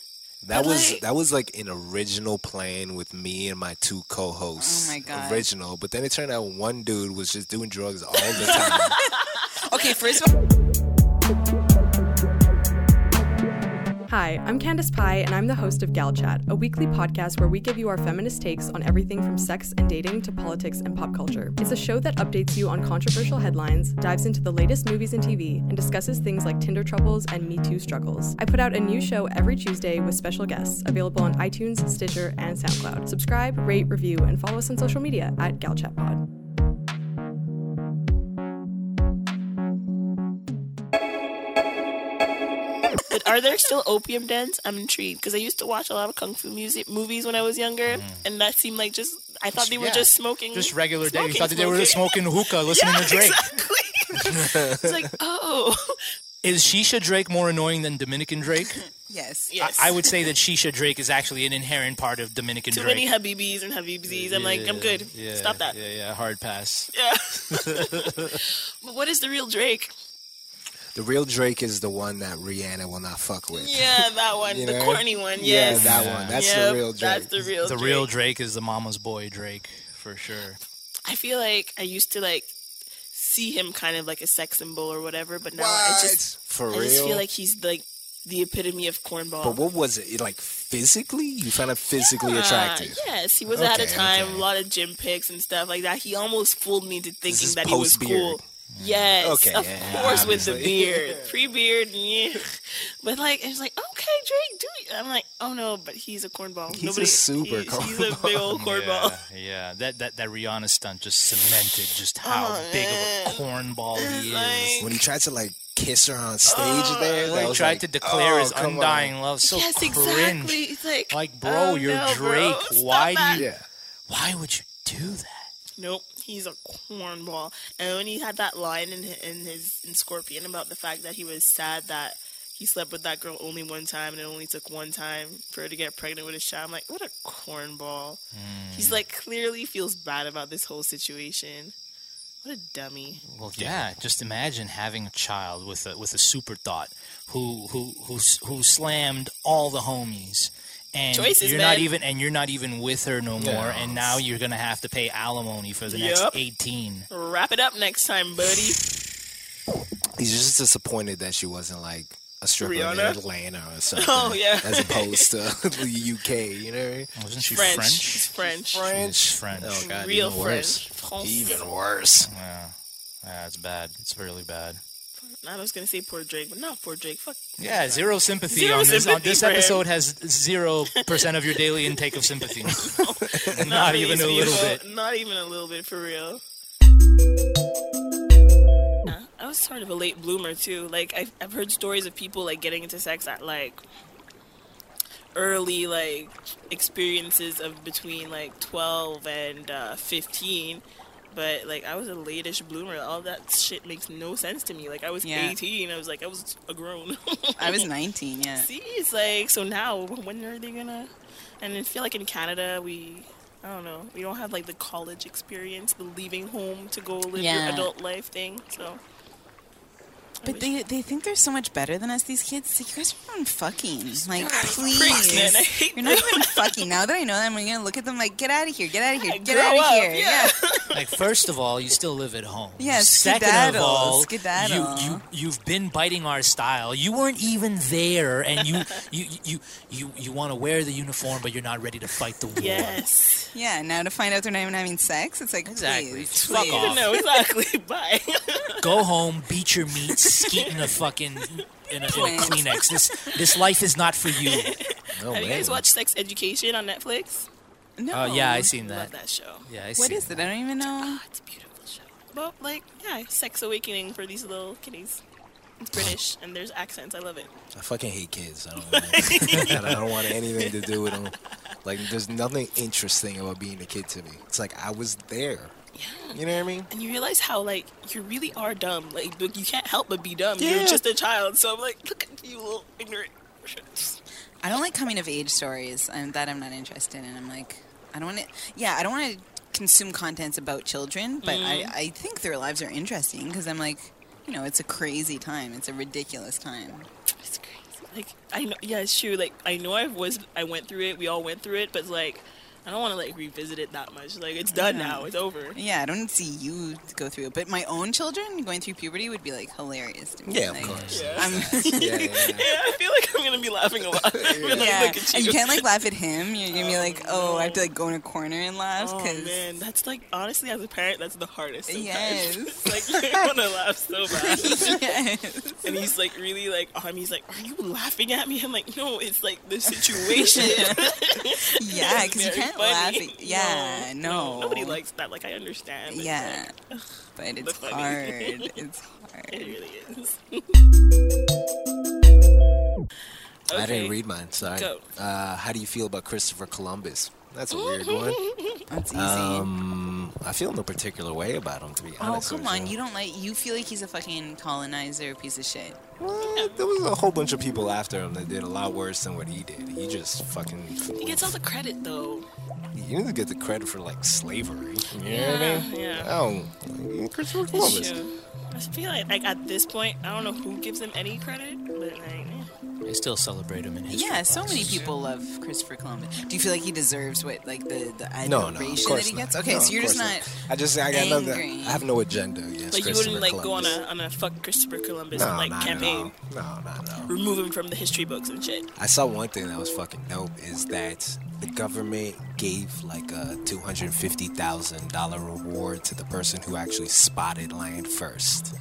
[SPEAKER 3] That
[SPEAKER 4] But,
[SPEAKER 3] was
[SPEAKER 4] like-
[SPEAKER 3] that was like an original plan with me and my two co-hosts.
[SPEAKER 2] Oh, my God.
[SPEAKER 3] Original, but then it turned out one dude was just doing drugs all the time.
[SPEAKER 2] Okay, first of all,
[SPEAKER 6] Hi, I'm Candace Pye, and I'm the host of Gal Chat, a weekly podcast where we give you our feminist takes on everything from sex and dating to politics and pop culture. It's a show that updates you on controversial headlines, dives into the latest movies and TV, and discusses things like Tinder troubles and Me Too struggles. I put out a new show every Tuesday with special guests, available on iTunes, Stitcher, and SoundCloud. Subscribe, rate, review, and follow us on social media at Gal Chat Pod.
[SPEAKER 4] But are there still opium dens? I'm intrigued because I used to watch a lot of kung fu music movies when I was younger, and that seemed like just I thought they were
[SPEAKER 1] Mm. Yeah.
[SPEAKER 4] just smoking,
[SPEAKER 1] Just regular day. You
[SPEAKER 4] Smoking,
[SPEAKER 1] thought that they were
[SPEAKER 4] smoking.
[SPEAKER 1] smoking hookah, listening to Drake.
[SPEAKER 4] Exactly. it's like oh
[SPEAKER 1] Is Shisha Drake more annoying than Dominican Drake?
[SPEAKER 2] yes.
[SPEAKER 4] yes.
[SPEAKER 1] I, I would say that Shisha Drake is actually an inherent part of Dominican
[SPEAKER 4] too
[SPEAKER 1] Drake.
[SPEAKER 4] many habibis and habibzis. I'm like I'm good.
[SPEAKER 1] Yeah,
[SPEAKER 4] Stop that.
[SPEAKER 1] Yeah, yeah, hard pass.
[SPEAKER 4] Yeah. but what is the real Drake?
[SPEAKER 3] the real Drake is the one that Rihanna will not fuck with.
[SPEAKER 4] Yeah, that one,
[SPEAKER 3] You
[SPEAKER 4] the
[SPEAKER 3] know?
[SPEAKER 4] corny one.
[SPEAKER 3] Yeah,
[SPEAKER 4] Yes.
[SPEAKER 3] that one. That's
[SPEAKER 4] Yep,
[SPEAKER 3] the real Drake.
[SPEAKER 4] That's the real.
[SPEAKER 1] The
[SPEAKER 4] Drake.
[SPEAKER 1] real Drake is the mama's boy Drake for sure.
[SPEAKER 4] I feel like I used to like see him kind of like a sex symbol or whatever, but now I just
[SPEAKER 3] For
[SPEAKER 4] I
[SPEAKER 3] real.
[SPEAKER 4] just feel like he's like the epitome of cornball.
[SPEAKER 3] but what was it? It, Like physically, you found it physically
[SPEAKER 4] Yeah,
[SPEAKER 3] attractive.
[SPEAKER 4] Yes, he was at a
[SPEAKER 3] Okay,
[SPEAKER 4] time
[SPEAKER 3] okay.
[SPEAKER 4] a lot of gym pics and stuff like that. He almost fooled me into thinking
[SPEAKER 3] is
[SPEAKER 4] that he was
[SPEAKER 3] post-beard.
[SPEAKER 4] cool. Yes,
[SPEAKER 3] Okay,
[SPEAKER 4] of
[SPEAKER 3] yeah,
[SPEAKER 4] course with the
[SPEAKER 3] obviously.
[SPEAKER 4] beard, pre-beard, yeah. But like, it's like okay, Drake, do it. I'm like, oh no, but he's a cornball.
[SPEAKER 3] He's a super
[SPEAKER 4] he's, He's a big old cornball.
[SPEAKER 1] Yeah, yeah. That, that that Rihanna stunt just cemented just how big of a cornball he is.
[SPEAKER 4] Oh, Like-
[SPEAKER 3] When he tried to like kiss her on stage there, that
[SPEAKER 1] he
[SPEAKER 3] was
[SPEAKER 1] tried
[SPEAKER 3] like,
[SPEAKER 1] to declare
[SPEAKER 3] oh,
[SPEAKER 1] his
[SPEAKER 3] come on.
[SPEAKER 1] undying love. So
[SPEAKER 4] yes,
[SPEAKER 1] cringe.
[SPEAKER 4] exactly. It's like,
[SPEAKER 1] Like, bro,
[SPEAKER 4] oh,
[SPEAKER 1] you're
[SPEAKER 4] no, bro,
[SPEAKER 1] Drake.
[SPEAKER 4] stop
[SPEAKER 1] Why do
[SPEAKER 4] that.
[SPEAKER 1] you-
[SPEAKER 3] Yeah.
[SPEAKER 1] Why would you do that?
[SPEAKER 4] Nope, he's a cornball. And when he had that line in hi- in his in Scorpion about the fact that he was sad that he slept with that girl only one time and it only took one time for her to get pregnant with his child, I'm like, what a cornball. He's like clearly feels bad about this whole situation. What a dummy.
[SPEAKER 1] Well, yeah. Just imagine having a child with a with a super thought who who who s- who slammed all the homies and
[SPEAKER 4] Choices,
[SPEAKER 1] you're not
[SPEAKER 4] man.
[SPEAKER 1] even and you're not even with her no more,
[SPEAKER 3] Yeah.
[SPEAKER 1] and now you're gonna have to pay alimony for the
[SPEAKER 4] Yep.
[SPEAKER 1] next eighteen.
[SPEAKER 4] Wrap it up next time, buddy.
[SPEAKER 3] He's just disappointed that she wasn't like a stripper in
[SPEAKER 4] Rihanna?
[SPEAKER 3] Atlanta or something.
[SPEAKER 4] Oh, yeah.
[SPEAKER 3] As opposed to the UK, you know? what I mean?
[SPEAKER 1] Wasn't she
[SPEAKER 4] French.
[SPEAKER 1] French?
[SPEAKER 4] She's French.
[SPEAKER 1] French. French.
[SPEAKER 3] Oh god,
[SPEAKER 4] Real
[SPEAKER 3] even
[SPEAKER 4] French.
[SPEAKER 3] worse.
[SPEAKER 4] France.
[SPEAKER 3] Even worse.
[SPEAKER 1] Yeah. yeah, it's bad. It's really bad.
[SPEAKER 4] I was gonna say poor Drake, but not poor Drake. Fuck.
[SPEAKER 1] Yeah, zero sympathy on
[SPEAKER 4] Zero
[SPEAKER 1] this. on
[SPEAKER 4] sympathy
[SPEAKER 1] this
[SPEAKER 4] for him.
[SPEAKER 1] episode has zero percent of your daily intake of sympathy. not
[SPEAKER 4] for
[SPEAKER 1] even
[SPEAKER 4] these
[SPEAKER 1] a little
[SPEAKER 4] people.
[SPEAKER 1] bit.
[SPEAKER 4] Not even a little bit for real. Yeah, I was sort of a late bloomer too. Like I've, I've heard stories of people like getting into sex at like early like experiences of between like 12 and uh, 15 but like i was a latish bloomer all that shit makes no sense to me like i was
[SPEAKER 2] Yeah.
[SPEAKER 4] 18 i was like i was a grown
[SPEAKER 2] I was 19, yeah.
[SPEAKER 4] See, it's like so now. When are they gonna? And I feel like in Canada, we I don't know. We don't have like the college experience, the leaving home to go live
[SPEAKER 2] Yeah.
[SPEAKER 4] your adult life thing. So, I
[SPEAKER 2] But
[SPEAKER 4] wish-
[SPEAKER 2] they, they think they're so much better than us, these kids. It's Like, you guys are on fucking. Like,
[SPEAKER 4] Freaks,
[SPEAKER 2] please.
[SPEAKER 4] man, I hate
[SPEAKER 2] You're not
[SPEAKER 4] them.
[SPEAKER 2] even fucking. Now that I know them, I'm going to look at them like, get out of here, get out of here,
[SPEAKER 4] Yeah,
[SPEAKER 2] get
[SPEAKER 4] grow
[SPEAKER 2] out of
[SPEAKER 4] up,
[SPEAKER 2] here.
[SPEAKER 4] yeah.
[SPEAKER 1] Like first of all, you still live at home.
[SPEAKER 2] Yeah,
[SPEAKER 1] Second of
[SPEAKER 2] skedaddle,
[SPEAKER 1] all, you,
[SPEAKER 2] skedaddle.
[SPEAKER 1] you you've been biting our style. You weren't even there, and you you you you, you want to wear the uniform, but you're not ready to fight the war.
[SPEAKER 4] yes.
[SPEAKER 2] Yeah, now to find out they're not even having sex, it's like,
[SPEAKER 1] Exactly.
[SPEAKER 2] please,
[SPEAKER 1] Fuck
[SPEAKER 2] please.
[SPEAKER 1] off.
[SPEAKER 4] No, exactly. Bye.
[SPEAKER 1] Go home, beat your meat, skeet in a fucking in a, in a
[SPEAKER 2] Please.
[SPEAKER 1] Kleenex. This this life is not for you.
[SPEAKER 3] Oh
[SPEAKER 4] have
[SPEAKER 3] man.
[SPEAKER 4] you guys watched Sex Education on Netflix?
[SPEAKER 2] No.
[SPEAKER 1] Oh yeah, I seen that.
[SPEAKER 4] Love that show.
[SPEAKER 1] Yeah, I seen
[SPEAKER 2] What is it? I don't even know.
[SPEAKER 4] It's a beautiful show. Well, like yeah, sex awakening for these little kitties. It's British and there's accents. I love it.
[SPEAKER 3] I fucking hate kids. I don't want I don't want anything to do with them. Like there's nothing interesting about being a kid to me. It's like I was there. You know what I mean?
[SPEAKER 4] and you realize how like you really are dumb. Like look, you can't help but be dumb. You're
[SPEAKER 3] Yeah.
[SPEAKER 4] just a child. So I'm like, look at you, little ignorant. shits.
[SPEAKER 2] I don't like coming of age stories and that I'm not interested in. I'm like, I don't want to. Yeah, I don't want to consume contents about children, but
[SPEAKER 4] Mm-hmm.
[SPEAKER 2] I, I think their lives are interesting because I'm like, you know, it's a crazy time. It's a ridiculous time.
[SPEAKER 4] It's crazy. Like I know, yeah, it's true. Like I know I was, I went through it. We all went through it, but like. I don't want to like revisit it that much. Like it's done now. It's over.
[SPEAKER 2] Yeah, I don't see you go through it, but my own children going through puberty would be like hilarious to me.
[SPEAKER 3] Yeah, of
[SPEAKER 2] Like,
[SPEAKER 3] course.
[SPEAKER 4] Yeah.
[SPEAKER 2] I'm,
[SPEAKER 3] Yeah, yeah, yeah.
[SPEAKER 4] Yeah, I feel like I'm gonna be laughing a lot. yeah.
[SPEAKER 2] yeah,
[SPEAKER 4] look at
[SPEAKER 2] and
[SPEAKER 4] you.
[SPEAKER 2] you can't like laugh at him. You're gonna be like, oh, I have to
[SPEAKER 4] no.
[SPEAKER 2] like go in a corner and laugh
[SPEAKER 4] Oh
[SPEAKER 2] because
[SPEAKER 4] man, that's like honestly, as a parent, that's the hardest. Sometimes.
[SPEAKER 2] Yes.
[SPEAKER 4] It's like you want to laugh so bad.
[SPEAKER 2] yes,
[SPEAKER 4] And he's like really like on me. He's like, "Are you laughing at me?" I'm like, "No, it's like the situation."
[SPEAKER 2] yeah, because you
[SPEAKER 4] Very
[SPEAKER 2] can't
[SPEAKER 4] funny.
[SPEAKER 2] laugh. At, yeah, no,
[SPEAKER 4] nobody likes that. Like I understand. but,
[SPEAKER 2] Yeah, but it's
[SPEAKER 4] funny.
[SPEAKER 2] hard. It's hard.
[SPEAKER 4] like, it really is.
[SPEAKER 3] I didn't
[SPEAKER 4] Okay.
[SPEAKER 3] read mine. Sorry.
[SPEAKER 4] Go.
[SPEAKER 3] Uh, how do you feel about Christopher Columbus? That's a weird one.
[SPEAKER 2] That's easy.
[SPEAKER 3] Um, I feel no particular way about him, to be
[SPEAKER 2] oh
[SPEAKER 3] honest.
[SPEAKER 2] come
[SPEAKER 3] with
[SPEAKER 2] on, you don't like. You feel like he's a fucking colonizer piece of shit.
[SPEAKER 3] Well, Eh, there was a whole bunch of people after him that did a lot worse than what he did. He just fucking.
[SPEAKER 4] He gets all the credit though.
[SPEAKER 3] You need to get the credit for like slavery. You know
[SPEAKER 4] Yeah,
[SPEAKER 3] what I mean?
[SPEAKER 4] yeah.
[SPEAKER 3] Oh, Christopher
[SPEAKER 4] It's
[SPEAKER 3] Columbus.
[SPEAKER 4] true. I feel like, like at this point, I don't know who gives him any credit, but like, eh.
[SPEAKER 1] They still celebrate him in history.
[SPEAKER 2] Yeah, so many
[SPEAKER 1] classes.
[SPEAKER 2] people love Christopher Columbus. Do you feel like he deserves what, like the the admiration
[SPEAKER 3] No, no, of
[SPEAKER 2] that
[SPEAKER 3] course
[SPEAKER 2] he
[SPEAKER 3] not.
[SPEAKER 2] gets? Okay,
[SPEAKER 3] No,
[SPEAKER 2] so
[SPEAKER 3] of
[SPEAKER 2] you're just
[SPEAKER 3] course
[SPEAKER 2] not.
[SPEAKER 3] I just, I got nothing.
[SPEAKER 2] angry.
[SPEAKER 3] I have no agenda against
[SPEAKER 4] but you
[SPEAKER 3] Christopher
[SPEAKER 4] wouldn't like go on
[SPEAKER 3] Columbus.
[SPEAKER 4] a on a fuck Christopher Columbus
[SPEAKER 3] no,
[SPEAKER 4] like
[SPEAKER 3] not
[SPEAKER 4] campaign,
[SPEAKER 3] At all. No, not at all.
[SPEAKER 4] remove him from the history books and shit.
[SPEAKER 3] I saw one thing that was fucking dope is that the government gave like a two hundred fifty thousand dollar reward to the person who actually spotted land first,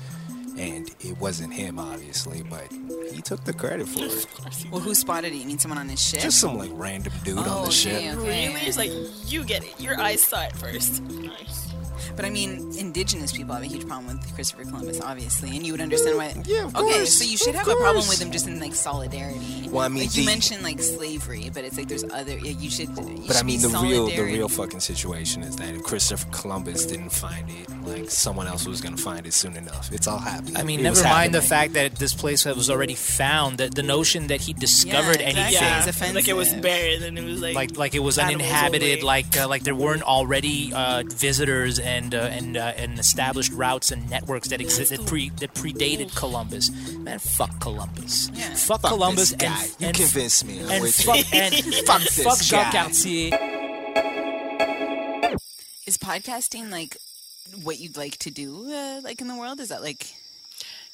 [SPEAKER 3] and it wasn't him obviously, but he took the credit for it.
[SPEAKER 2] Well, who spotted it? You mean someone on his ship?
[SPEAKER 3] Just some like random dude
[SPEAKER 2] Oh,
[SPEAKER 3] on the
[SPEAKER 2] okay,
[SPEAKER 3] ship.
[SPEAKER 2] okay.
[SPEAKER 4] Really? It's like you get it. Your eyes saw it first. Nice.
[SPEAKER 2] But I mean, indigenous people have a huge problem with Christopher Columbus, obviously, and you would understand why.
[SPEAKER 3] Yeah, of
[SPEAKER 2] Okay,
[SPEAKER 3] course,
[SPEAKER 2] so you should
[SPEAKER 3] of
[SPEAKER 2] have a problem
[SPEAKER 3] course.
[SPEAKER 2] with them just in like solidarity.
[SPEAKER 3] Well, I mean,
[SPEAKER 2] like, you
[SPEAKER 3] the-
[SPEAKER 2] mentioned like slavery, but it's like there's other. yeah, You should. You
[SPEAKER 3] But I
[SPEAKER 2] should be
[SPEAKER 3] mean, the real the
[SPEAKER 2] solidary.
[SPEAKER 3] real fucking situation is that if Christopher Columbus didn't find it, like someone else was gonna find it soon enough. It's all happening.
[SPEAKER 1] I mean,
[SPEAKER 3] It
[SPEAKER 1] never
[SPEAKER 3] was
[SPEAKER 1] mind the
[SPEAKER 3] happening.
[SPEAKER 1] fact that this place was already found. That the notion that he discovered
[SPEAKER 2] Yeah,
[SPEAKER 1] anything,
[SPEAKER 2] exactly.
[SPEAKER 4] Yeah,
[SPEAKER 2] It's
[SPEAKER 4] like it was
[SPEAKER 2] offensive.
[SPEAKER 4] barren and it was like
[SPEAKER 1] like like it was
[SPEAKER 4] animals
[SPEAKER 1] uninhabited,
[SPEAKER 4] only.
[SPEAKER 1] like uh, like there weren't already uh, visitors and and uh, and uh, and established routes and networks that exist that pre that predated Columbus. Man, fuck Columbus.
[SPEAKER 2] Yeah.
[SPEAKER 1] Fuck,
[SPEAKER 3] Fuck
[SPEAKER 1] Columbus
[SPEAKER 3] this guy.
[SPEAKER 1] and
[SPEAKER 3] you
[SPEAKER 1] and,
[SPEAKER 3] convinced me. I'm
[SPEAKER 1] and
[SPEAKER 3] with
[SPEAKER 1] fuck
[SPEAKER 3] you.
[SPEAKER 1] and
[SPEAKER 3] Fuck
[SPEAKER 1] and
[SPEAKER 3] this
[SPEAKER 1] fuck Jean
[SPEAKER 3] guy.
[SPEAKER 1] Cartier.
[SPEAKER 2] Is podcasting like what you'd like to do, uh, like in the world? Is that like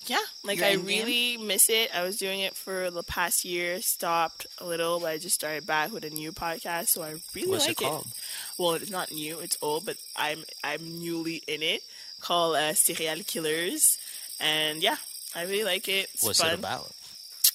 [SPEAKER 4] Yeah, like
[SPEAKER 2] Your
[SPEAKER 4] I
[SPEAKER 2] end game?
[SPEAKER 4] really miss it. I was doing it for the past year, stopped a little, but I just started back with a new podcast, so I really
[SPEAKER 1] What's it
[SPEAKER 4] like
[SPEAKER 1] called?
[SPEAKER 4] Well, it's not new; it's old, but I'm I'm newly in it. Called uh, Serial Killers, and yeah, I really like it. It's
[SPEAKER 1] What's
[SPEAKER 4] fun.
[SPEAKER 1] it about?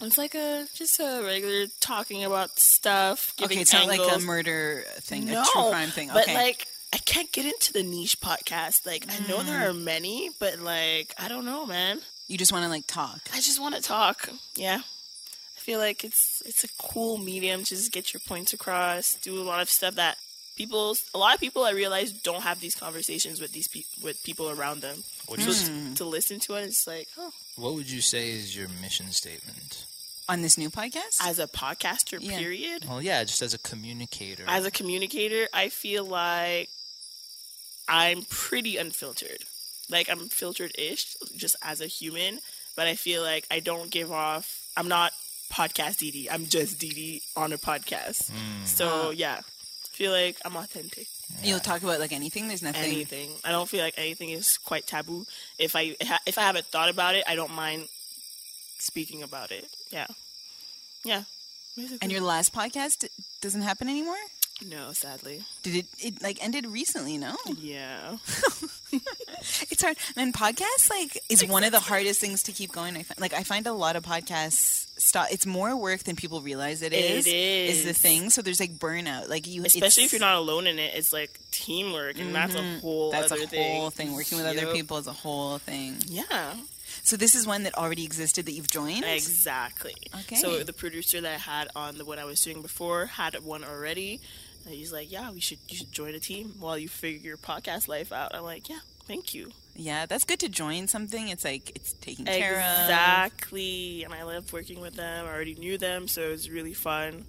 [SPEAKER 4] It's like a just a regular talking about stuff. Giving
[SPEAKER 2] okay? It's not like a
[SPEAKER 4] angles.
[SPEAKER 2] murder thing,
[SPEAKER 4] no,
[SPEAKER 2] a true crime thing.
[SPEAKER 4] But
[SPEAKER 2] Okay,
[SPEAKER 4] like I can't get into the niche podcast. Like I know there are
[SPEAKER 2] Mm.
[SPEAKER 4] many, but like I don't know, man.
[SPEAKER 2] you just want to like talk.
[SPEAKER 4] I just want to talk. Yeah. I feel like it's it's a cool medium to just get your points across, do a lot of stuff that people a lot of people I realize don't have these conversations with these people with people around them.
[SPEAKER 1] What,
[SPEAKER 4] So
[SPEAKER 1] is-
[SPEAKER 4] to
[SPEAKER 2] Mm.
[SPEAKER 4] listen to it it's like, oh,
[SPEAKER 1] what would you say is your mission statement?
[SPEAKER 2] on this new podcast.
[SPEAKER 4] as a podcaster
[SPEAKER 2] Yeah.
[SPEAKER 4] period,
[SPEAKER 1] Well, yeah, just as a communicator.
[SPEAKER 4] as a communicator, I feel like I'm pretty unfiltered. Like I'm filtered-ish just as a human, but I feel like I don't give off I'm not podcast DD. I'm just DD on a podcast. So, yeah. I feel like I'm authentic.
[SPEAKER 2] You'll talk about like anything. There's nothing.
[SPEAKER 4] Anything. I don't feel like anything is quite taboo. If I if I haven't thought about it, I don't mind speaking about it. Yeah. Yeah.
[SPEAKER 2] And your last podcast doesn't happen anymore.
[SPEAKER 4] no, sadly.
[SPEAKER 2] Did it? It like ended recently. No,
[SPEAKER 4] Yeah.
[SPEAKER 2] it's hard. And podcasts like is one of the hardest things to keep going. I find like I find a lot of podcasts stop. It's more work than people realize it is.
[SPEAKER 4] It is.
[SPEAKER 2] the thing. So there's like burnout. Like you,
[SPEAKER 4] especially
[SPEAKER 2] it's- Mm-hmm.
[SPEAKER 4] if you're not alone in it it's like teamwork and that's a whole
[SPEAKER 2] That's
[SPEAKER 4] other
[SPEAKER 2] a whole thing. Working with other
[SPEAKER 4] Yep.
[SPEAKER 2] people is a whole thing.
[SPEAKER 4] yeah
[SPEAKER 2] So this is one that already existed that you've joined.
[SPEAKER 4] exactly
[SPEAKER 2] Okay.
[SPEAKER 4] so the producer that i had on the one i was doing before had one already and he's like yeah we should you should join a team while you figure your podcast life out i'm like yeah thank you
[SPEAKER 2] Yeah, that's good to join something. It's like it's taken care of.
[SPEAKER 4] exactly and i love working with them i already knew them so it was really fun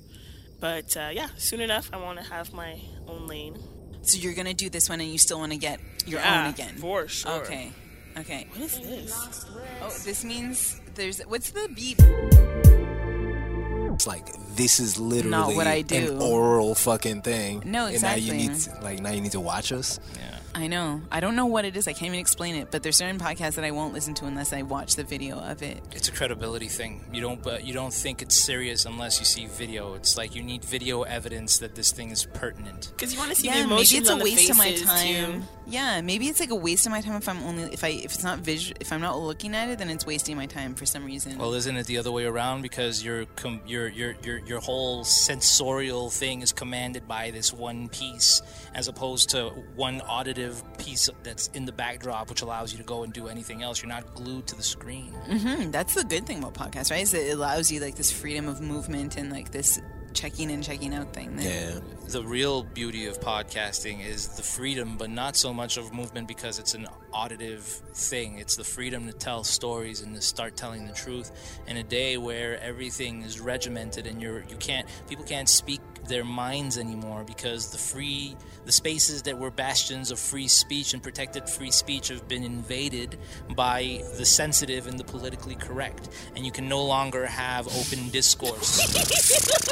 [SPEAKER 4] but uh, yeah soon enough i want to have my own lane
[SPEAKER 2] So you're gonna do this one, and you still want to get your
[SPEAKER 4] Yeah,
[SPEAKER 2] own again.
[SPEAKER 4] for sure
[SPEAKER 2] Okay. Okay.
[SPEAKER 4] what is this
[SPEAKER 2] Oh, this means there's what's the beep?
[SPEAKER 3] It's like this is literally
[SPEAKER 2] what I
[SPEAKER 3] an
[SPEAKER 2] do.
[SPEAKER 3] oral fucking thing.
[SPEAKER 2] No,
[SPEAKER 3] And now you need
[SPEAKER 2] exactly.
[SPEAKER 3] to, like now you need to watch us.
[SPEAKER 2] I know. I don't know what it is. I can't even explain it. But there's certain podcasts that I won't listen to unless I watch the video of it.
[SPEAKER 1] it's a credibility thing. You don't but you don't think it's serious unless you see video. It's like you need video evidence that this thing is pertinent.
[SPEAKER 4] because you want to see the
[SPEAKER 2] yeah, maybe
[SPEAKER 4] emotions
[SPEAKER 2] it's a
[SPEAKER 4] on the
[SPEAKER 2] waste of my
[SPEAKER 4] faces, too.
[SPEAKER 2] time. Yeah, maybe it's like a waste of my time if I'm only if I if it's not visual if I'm not looking at it, then it's wasting my time for some reason.
[SPEAKER 1] Well, isn't it the other way around? Because your com- your your your your whole sensorial thing is commanded by this one piece, as opposed to one auditive piece that's in the backdrop, which allows you to go and do anything else. You're not glued to the screen.
[SPEAKER 2] Hmm, that's the good thing about podcasts, right? Is it allows you like this freedom of movement and like this checking in, checking out thing. that-
[SPEAKER 3] Yeah.
[SPEAKER 1] the real beauty of podcasting is the freedom, but not so much of movement because it's an auditive thing. It's the freedom to tell stories and to start telling the truth in a day where everything is regimented and you're you can't people can't speak their minds anymore because the free the spaces that were bastions of free speech and protected free speech have been invaded by the sensitive and the politically correct and you can no longer have open discourse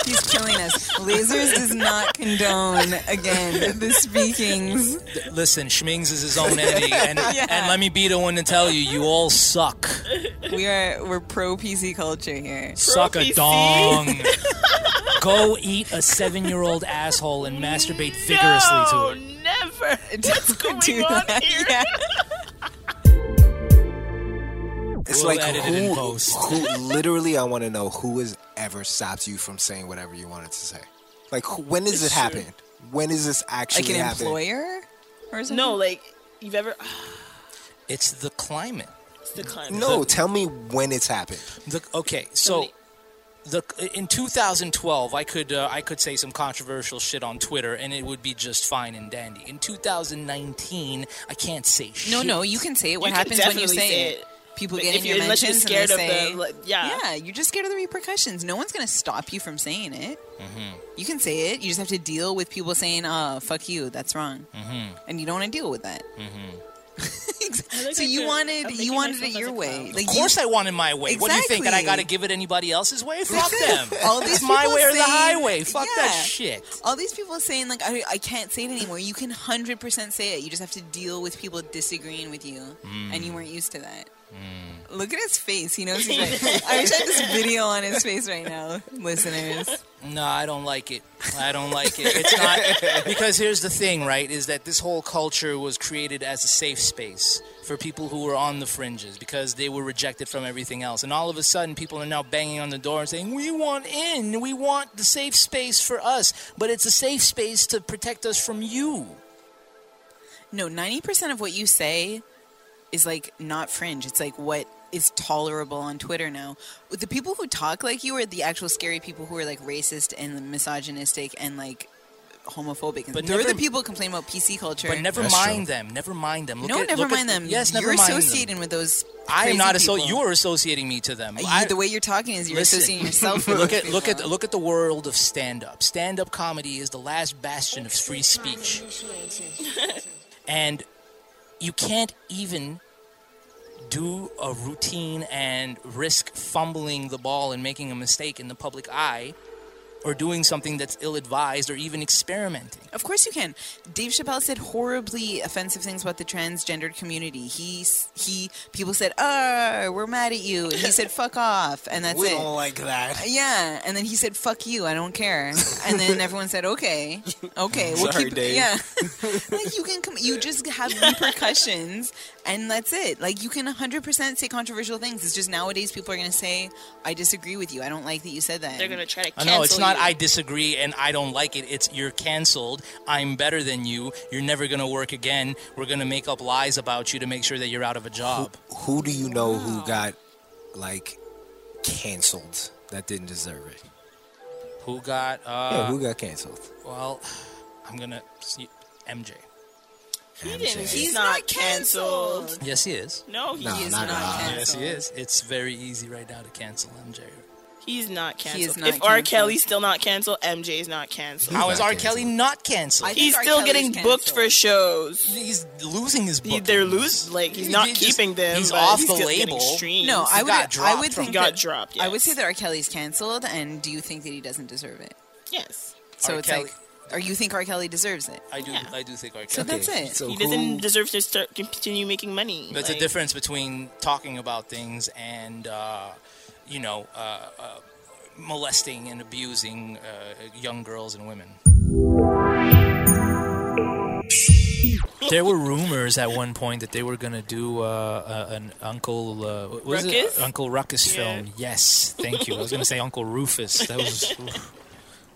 [SPEAKER 2] He's killing us. Lasers does not condone again the speakings.
[SPEAKER 1] Listen, Schmings is his own enemy, and, and let me be the one to tell you, you all suck.
[SPEAKER 2] We are we're pro PC culture here.
[SPEAKER 1] suck a
[SPEAKER 4] PC.
[SPEAKER 1] dong. Go eat a seven-year-old asshole and masturbate vigorously
[SPEAKER 4] no,
[SPEAKER 1] to it.
[SPEAKER 4] never.
[SPEAKER 2] What's
[SPEAKER 4] going on here?
[SPEAKER 3] It's
[SPEAKER 1] We'll
[SPEAKER 3] like
[SPEAKER 1] edit
[SPEAKER 3] who,
[SPEAKER 1] it in post.
[SPEAKER 3] who literally I want to know who has ever stopped you from saying whatever you wanted to say. Like who, when does it happen? When does this actually
[SPEAKER 2] Like an
[SPEAKER 3] happen?
[SPEAKER 2] employer or something?
[SPEAKER 4] No, like you've ever. ah,
[SPEAKER 1] It's the climate.
[SPEAKER 4] It's the climate.
[SPEAKER 3] No, tell me when it's happened.
[SPEAKER 1] The, okay, so the in 2012, I could uh, I could say some controversial shit on Twitter, and it would be just fine and dandy. In 2019, I can't say shit.
[SPEAKER 2] No, no, you can say it. What
[SPEAKER 4] You can
[SPEAKER 2] happens when you
[SPEAKER 4] definitely
[SPEAKER 2] say, it? people get
[SPEAKER 4] if
[SPEAKER 2] in
[SPEAKER 4] you
[SPEAKER 2] your
[SPEAKER 4] unless you're
[SPEAKER 2] mentions
[SPEAKER 4] scared
[SPEAKER 2] and they say,
[SPEAKER 4] of the like, yeah.
[SPEAKER 2] yeah, you're just scared of the repercussions. No one's gonna stop you from saying it.
[SPEAKER 4] Mm-hmm.
[SPEAKER 2] You can say it. You just have to deal with people saying, "Uh, fuck you, that's wrong,"
[SPEAKER 4] Mm-hmm.
[SPEAKER 2] and you don't want to deal with that.
[SPEAKER 4] I like
[SPEAKER 2] so
[SPEAKER 4] that
[SPEAKER 2] you
[SPEAKER 4] you're-
[SPEAKER 2] wanted
[SPEAKER 4] I'm
[SPEAKER 2] you
[SPEAKER 4] making
[SPEAKER 2] wanted it
[SPEAKER 4] myself as
[SPEAKER 2] your
[SPEAKER 4] a
[SPEAKER 2] way.
[SPEAKER 4] clown.
[SPEAKER 2] Like
[SPEAKER 1] Of course, I want it my way. What do you think that I
[SPEAKER 2] Exactly.
[SPEAKER 1] got to give it anybody else's way? Fuck them.
[SPEAKER 2] That's it. All these
[SPEAKER 1] it's my
[SPEAKER 2] people
[SPEAKER 1] way or the
[SPEAKER 2] saying-
[SPEAKER 1] highway. Fuck
[SPEAKER 2] Yeah.
[SPEAKER 1] that shit.
[SPEAKER 2] all these people saying like I, I can't say it anymore you can 100% say it you just have to deal with people disagreeing with you and you
[SPEAKER 1] Mm.
[SPEAKER 2] weren't used to that look at his face he knows he's right i wish i had this video on his face right now listeners
[SPEAKER 1] No, I don't like it. I don't like it. It's not because here's the thing, right? Is that this whole culture was created as a safe space for people who were on the fringes because they were rejected from everything else, and all of a sudden, people are now banging on the door and saying, "We want in. We want the safe space for us." But it's a safe space to protect us from you.
[SPEAKER 2] no 90% of what you say is like not fringe it's like what is tolerable on twitter now the people who talk like you are the actual scary people who are like racist and misogynistic and like homophobic
[SPEAKER 1] But
[SPEAKER 2] they're the
[SPEAKER 1] never-
[SPEAKER 2] people who complain about pc culture
[SPEAKER 1] But never
[SPEAKER 3] That's
[SPEAKER 1] mind them. Never mind them. Look
[SPEAKER 2] no,
[SPEAKER 1] at-
[SPEAKER 2] never
[SPEAKER 1] look at-
[SPEAKER 2] mind them.
[SPEAKER 1] Yes, never
[SPEAKER 2] you're
[SPEAKER 1] mind them.
[SPEAKER 2] associating with those.
[SPEAKER 1] I am
[SPEAKER 2] crazy
[SPEAKER 1] not associating.
[SPEAKER 2] people.
[SPEAKER 1] You are associating me to them.
[SPEAKER 2] You-
[SPEAKER 1] I-
[SPEAKER 2] the way you're talking is you're
[SPEAKER 1] Listen.
[SPEAKER 2] associating yourself. with
[SPEAKER 1] look
[SPEAKER 2] those
[SPEAKER 1] at look
[SPEAKER 2] people.
[SPEAKER 1] at look at the world of stand up. Stand up comedy is the last bastion of free speech, and you can't even do a routine and risk fumbling the ball and making a mistake in the public eye, or doing something that's ill advised, or even experimenting.
[SPEAKER 2] Of course you can. Dave Chappelle said horribly offensive things about the transgendered community. He s- he. People said, "Oh, we're mad at you," and he said, "Fuck off," and that's
[SPEAKER 3] we
[SPEAKER 2] it.
[SPEAKER 3] don't like that.
[SPEAKER 2] Yeah, and then he said, "Fuck you, I don't care," and then everyone said, "Okay, okay, we'll
[SPEAKER 3] Sorry,
[SPEAKER 2] keep."
[SPEAKER 3] Dave.
[SPEAKER 2] Yeah, like you can, com- you just have repercussions, and that's it. Like you can 100% say controversial things. It's just nowadays people are going to say, "I disagree with you. I don't like that you said that."
[SPEAKER 4] They're gonna try to
[SPEAKER 1] I
[SPEAKER 4] cancel
[SPEAKER 1] know it's not.
[SPEAKER 4] you.
[SPEAKER 1] I disagree, and I don't like it. It's you're canceled. I'm better than you. You're never gonna work again. We're gonna make up lies about you to make sure that you're out of a job.
[SPEAKER 3] Who do you know who got like canceled that didn't deserve it?
[SPEAKER 1] Who got?
[SPEAKER 3] yeah,
[SPEAKER 1] Uh,
[SPEAKER 3] who got canceled?
[SPEAKER 1] well, I'm gonna see MJ.
[SPEAKER 4] He didn't.
[SPEAKER 3] He's
[SPEAKER 4] He's,
[SPEAKER 2] not
[SPEAKER 4] not, canceled.
[SPEAKER 1] Yes, he is.
[SPEAKER 4] No, he
[SPEAKER 3] No,
[SPEAKER 4] is
[SPEAKER 3] not
[SPEAKER 4] not.
[SPEAKER 3] at all.
[SPEAKER 4] canceled.
[SPEAKER 1] Yes, he is. It's very easy right now to cancel MJ.
[SPEAKER 4] He's not
[SPEAKER 2] is
[SPEAKER 4] canceled.
[SPEAKER 2] not
[SPEAKER 4] if R.
[SPEAKER 2] canceled.
[SPEAKER 4] Kelly's still not canceled, MJ's not canceled.
[SPEAKER 1] How is
[SPEAKER 3] not
[SPEAKER 1] R. Kelly not canceled?
[SPEAKER 2] I- think
[SPEAKER 4] He's
[SPEAKER 2] R.
[SPEAKER 4] still
[SPEAKER 2] Kelly's
[SPEAKER 4] getting booked
[SPEAKER 2] canceled.
[SPEAKER 4] for shows.
[SPEAKER 1] he's losing his
[SPEAKER 4] He,
[SPEAKER 1] book.
[SPEAKER 4] they're loose. Like he's not
[SPEAKER 1] He just-
[SPEAKER 4] keeping them.
[SPEAKER 1] he's
[SPEAKER 4] but
[SPEAKER 1] off
[SPEAKER 4] he's
[SPEAKER 1] the
[SPEAKER 4] still getting
[SPEAKER 1] label.
[SPEAKER 4] streams.
[SPEAKER 2] No, I would.
[SPEAKER 1] got
[SPEAKER 2] I
[SPEAKER 1] dropped
[SPEAKER 2] would
[SPEAKER 1] from-
[SPEAKER 2] think
[SPEAKER 4] He got
[SPEAKER 2] that,
[SPEAKER 4] dropped,
[SPEAKER 2] I would say
[SPEAKER 4] yes.
[SPEAKER 2] that R. Kelly's canceled, and do you think that he doesn't deserve it?
[SPEAKER 4] yes.
[SPEAKER 2] So
[SPEAKER 1] R.
[SPEAKER 2] it's
[SPEAKER 1] Kelly-
[SPEAKER 2] like, or you think R. Kelly deserves it?
[SPEAKER 1] I do.
[SPEAKER 4] Yeah.
[SPEAKER 1] I do think R. Kelly.
[SPEAKER 2] So that's
[SPEAKER 3] Okay,
[SPEAKER 2] it.
[SPEAKER 3] So
[SPEAKER 4] He
[SPEAKER 3] who-
[SPEAKER 4] doesn't deserve to start continue making money.
[SPEAKER 1] That's
[SPEAKER 4] like,
[SPEAKER 1] the difference between talking about things and, uh, you know, uh, uh, molesting and abusing uh, young girls and women. There were rumors at one point that they were going to do uh, uh, an Uncle uh, what was
[SPEAKER 4] Ruckus?
[SPEAKER 1] it Uncle Ruckus
[SPEAKER 4] Yeah.
[SPEAKER 1] film. Yes, thank you. I was going to say Uncle Rufus. That was oof,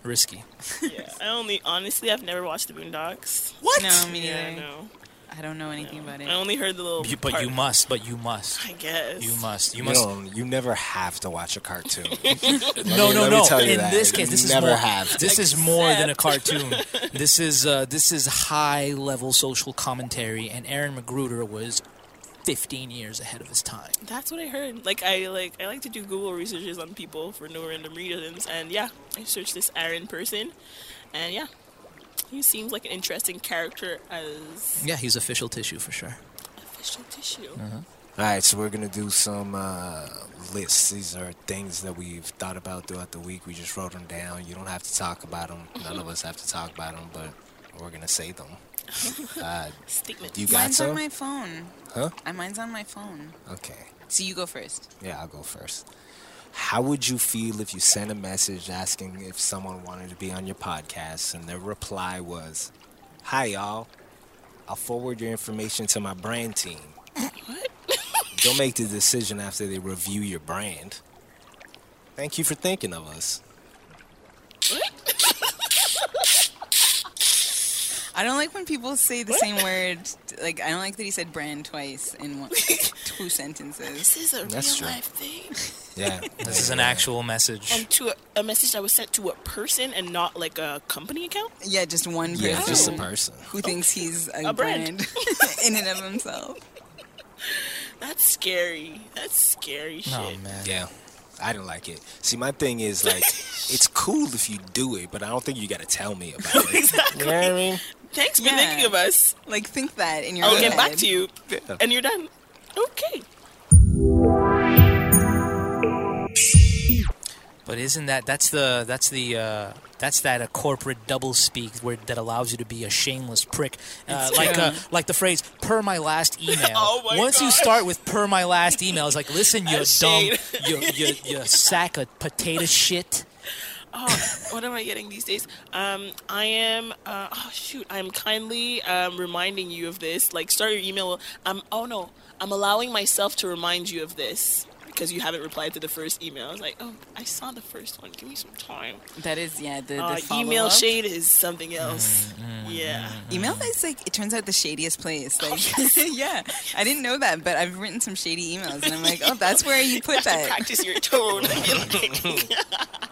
[SPEAKER 1] risky.
[SPEAKER 4] Yeah. I only honestly, I've never watched the Boondocks.
[SPEAKER 1] What?
[SPEAKER 2] No, me neither.
[SPEAKER 4] Yeah, no.
[SPEAKER 2] I don't know anything about it.
[SPEAKER 4] I only heard the little.
[SPEAKER 1] You, but
[SPEAKER 4] part.
[SPEAKER 1] you must. But you must.
[SPEAKER 4] I guess
[SPEAKER 1] You must. You
[SPEAKER 3] You,
[SPEAKER 1] must.
[SPEAKER 3] don't- you never have to watch a cartoon.
[SPEAKER 1] no,
[SPEAKER 3] me-
[SPEAKER 1] no,
[SPEAKER 3] let me
[SPEAKER 1] no.
[SPEAKER 3] tell you
[SPEAKER 1] In
[SPEAKER 3] that.
[SPEAKER 1] this case, this
[SPEAKER 3] Never
[SPEAKER 1] is more.
[SPEAKER 3] have.
[SPEAKER 1] This is more than a cartoon. this is uh, this is high level social commentary, and Aaron Magruder was 15 years ahead of his time.
[SPEAKER 4] That's what I heard. Like I like I like to do Google researches on people for no random reasons, and yeah, I searched this Aaron person, and yeah, he seems like an interesting character as
[SPEAKER 1] Yeah, he's official tissue for sure.
[SPEAKER 4] official tissue.
[SPEAKER 3] All right, so we're gonna do some uh, lists. These are things that we've thought about throughout the week. We just wrote them down. You don't have to talk about them. None of us have to talk about them, but we're gonna say them. Uh,
[SPEAKER 4] Statement.
[SPEAKER 3] you got
[SPEAKER 2] mine's
[SPEAKER 3] some?
[SPEAKER 2] on my phone.
[SPEAKER 3] Huh?
[SPEAKER 2] Uh, Mine's on my phone.
[SPEAKER 3] okay.
[SPEAKER 2] So you go first.
[SPEAKER 3] Yeah, I'll go first. How would you feel if you sent a message asking if someone wanted to be on your podcast and their reply was, "Hi y'all, I'll forward your information to my brand team."
[SPEAKER 4] What?
[SPEAKER 3] They'll make the decision after they review your brand. Thank you for thinking of us.
[SPEAKER 2] I don't like when people say the same word. Like I don't like that he said brand twice in one, two sentences.
[SPEAKER 4] This is a
[SPEAKER 3] That's
[SPEAKER 4] real
[SPEAKER 3] true.
[SPEAKER 4] life thing,
[SPEAKER 3] Yeah,
[SPEAKER 1] This is an actual message.
[SPEAKER 4] and to a, a message that was sent to a person and not like a company account.
[SPEAKER 2] Yeah, just one person
[SPEAKER 3] Yeah, it's just a person.
[SPEAKER 2] who thinks he's a,
[SPEAKER 4] A brand.
[SPEAKER 2] in and of himself.
[SPEAKER 4] That's scary. That's scary shit.
[SPEAKER 1] Oh man.
[SPEAKER 3] Yeah. I didn't like it. See, my thing is like, it's cool if you do it, but I don't think you got to tell me about it.
[SPEAKER 4] exactly.
[SPEAKER 3] You know what I mean?
[SPEAKER 4] Thanks for
[SPEAKER 2] Yeah.
[SPEAKER 4] thinking of us.
[SPEAKER 2] Like think that in your.
[SPEAKER 4] I'll
[SPEAKER 2] own
[SPEAKER 4] get back
[SPEAKER 2] head.
[SPEAKER 4] to you.
[SPEAKER 3] Yeah.
[SPEAKER 4] And you're done. Okay.
[SPEAKER 1] But isn't that that's the that's the uh, that's that a corporate double speak where that allows you to be a shameless prick, uh,
[SPEAKER 4] It's
[SPEAKER 1] like
[SPEAKER 4] true.
[SPEAKER 1] uh, like the phrase "per my last email."
[SPEAKER 4] Oh my
[SPEAKER 1] Once you
[SPEAKER 4] gosh.
[SPEAKER 1] start with "per my last email," it's like, listen, you
[SPEAKER 4] That's
[SPEAKER 1] dumb,
[SPEAKER 4] shade.
[SPEAKER 1] you, you you sack of potato shit.
[SPEAKER 4] Oh, what am I getting these days? Um, I am. Uh, oh shoot! I'm kindly um, reminding you of this. Like, start your email. I'm. Oh no! I'm allowing myself to remind you of this because you haven't replied to the first email. I was like, oh, I saw the first one. Give me some time.
[SPEAKER 2] That is yeah. The, the
[SPEAKER 4] Uh, email
[SPEAKER 2] follow-up.
[SPEAKER 4] shade is something else. Yeah.
[SPEAKER 2] Email is like it turns out the shadiest place. Like yeah, I didn't know that, but I've written some shady emails, and I'm like, oh, that's where you put
[SPEAKER 4] have to
[SPEAKER 2] that.
[SPEAKER 4] practice your tone. You're like-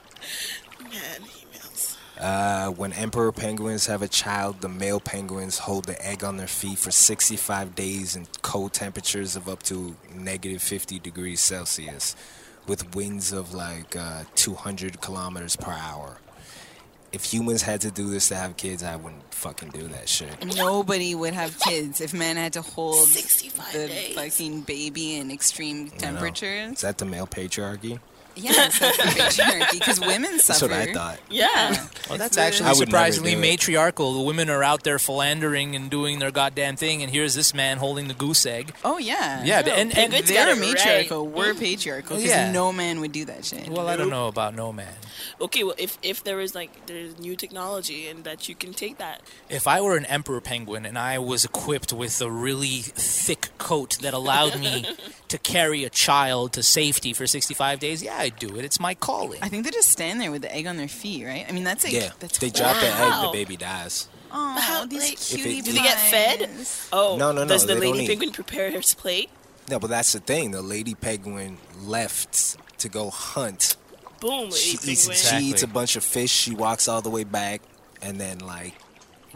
[SPEAKER 4] Man, emails.
[SPEAKER 3] Uh, when emperor penguins have a child, the male penguins hold the egg on their feet for 65 days in cold temperatures of up to negative 50 degrees Celsius with winds of like uh, 200 kilometers per hour. If humans had to do this to have kids, I wouldn't fucking do that shit.
[SPEAKER 2] Nobody would have kids if men had to hold
[SPEAKER 4] 65
[SPEAKER 2] the
[SPEAKER 4] days.
[SPEAKER 2] fucking baby in extreme
[SPEAKER 3] You know? Is
[SPEAKER 2] temperatures.
[SPEAKER 3] that the male patriarchy?
[SPEAKER 2] Yes, that's the patriarchy because women
[SPEAKER 3] That's
[SPEAKER 2] suffer.
[SPEAKER 3] what I thought.
[SPEAKER 4] Yeah.
[SPEAKER 1] Well, that's
[SPEAKER 3] I
[SPEAKER 1] actually
[SPEAKER 3] would never
[SPEAKER 1] surprisingly
[SPEAKER 3] do it.
[SPEAKER 1] matriarchal. The women are out there philandering and doing their goddamn thing, and here's this man holding the goose egg.
[SPEAKER 2] Oh yeah.
[SPEAKER 1] Yeah, but- and- and
[SPEAKER 4] Penguins
[SPEAKER 2] they're
[SPEAKER 4] got it right.
[SPEAKER 2] matriarchal. We're patriarchal because
[SPEAKER 1] Yeah.
[SPEAKER 2] no man would do that shit.
[SPEAKER 1] Well, I don't know about no man.
[SPEAKER 4] Okay. Well, if if there is like there's new technology and that you can take that.
[SPEAKER 1] If I were an emperor penguin and I was equipped with a really thick coat that allowed me to carry a child to safety for 65 days, yeah, I'd do it. It's my calling.
[SPEAKER 2] I think they just stand there with the egg on their feet, right? I mean, that's like
[SPEAKER 3] Yeah.
[SPEAKER 2] that's
[SPEAKER 3] They drop the egg, the
[SPEAKER 4] Wow.
[SPEAKER 3] baby dies.
[SPEAKER 2] Oh, these
[SPEAKER 4] like,
[SPEAKER 3] If
[SPEAKER 2] cutie
[SPEAKER 3] it-
[SPEAKER 4] Do they get fed?
[SPEAKER 2] pies.
[SPEAKER 4] Oh,
[SPEAKER 3] No, no, no,
[SPEAKER 4] Does the
[SPEAKER 3] they don't
[SPEAKER 4] lady
[SPEAKER 3] eat.
[SPEAKER 4] penguin prepare her plate?
[SPEAKER 3] No, but that's the thing. The lady penguin left to go hunt
[SPEAKER 4] Boom, lady
[SPEAKER 3] she
[SPEAKER 4] penguin.
[SPEAKER 3] eats, she
[SPEAKER 1] Exactly.
[SPEAKER 3] eats a bunch of fish. She walks all the way back and then like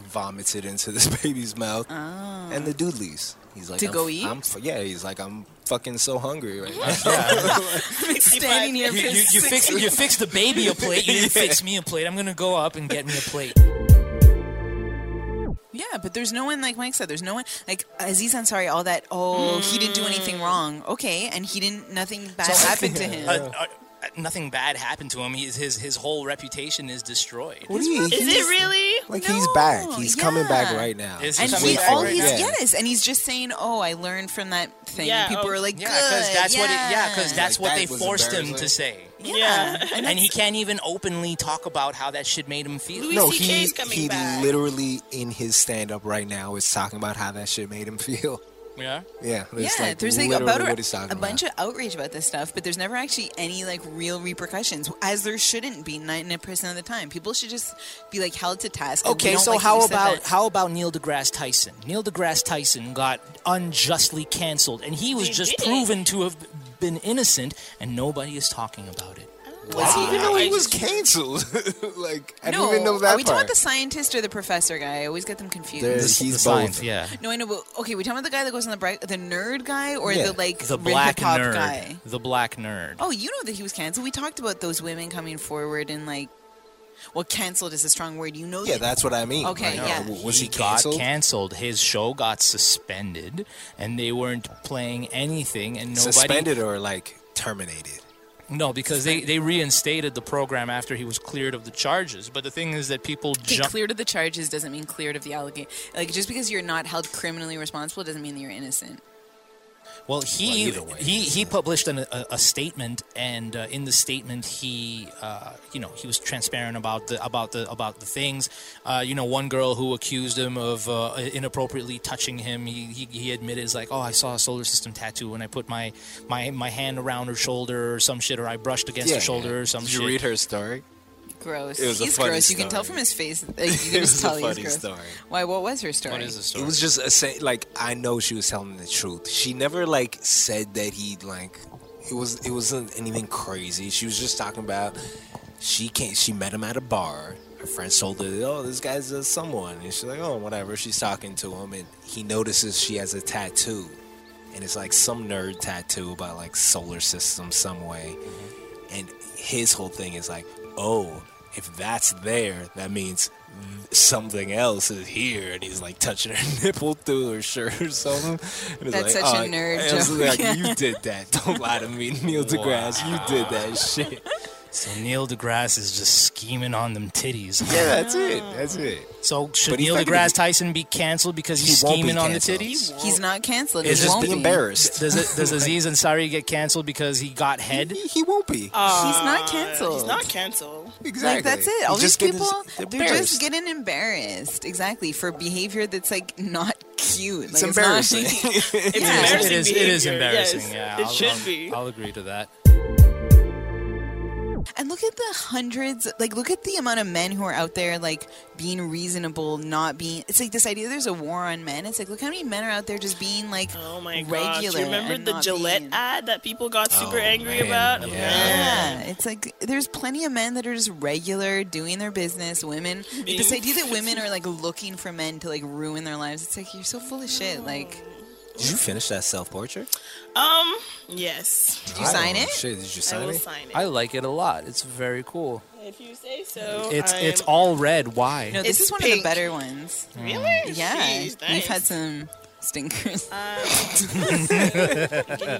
[SPEAKER 3] vomits it into this baby's mouth. And the dude leaves. He's like,
[SPEAKER 2] Ah. To
[SPEAKER 3] I'm,
[SPEAKER 2] go eat?
[SPEAKER 3] I'm, f- yeah, he's like, I'm fucking so hungry right now.
[SPEAKER 2] Standing here
[SPEAKER 1] You,
[SPEAKER 2] for
[SPEAKER 1] you, you, fix, you fix the baby a plate, you didn't fix me a plate. I'm going to go up and get me a plate.
[SPEAKER 2] Yeah, but there's no one like Mike said. There's no one like Aziz Ansari. All that. Oh, he didn't do anything wrong. Okay, and he didn't. Nothing bad happened to him.
[SPEAKER 1] Uh, uh, nothing bad happened to him. He's, his, his whole reputation is destroyed.
[SPEAKER 3] What do you
[SPEAKER 4] Is it really?
[SPEAKER 3] Like, he's back.
[SPEAKER 2] No,
[SPEAKER 3] He's coming back
[SPEAKER 2] yeah.
[SPEAKER 3] right now.
[SPEAKER 1] Is he
[SPEAKER 2] and
[SPEAKER 1] Just
[SPEAKER 2] he,
[SPEAKER 1] wait for
[SPEAKER 2] all
[SPEAKER 1] it.
[SPEAKER 2] he's
[SPEAKER 1] Yeah.
[SPEAKER 2] yes, and he's just saying, "Oh, I learned from that thing."
[SPEAKER 4] Yeah,
[SPEAKER 2] People
[SPEAKER 4] oh,
[SPEAKER 2] are like,
[SPEAKER 1] Yeah,
[SPEAKER 2] "Good,
[SPEAKER 1] because that's what it, yeah, because that's
[SPEAKER 3] Like,
[SPEAKER 1] what
[SPEAKER 3] that
[SPEAKER 1] they
[SPEAKER 3] was
[SPEAKER 1] forced him
[SPEAKER 3] embarrassing.
[SPEAKER 1] to say.
[SPEAKER 2] yeah."
[SPEAKER 4] Yeah.
[SPEAKER 2] And
[SPEAKER 1] And he can't even openly talk about how that shit made him feel.
[SPEAKER 4] Louis
[SPEAKER 3] no,
[SPEAKER 4] CK
[SPEAKER 3] he,
[SPEAKER 4] is coming
[SPEAKER 3] he
[SPEAKER 4] back.
[SPEAKER 3] literally in his stand up right now is talking about how that shit made him feel.
[SPEAKER 1] Yeah.
[SPEAKER 3] Yeah, that's,
[SPEAKER 2] yeah,
[SPEAKER 3] like,
[SPEAKER 2] there's like
[SPEAKER 3] literally
[SPEAKER 2] about
[SPEAKER 3] what he's
[SPEAKER 2] a,
[SPEAKER 3] talking
[SPEAKER 2] a bunch
[SPEAKER 3] about.
[SPEAKER 2] of outrage about this stuff, but there's never actually any like real repercussions, as there shouldn't be 99 percent of the time. People should just be like held to task. and we
[SPEAKER 1] Okay,
[SPEAKER 2] don't
[SPEAKER 1] so
[SPEAKER 2] like that
[SPEAKER 1] how
[SPEAKER 2] you said
[SPEAKER 1] about
[SPEAKER 2] that.
[SPEAKER 1] how about Neil deGrasse Tyson? Neil deGrasse Tyson got unjustly canceled, and he was
[SPEAKER 4] They
[SPEAKER 1] just
[SPEAKER 4] did it.
[SPEAKER 1] proven to have been innocent, and nobody is talking about it.
[SPEAKER 4] Was he
[SPEAKER 3] You know, he was canceled. like, I
[SPEAKER 2] no,
[SPEAKER 3] didn't even know that
[SPEAKER 2] are we talking
[SPEAKER 3] part.
[SPEAKER 2] about the scientist or the professor guy? I always get them confused.
[SPEAKER 3] There's-
[SPEAKER 1] The
[SPEAKER 3] He's
[SPEAKER 1] science,
[SPEAKER 3] both.
[SPEAKER 1] yeah.
[SPEAKER 2] no, I know, but okay, we talking about the guy that goes on the bright, the nerd guy, or
[SPEAKER 3] Yeah,
[SPEAKER 2] the like
[SPEAKER 1] The black
[SPEAKER 2] hip-hop
[SPEAKER 1] nerd.
[SPEAKER 2] guy.
[SPEAKER 1] The black nerd.
[SPEAKER 2] Oh, you know that he was canceled. We talked about those women coming forward and like, well, canceled is a strong word. You know,
[SPEAKER 3] yeah,
[SPEAKER 2] that-
[SPEAKER 3] that's what I mean.
[SPEAKER 2] Okay,
[SPEAKER 3] Like,
[SPEAKER 2] yeah.
[SPEAKER 3] w- Was he,
[SPEAKER 1] got
[SPEAKER 3] canceled?
[SPEAKER 1] canceled. His show got suspended, and they weren't playing anything, and nobody.
[SPEAKER 3] Suspended or like terminated?
[SPEAKER 1] No, because they, they reinstated the program after he was cleared of the charges. But the thing is that people
[SPEAKER 2] Okay,
[SPEAKER 1] jump.
[SPEAKER 2] cleared of the charges doesn't mean cleared of the allegation. Like just because you're not held criminally responsible doesn't mean that you're innocent.
[SPEAKER 1] Well, he
[SPEAKER 3] either way,
[SPEAKER 1] he,
[SPEAKER 3] it's
[SPEAKER 1] he published an, a, a statement, and uh, in the statement, he uh, you know he was transparent about the about the about the things. Uh, you know, one girl who accused him of uh, inappropriately touching him, he, he, he admitted is like, oh, I saw a solar system tattoo, and I put my my, my hand around her shoulder or some shit, or I brushed against her shoulder or some
[SPEAKER 3] Did
[SPEAKER 1] shit.
[SPEAKER 3] You read her story.
[SPEAKER 2] Gross.
[SPEAKER 3] It was a
[SPEAKER 2] he's
[SPEAKER 3] funny
[SPEAKER 2] gross. You can tell from
[SPEAKER 3] story.
[SPEAKER 2] his face. Like, you can
[SPEAKER 3] It
[SPEAKER 2] just
[SPEAKER 3] was a
[SPEAKER 2] tell he's
[SPEAKER 3] funny
[SPEAKER 2] gross.
[SPEAKER 3] story.
[SPEAKER 2] Why? What was her story?
[SPEAKER 1] What is the story?
[SPEAKER 3] It was just a say, like I know she was telling the truth. She never like said that he like it was it wasn't anything crazy. She was just talking about she can't she met him at a bar. Her friend told her, "Oh, this guy's uh, someone," and she's like, "Oh, whatever." She's talking to him, and he notices she has a tattoo. and it's like some nerd tattoo about like solar system some way.
[SPEAKER 2] Mm-hmm.
[SPEAKER 3] And his whole thing is like, oh, if that's there, that means something else is here. And he's like touching her nipple through her shirt or something. And it's
[SPEAKER 2] That's
[SPEAKER 3] like,
[SPEAKER 2] such a
[SPEAKER 3] oh,
[SPEAKER 2] nerd
[SPEAKER 3] and it's
[SPEAKER 2] joke.
[SPEAKER 3] like, you did that. Don't lie to me, Neil deGrasse. You did that shit.
[SPEAKER 1] So Neil deGrasse is just scheming on them titties.
[SPEAKER 3] Yeah, that's it. That's it.
[SPEAKER 1] So should
[SPEAKER 3] But he's
[SPEAKER 1] Neil
[SPEAKER 3] not gonna
[SPEAKER 1] deGrasse
[SPEAKER 3] be-
[SPEAKER 1] Tyson be canceled because he's
[SPEAKER 3] He won't be
[SPEAKER 1] scheming on the
[SPEAKER 3] canceled.
[SPEAKER 1] titties?
[SPEAKER 2] He's not canceled.
[SPEAKER 3] It's
[SPEAKER 2] he
[SPEAKER 3] just
[SPEAKER 2] won't
[SPEAKER 3] be
[SPEAKER 2] be
[SPEAKER 3] embarrassed.
[SPEAKER 1] Does it, does Aziz Ansari get canceled because he got head?
[SPEAKER 3] He, he won't be.
[SPEAKER 2] He's not canceled.
[SPEAKER 4] He's Uh, not canceled.
[SPEAKER 3] exactly.
[SPEAKER 2] Uh, Like that's it. All
[SPEAKER 3] He
[SPEAKER 2] these
[SPEAKER 3] just gets
[SPEAKER 2] people, they're
[SPEAKER 3] embarrassed.
[SPEAKER 2] just getting embarrassed. Exactly for behavior that's like not cute. Like,
[SPEAKER 3] It's
[SPEAKER 2] not-
[SPEAKER 3] embarrassing.
[SPEAKER 4] It's
[SPEAKER 2] Yeah.
[SPEAKER 1] It
[SPEAKER 4] embarrassing.
[SPEAKER 1] is. It is
[SPEAKER 4] behavior,
[SPEAKER 1] embarrassing.
[SPEAKER 4] yes.
[SPEAKER 1] Yeah,
[SPEAKER 4] it
[SPEAKER 1] I'll,
[SPEAKER 4] should
[SPEAKER 1] I'll-
[SPEAKER 4] be.
[SPEAKER 1] I'll agree to that.
[SPEAKER 2] And look at the hundreds, like, look at the amount of men who are out there, like, being reasonable, not being. It's like this idea there's a war on men. It's like, look how many men are out there just being, like,
[SPEAKER 4] Oh my gosh!
[SPEAKER 2] regular.
[SPEAKER 4] Remember
[SPEAKER 2] and
[SPEAKER 4] the
[SPEAKER 2] not
[SPEAKER 4] Gillette
[SPEAKER 2] being-
[SPEAKER 4] ad that people got super
[SPEAKER 3] Oh,
[SPEAKER 4] angry
[SPEAKER 3] man,
[SPEAKER 4] about?
[SPEAKER 3] yeah.
[SPEAKER 2] Yeah, it's like there's plenty of men that are just regular, doing their business. Women, like, this
[SPEAKER 4] Being-
[SPEAKER 2] idea that women are like looking for men to like ruin their lives. It's like you're so full of shit. Like,
[SPEAKER 4] Oh.
[SPEAKER 3] Did you finish that self portrait?
[SPEAKER 4] Um. Yes.
[SPEAKER 2] did you sign it?
[SPEAKER 3] Shit, did you
[SPEAKER 4] I
[SPEAKER 3] sign
[SPEAKER 4] will
[SPEAKER 3] it?
[SPEAKER 4] sign it.
[SPEAKER 1] I like it a lot. It's very cool.
[SPEAKER 4] if you say so.
[SPEAKER 1] It's
[SPEAKER 4] I'm-
[SPEAKER 1] it's all red. Why?
[SPEAKER 2] No, this
[SPEAKER 4] It's
[SPEAKER 2] is one of the
[SPEAKER 4] pink.
[SPEAKER 2] better ones.
[SPEAKER 4] really.
[SPEAKER 2] Yeah,
[SPEAKER 4] Jeez,
[SPEAKER 2] we've
[SPEAKER 4] thanks. Uh,
[SPEAKER 2] had some stinkers.
[SPEAKER 4] Can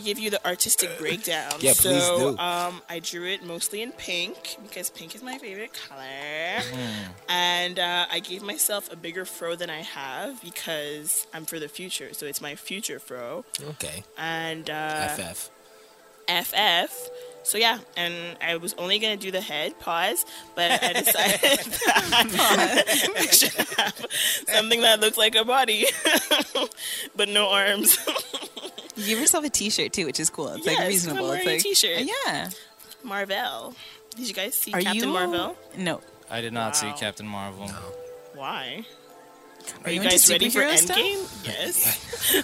[SPEAKER 4] you give you the artistic breakdown?
[SPEAKER 3] Yeah,
[SPEAKER 4] so,
[SPEAKER 3] please do.
[SPEAKER 4] Um, I drew it mostly in pink because pink is my favorite color,
[SPEAKER 3] Mm.
[SPEAKER 4] and uh, I gave myself a bigger fro than I have because I'm for the future, so it's my future fro.
[SPEAKER 3] Okay.
[SPEAKER 4] And uh,
[SPEAKER 3] FF.
[SPEAKER 4] FF. So yeah, and I was only gonna do the head pause, but I decided that I should have something that looks like a body, but no arms.
[SPEAKER 2] You give yourself a T-shirt too, which is cool. It's
[SPEAKER 4] Yes,
[SPEAKER 2] like
[SPEAKER 4] 'cause
[SPEAKER 2] reasonable.
[SPEAKER 4] I'm
[SPEAKER 2] it's
[SPEAKER 4] wearing a
[SPEAKER 2] like
[SPEAKER 4] T-shirt.
[SPEAKER 2] Yeah.
[SPEAKER 4] Marvel. Did you guys see Captain Marvel?
[SPEAKER 2] No.
[SPEAKER 1] I did not see
[SPEAKER 4] Wow.
[SPEAKER 1] Captain Marvel.
[SPEAKER 4] Why? Are,
[SPEAKER 2] you
[SPEAKER 4] you,
[SPEAKER 2] into
[SPEAKER 4] guys ready for
[SPEAKER 2] superhero stuff?
[SPEAKER 4] Endgame? Yes.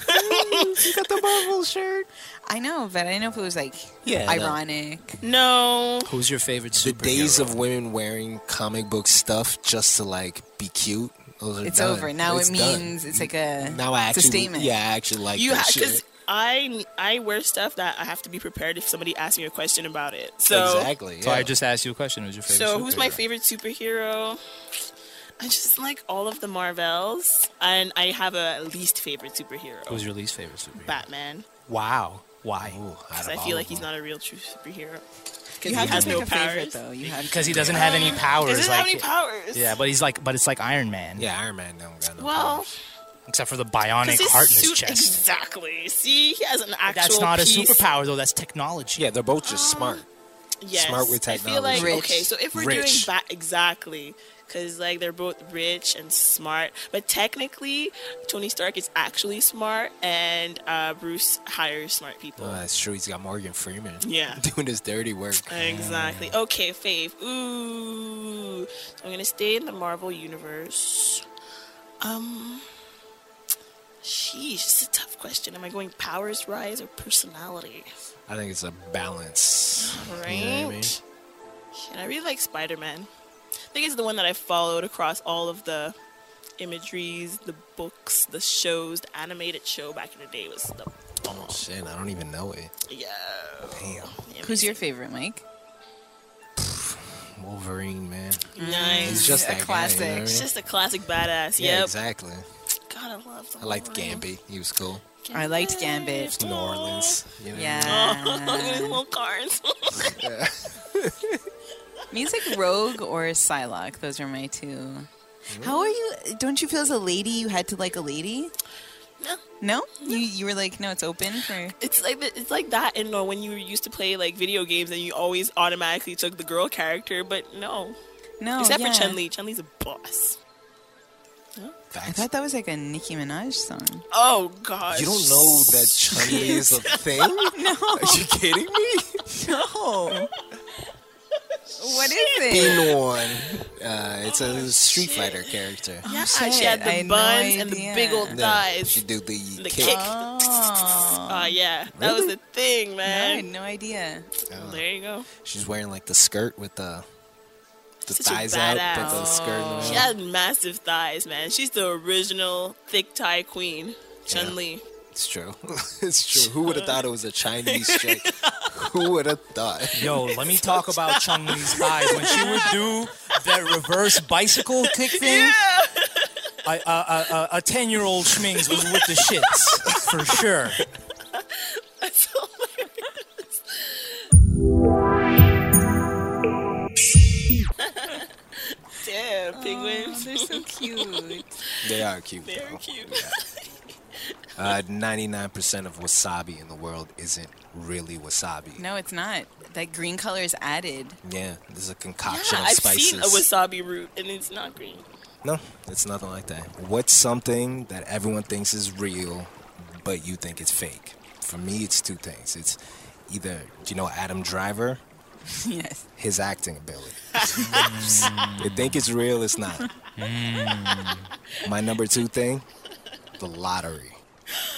[SPEAKER 3] you got the Marvel shirt.
[SPEAKER 2] I know, but I didn't know if it was like
[SPEAKER 3] Yeah, no.
[SPEAKER 2] ironic.
[SPEAKER 4] No.
[SPEAKER 1] Who's your favorite
[SPEAKER 3] The
[SPEAKER 1] superhero?
[SPEAKER 3] days of women wearing comic book stuff just to like be cute. Those are
[SPEAKER 2] It's
[SPEAKER 3] done.
[SPEAKER 2] over. Now
[SPEAKER 3] It's
[SPEAKER 2] it
[SPEAKER 3] done.
[SPEAKER 2] means it's like a
[SPEAKER 3] now I
[SPEAKER 2] it's
[SPEAKER 3] actually
[SPEAKER 2] a statement.
[SPEAKER 3] yeah I actually like
[SPEAKER 4] You
[SPEAKER 3] that
[SPEAKER 4] have because
[SPEAKER 3] shit.
[SPEAKER 4] I I wear stuff that I have to be prepared if somebody asks me a question about it. So
[SPEAKER 3] exactly.
[SPEAKER 1] So
[SPEAKER 3] yeah.
[SPEAKER 1] I just asked you a question. Who's your favorite?
[SPEAKER 4] So who's my
[SPEAKER 1] superhero?
[SPEAKER 4] favorite superhero? I just like all of the Marvels, and I have a least favorite superhero,
[SPEAKER 1] Who's your least favorite superhero?
[SPEAKER 4] Batman,
[SPEAKER 1] Wow. Why?
[SPEAKER 3] Ooh, out
[SPEAKER 4] because
[SPEAKER 3] of
[SPEAKER 4] I
[SPEAKER 3] all
[SPEAKER 4] feel
[SPEAKER 3] of
[SPEAKER 4] like he's
[SPEAKER 3] them.
[SPEAKER 4] not a real true superhero. Because
[SPEAKER 2] You
[SPEAKER 4] he
[SPEAKER 2] have
[SPEAKER 4] has
[SPEAKER 2] to pick
[SPEAKER 4] no
[SPEAKER 2] a favorite
[SPEAKER 4] powers.
[SPEAKER 2] though. You have
[SPEAKER 1] Because he doesn't have any powers.
[SPEAKER 4] Doesn't
[SPEAKER 1] like,
[SPEAKER 4] have any powers.
[SPEAKER 1] Yeah, but he's like, but it's like Iron Man.
[SPEAKER 3] Yeah, Iron Man don't got no.
[SPEAKER 4] Well,
[SPEAKER 1] Except for the bionic
[SPEAKER 4] because his
[SPEAKER 1] heart in his
[SPEAKER 4] suit
[SPEAKER 1] chest.
[SPEAKER 4] exactly. See, he has an actual.
[SPEAKER 1] That's not
[SPEAKER 4] piece.
[SPEAKER 1] a superpower though. That's technology.
[SPEAKER 3] yeah, they're both just
[SPEAKER 2] um,
[SPEAKER 3] smart.
[SPEAKER 4] Yes.
[SPEAKER 3] Smart with
[SPEAKER 4] I feel like
[SPEAKER 2] technology. Rich.
[SPEAKER 4] okay, so if we're doing
[SPEAKER 3] Rich.
[SPEAKER 4] that exactly, because like they're both rich and smart, but technically Tony Stark is actually smart, and uh, Bruce hires smart people.
[SPEAKER 3] Oh, that's true. He's got Morgan Freeman.
[SPEAKER 4] Yeah.
[SPEAKER 3] doing his dirty work.
[SPEAKER 4] Exactly. Okay, Fave. Ooh, so I'm gonna stay in the Marvel universe. Um, sheesh, it's a tough question. Am I going powers rise or personality?
[SPEAKER 3] I think it's a balance.
[SPEAKER 4] Right.
[SPEAKER 3] You know what I mean?
[SPEAKER 4] And I really like Spider Man. I think it's the one that I followed across all of the imageries, the books, the shows, the animated show back in the day was the
[SPEAKER 3] Oh shit, I don't even know it.
[SPEAKER 4] yeah.
[SPEAKER 3] Damn,
[SPEAKER 2] Who's your favorite, Mike?
[SPEAKER 3] Wolverine, man.
[SPEAKER 4] nice?
[SPEAKER 3] He's just
[SPEAKER 2] Mm, a
[SPEAKER 3] that Guy, you know what I
[SPEAKER 2] classic.
[SPEAKER 4] It's
[SPEAKER 3] mean?
[SPEAKER 4] just a classic badass.
[SPEAKER 3] Yeah,
[SPEAKER 4] yep.
[SPEAKER 3] exactly.
[SPEAKER 4] God, I love. The
[SPEAKER 3] I liked
[SPEAKER 4] Wolverine.
[SPEAKER 3] Gambit. He was cool.
[SPEAKER 2] I liked Gambit.
[SPEAKER 3] New Orleans. You know what I mean?
[SPEAKER 4] Look at his
[SPEAKER 2] Yeah.
[SPEAKER 4] little cars.
[SPEAKER 2] Means like Rogue or Psylocke. Those are my two. How are you? Don't you feel as a lady you had to like a lady?
[SPEAKER 4] No.
[SPEAKER 2] No? You you were like, no, it's open for.
[SPEAKER 4] it's like the, it's like that in uh, when you used to play like video games and you always automatically took the girl character, but no,
[SPEAKER 2] No.
[SPEAKER 4] except
[SPEAKER 2] Oh, yeah.
[SPEAKER 4] for Chun Li. Chun Li's a boss.
[SPEAKER 2] I
[SPEAKER 3] Facts.
[SPEAKER 2] thought that was like a Nicki Minaj song.
[SPEAKER 4] Oh God!
[SPEAKER 3] You don't know that Chun Li is a thing? no. Are you kidding me?
[SPEAKER 2] No. what is it?
[SPEAKER 3] Being one. Uh, it's a Street Fighter character.
[SPEAKER 4] Oh, Yeah,
[SPEAKER 2] shit,
[SPEAKER 4] she had the
[SPEAKER 2] I had no
[SPEAKER 4] buns and the big
[SPEAKER 2] idea.
[SPEAKER 4] old
[SPEAKER 3] No,
[SPEAKER 4] thighs.
[SPEAKER 3] she do the,
[SPEAKER 4] the
[SPEAKER 3] kick.
[SPEAKER 4] kick.
[SPEAKER 2] Oh.
[SPEAKER 4] Uh, yeah, that was
[SPEAKER 3] Really?
[SPEAKER 4] the thing,
[SPEAKER 2] No, I had
[SPEAKER 4] man.
[SPEAKER 2] no idea.
[SPEAKER 4] There you go.
[SPEAKER 3] She's wearing like the skirt with the the
[SPEAKER 4] Such a
[SPEAKER 3] thighs out, but the
[SPEAKER 4] badass.
[SPEAKER 3] skirt. around.
[SPEAKER 4] She had massive thighs, man. She's the original thick Thai queen, Chun Li.
[SPEAKER 3] It's true. it's true. Who would have thought it was a Chinese chick? Who would have thought?
[SPEAKER 1] Yo, let me talk about Chung Lee's thighs when she would do that reverse bicycle kick thing. I- a- a- a- a ten-year-old Schmings was with the shits for sure.
[SPEAKER 4] Damn,
[SPEAKER 2] Oh,
[SPEAKER 4] penguins.
[SPEAKER 2] they're so cute.
[SPEAKER 3] They are cute.
[SPEAKER 4] They're
[SPEAKER 3] though.
[SPEAKER 4] cute.
[SPEAKER 3] Uh, 99% of wasabi in the world isn't really wasabi.
[SPEAKER 2] No, it's not. That green color is added.
[SPEAKER 3] Yeah, this is a
[SPEAKER 4] Yeah,
[SPEAKER 3] concoction of
[SPEAKER 4] I've
[SPEAKER 3] spices.
[SPEAKER 4] seen a wasabi root and it's not green.
[SPEAKER 3] no, it's nothing like that. What's something that everyone thinks is real, but you think it's fake? For me, it's two things. It's either, do you know Adam Driver?
[SPEAKER 2] yes.
[SPEAKER 3] His acting ability. they think it's real, it's not. My number two thing, the lottery.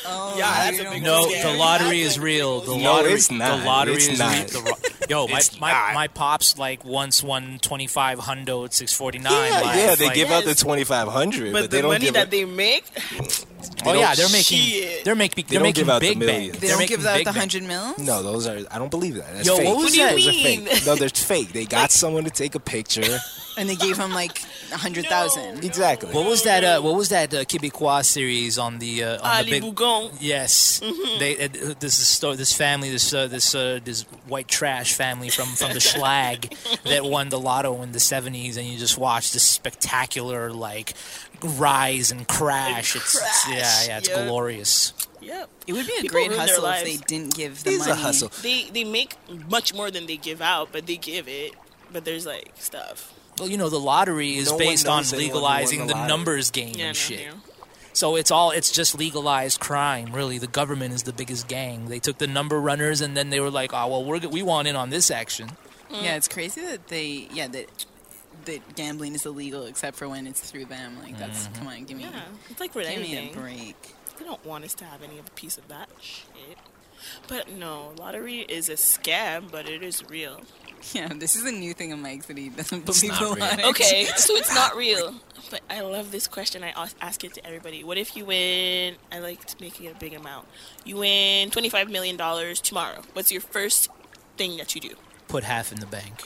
[SPEAKER 2] Oh,
[SPEAKER 4] Yeah, that's a big
[SPEAKER 1] No,
[SPEAKER 4] one. Yeah.
[SPEAKER 1] the lottery is real. The
[SPEAKER 3] No,
[SPEAKER 1] lottery,
[SPEAKER 3] it's not.
[SPEAKER 1] The lottery
[SPEAKER 3] It's
[SPEAKER 1] is
[SPEAKER 3] not.
[SPEAKER 1] real. The ro- Yo, my,
[SPEAKER 3] It's
[SPEAKER 1] my,
[SPEAKER 3] not.
[SPEAKER 1] my pops like once won twenty five hundo at six forty nine.
[SPEAKER 3] Yeah,
[SPEAKER 1] like,
[SPEAKER 3] yeah, they
[SPEAKER 1] like-
[SPEAKER 3] give out the twenty five hundred, but,
[SPEAKER 4] But,
[SPEAKER 3] they
[SPEAKER 4] the
[SPEAKER 3] don't
[SPEAKER 4] money
[SPEAKER 3] give
[SPEAKER 4] that
[SPEAKER 3] out-
[SPEAKER 4] they make,
[SPEAKER 1] Oh
[SPEAKER 3] they
[SPEAKER 1] yeah,
[SPEAKER 3] don't-
[SPEAKER 1] they're making
[SPEAKER 4] Shit.
[SPEAKER 1] they're making
[SPEAKER 3] They
[SPEAKER 1] they're
[SPEAKER 3] don't
[SPEAKER 1] making
[SPEAKER 3] give out the
[SPEAKER 1] big
[SPEAKER 3] millions.
[SPEAKER 1] bank.
[SPEAKER 2] They
[SPEAKER 1] They're
[SPEAKER 2] don't give
[SPEAKER 1] making
[SPEAKER 2] out
[SPEAKER 1] big
[SPEAKER 2] the
[SPEAKER 1] bank.
[SPEAKER 2] hundred mils.
[SPEAKER 3] No, those are. I don't believe that. That's
[SPEAKER 1] Yo,
[SPEAKER 3] fake.
[SPEAKER 1] what was
[SPEAKER 4] do you
[SPEAKER 1] that?
[SPEAKER 3] Those are
[SPEAKER 4] mean?
[SPEAKER 3] fake. No, they're fake. They got someone to take a picture.
[SPEAKER 2] and they gave him like a hundred thousand.
[SPEAKER 3] exactly.
[SPEAKER 1] What was that? Uh, what was that uh, Quebecois series on the uh, on
[SPEAKER 3] Ah,
[SPEAKER 1] the
[SPEAKER 4] Ali
[SPEAKER 1] big?
[SPEAKER 4] Bougon.
[SPEAKER 1] Yes,
[SPEAKER 3] Mm-hmm.
[SPEAKER 1] they. Uh, this is sto- this family, this uh, this uh, this white trash family from from the Schlag that won the lotto in the seventies, and you just watch this spectacular like rise and crash. it's, it's-
[SPEAKER 4] crash,
[SPEAKER 1] yeah, yeah, it's
[SPEAKER 4] yeah.
[SPEAKER 1] glorious.
[SPEAKER 4] Yep.
[SPEAKER 2] It would be a
[SPEAKER 4] People
[SPEAKER 2] great
[SPEAKER 4] ruin their
[SPEAKER 2] hustle if
[SPEAKER 4] lives.
[SPEAKER 2] they didn't give the
[SPEAKER 3] It is
[SPEAKER 2] money.
[SPEAKER 3] a hustle.
[SPEAKER 4] They they make much more than they give out, but they give it. But there's like stuff.
[SPEAKER 1] Well, you know, the lottery is
[SPEAKER 3] No one
[SPEAKER 1] based on
[SPEAKER 3] knows anyone who won
[SPEAKER 1] legalizing
[SPEAKER 3] the
[SPEAKER 1] the,
[SPEAKER 3] lottery.
[SPEAKER 1] numbers game
[SPEAKER 4] Yeah,
[SPEAKER 1] and
[SPEAKER 4] no,
[SPEAKER 1] shit.
[SPEAKER 4] no.
[SPEAKER 1] So it's all it's just legalized crime, really. The government is the biggest gang. They took the number runners and then they were like, "Oh, well, we're g- we want in on this action."
[SPEAKER 4] Mm.
[SPEAKER 2] Yeah, it's crazy that they yeah that that gambling is illegal except for when it's through them. Like that's
[SPEAKER 3] Mm-hmm.
[SPEAKER 2] come on, give me
[SPEAKER 4] Yeah, it's like with
[SPEAKER 2] give me
[SPEAKER 4] anything.
[SPEAKER 2] a break.
[SPEAKER 4] They don't want us to have any of a piece of that shit. But no, lottery is a scam, but it is real.
[SPEAKER 2] Yeah, this is a new thing of Mike's that he doesn't
[SPEAKER 3] It's
[SPEAKER 2] believe
[SPEAKER 3] not
[SPEAKER 2] a lot.
[SPEAKER 3] real.
[SPEAKER 4] Okay, so it's not real. But I love this question. I as- ask it to everybody. What if you win? I like to make it a big amount. You win twenty-five million dollars tomorrow. What's your first thing that you do?
[SPEAKER 1] Put half in the bank.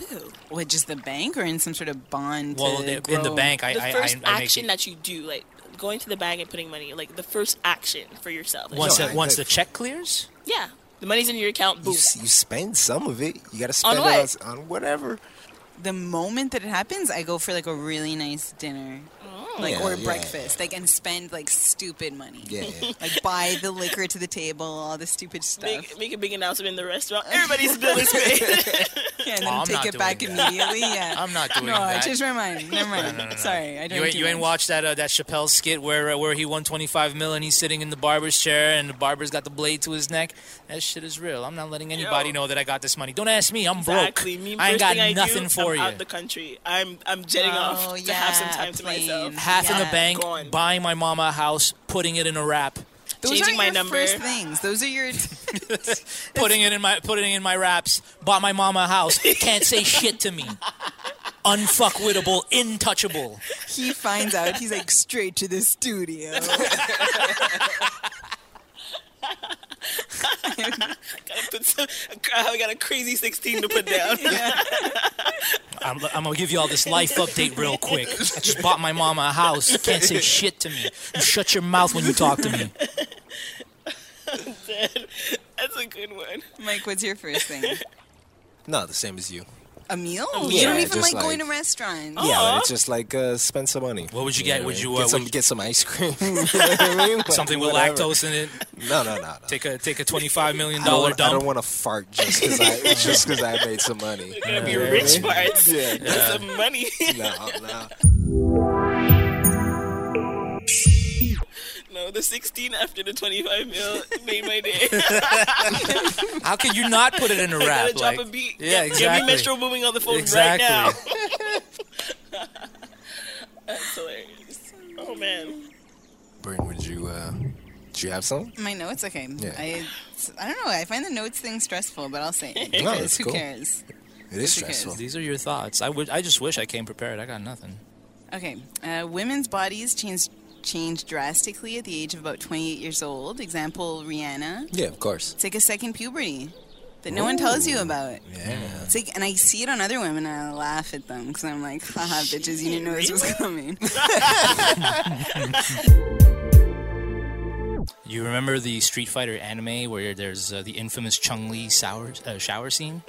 [SPEAKER 4] Boo.
[SPEAKER 2] What, just the bank or in some sort of bond?
[SPEAKER 1] Well,
[SPEAKER 2] to
[SPEAKER 1] the- in the
[SPEAKER 2] grow?
[SPEAKER 1] bank, I
[SPEAKER 4] the
[SPEAKER 1] I,
[SPEAKER 4] first
[SPEAKER 1] I, I make
[SPEAKER 4] action that you do, like going to the bank and putting money, like the first action for yourself. Like,
[SPEAKER 1] once
[SPEAKER 3] No,
[SPEAKER 1] the-
[SPEAKER 3] I
[SPEAKER 1] once the
[SPEAKER 3] could-
[SPEAKER 1] check clears.
[SPEAKER 4] yeah, the money's in your account.
[SPEAKER 3] You,
[SPEAKER 4] Boom.
[SPEAKER 3] s- you spend some of it. You got to spend
[SPEAKER 4] what?
[SPEAKER 3] it on, s- on whatever.
[SPEAKER 2] the moment that it happens, I go for like a really nice dinner, like
[SPEAKER 3] Oh. Yeah,
[SPEAKER 2] or
[SPEAKER 3] yeah,
[SPEAKER 2] breakfast, like and spend like stupid money.
[SPEAKER 3] Yeah. yeah.
[SPEAKER 2] Like buy the liquor to the table, all the stupid stuff.
[SPEAKER 4] Make, make a big announcement in the restaurant. Everybody's bill is paid.
[SPEAKER 2] Yeah, and
[SPEAKER 1] Oh, I'm
[SPEAKER 2] then
[SPEAKER 1] not
[SPEAKER 2] take it back
[SPEAKER 1] doing that.
[SPEAKER 2] immediately. Yeah.
[SPEAKER 1] I'm not doing
[SPEAKER 2] no,
[SPEAKER 1] that.
[SPEAKER 2] just remind me. Never mind. Sorry, I don't.
[SPEAKER 1] You ain't,
[SPEAKER 2] do
[SPEAKER 1] you ain't
[SPEAKER 2] much.
[SPEAKER 1] watched that uh, that Chappelle skit where uh, where he won 25 mil and he's sitting in the barber's chair and the barber's got the blade to his neck. That shit is real. I'm not letting anybody
[SPEAKER 4] Yo.
[SPEAKER 1] know that I got this money. Don't ask me. I'm
[SPEAKER 4] exactly.
[SPEAKER 1] broke.
[SPEAKER 4] Me,
[SPEAKER 1] I ain't
[SPEAKER 4] first
[SPEAKER 1] got
[SPEAKER 4] thing I
[SPEAKER 1] nothing
[SPEAKER 4] do,
[SPEAKER 1] for
[SPEAKER 4] I'm
[SPEAKER 1] you.
[SPEAKER 4] Out the country. I'm I'm jetting
[SPEAKER 2] Oh,
[SPEAKER 4] off to have some
[SPEAKER 2] yeah,
[SPEAKER 4] time to myself.
[SPEAKER 2] plane.
[SPEAKER 1] Half in
[SPEAKER 2] Yeah.
[SPEAKER 1] the bank,
[SPEAKER 4] Gone.
[SPEAKER 1] buying my mama a house, putting it in a wrap,
[SPEAKER 2] Those
[SPEAKER 4] Changing
[SPEAKER 2] are
[SPEAKER 4] my
[SPEAKER 2] your
[SPEAKER 4] number.
[SPEAKER 2] first things. Those are your.
[SPEAKER 1] putting it in my putting it in my wraps. Bought my mama a house. Can't say shit to me. Unfuckwittable, intouchable.
[SPEAKER 2] he finds out. He's like straight to the studio.
[SPEAKER 4] Gotta put some, I got a crazy sixteen to put down.
[SPEAKER 1] I'm, I'm gonna give you all this life update real quick. I just bought my mama a house. Can't say shit to me. You shut your mouth when you talk to me.
[SPEAKER 4] That's a good one.
[SPEAKER 2] Mike, what's your first thing?
[SPEAKER 3] No, the same as you.
[SPEAKER 2] A meal? you
[SPEAKER 3] Yeah,
[SPEAKER 2] don't even
[SPEAKER 3] just
[SPEAKER 2] like, going to
[SPEAKER 3] like- Oh.
[SPEAKER 2] restaurants.
[SPEAKER 3] Yeah, but it's just like uh, spend some money.
[SPEAKER 1] What would you get?
[SPEAKER 3] know
[SPEAKER 1] Would
[SPEAKER 3] I mean?
[SPEAKER 1] you, uh,
[SPEAKER 3] get some
[SPEAKER 1] would you-
[SPEAKER 3] get some ice cream? You know what I mean? Like,
[SPEAKER 1] Something with
[SPEAKER 3] whatever.
[SPEAKER 1] lactose in it.
[SPEAKER 3] No, no, no, no.
[SPEAKER 1] Take a take a twenty five million
[SPEAKER 3] I don't
[SPEAKER 1] dollar
[SPEAKER 3] wanna- I don't
[SPEAKER 1] dump.
[SPEAKER 3] want to fart just because I just 'cause I made some money.
[SPEAKER 4] Gonna be rich parts.
[SPEAKER 3] Yeah.
[SPEAKER 4] That's some money.
[SPEAKER 3] No, no.
[SPEAKER 4] no, the sixteen after the twenty-five mil made my day.
[SPEAKER 1] How could you not put it in a
[SPEAKER 4] gotta
[SPEAKER 1] wrap?
[SPEAKER 4] drop
[SPEAKER 1] Like,
[SPEAKER 4] a beat.
[SPEAKER 1] yeah,
[SPEAKER 4] Get- Get
[SPEAKER 1] exactly.
[SPEAKER 4] me Metro booming on the phone
[SPEAKER 1] exactly.
[SPEAKER 4] right now. That's hilarious. Oh man.
[SPEAKER 3] Bryn, would you uh, did you have some?
[SPEAKER 2] My notes, okay.
[SPEAKER 3] Yeah.
[SPEAKER 2] I, I don't know. I find the notes thing stressful, but I'll say it.
[SPEAKER 3] No,
[SPEAKER 2] because
[SPEAKER 3] it's
[SPEAKER 2] who
[SPEAKER 3] cool.
[SPEAKER 2] cares?
[SPEAKER 3] It is
[SPEAKER 2] Yes, it is.
[SPEAKER 3] stressful.
[SPEAKER 1] These are your thoughts. I would. I just wish I came prepared. I got nothing.
[SPEAKER 2] Okay. Uh, women's bodies change changed drastically at the age of about 28 years old. Example, Rihanna.
[SPEAKER 3] Yeah, of course.
[SPEAKER 2] It's like a second puberty that no one tells you about.
[SPEAKER 3] Yeah.
[SPEAKER 2] It's like, and I see it on other women, and I laugh at them because I'm like, haha, bitches, you didn't know this was coming.
[SPEAKER 1] You remember the Street Fighter anime where there's uh, the infamous Chung Li shower, uh, shower scene?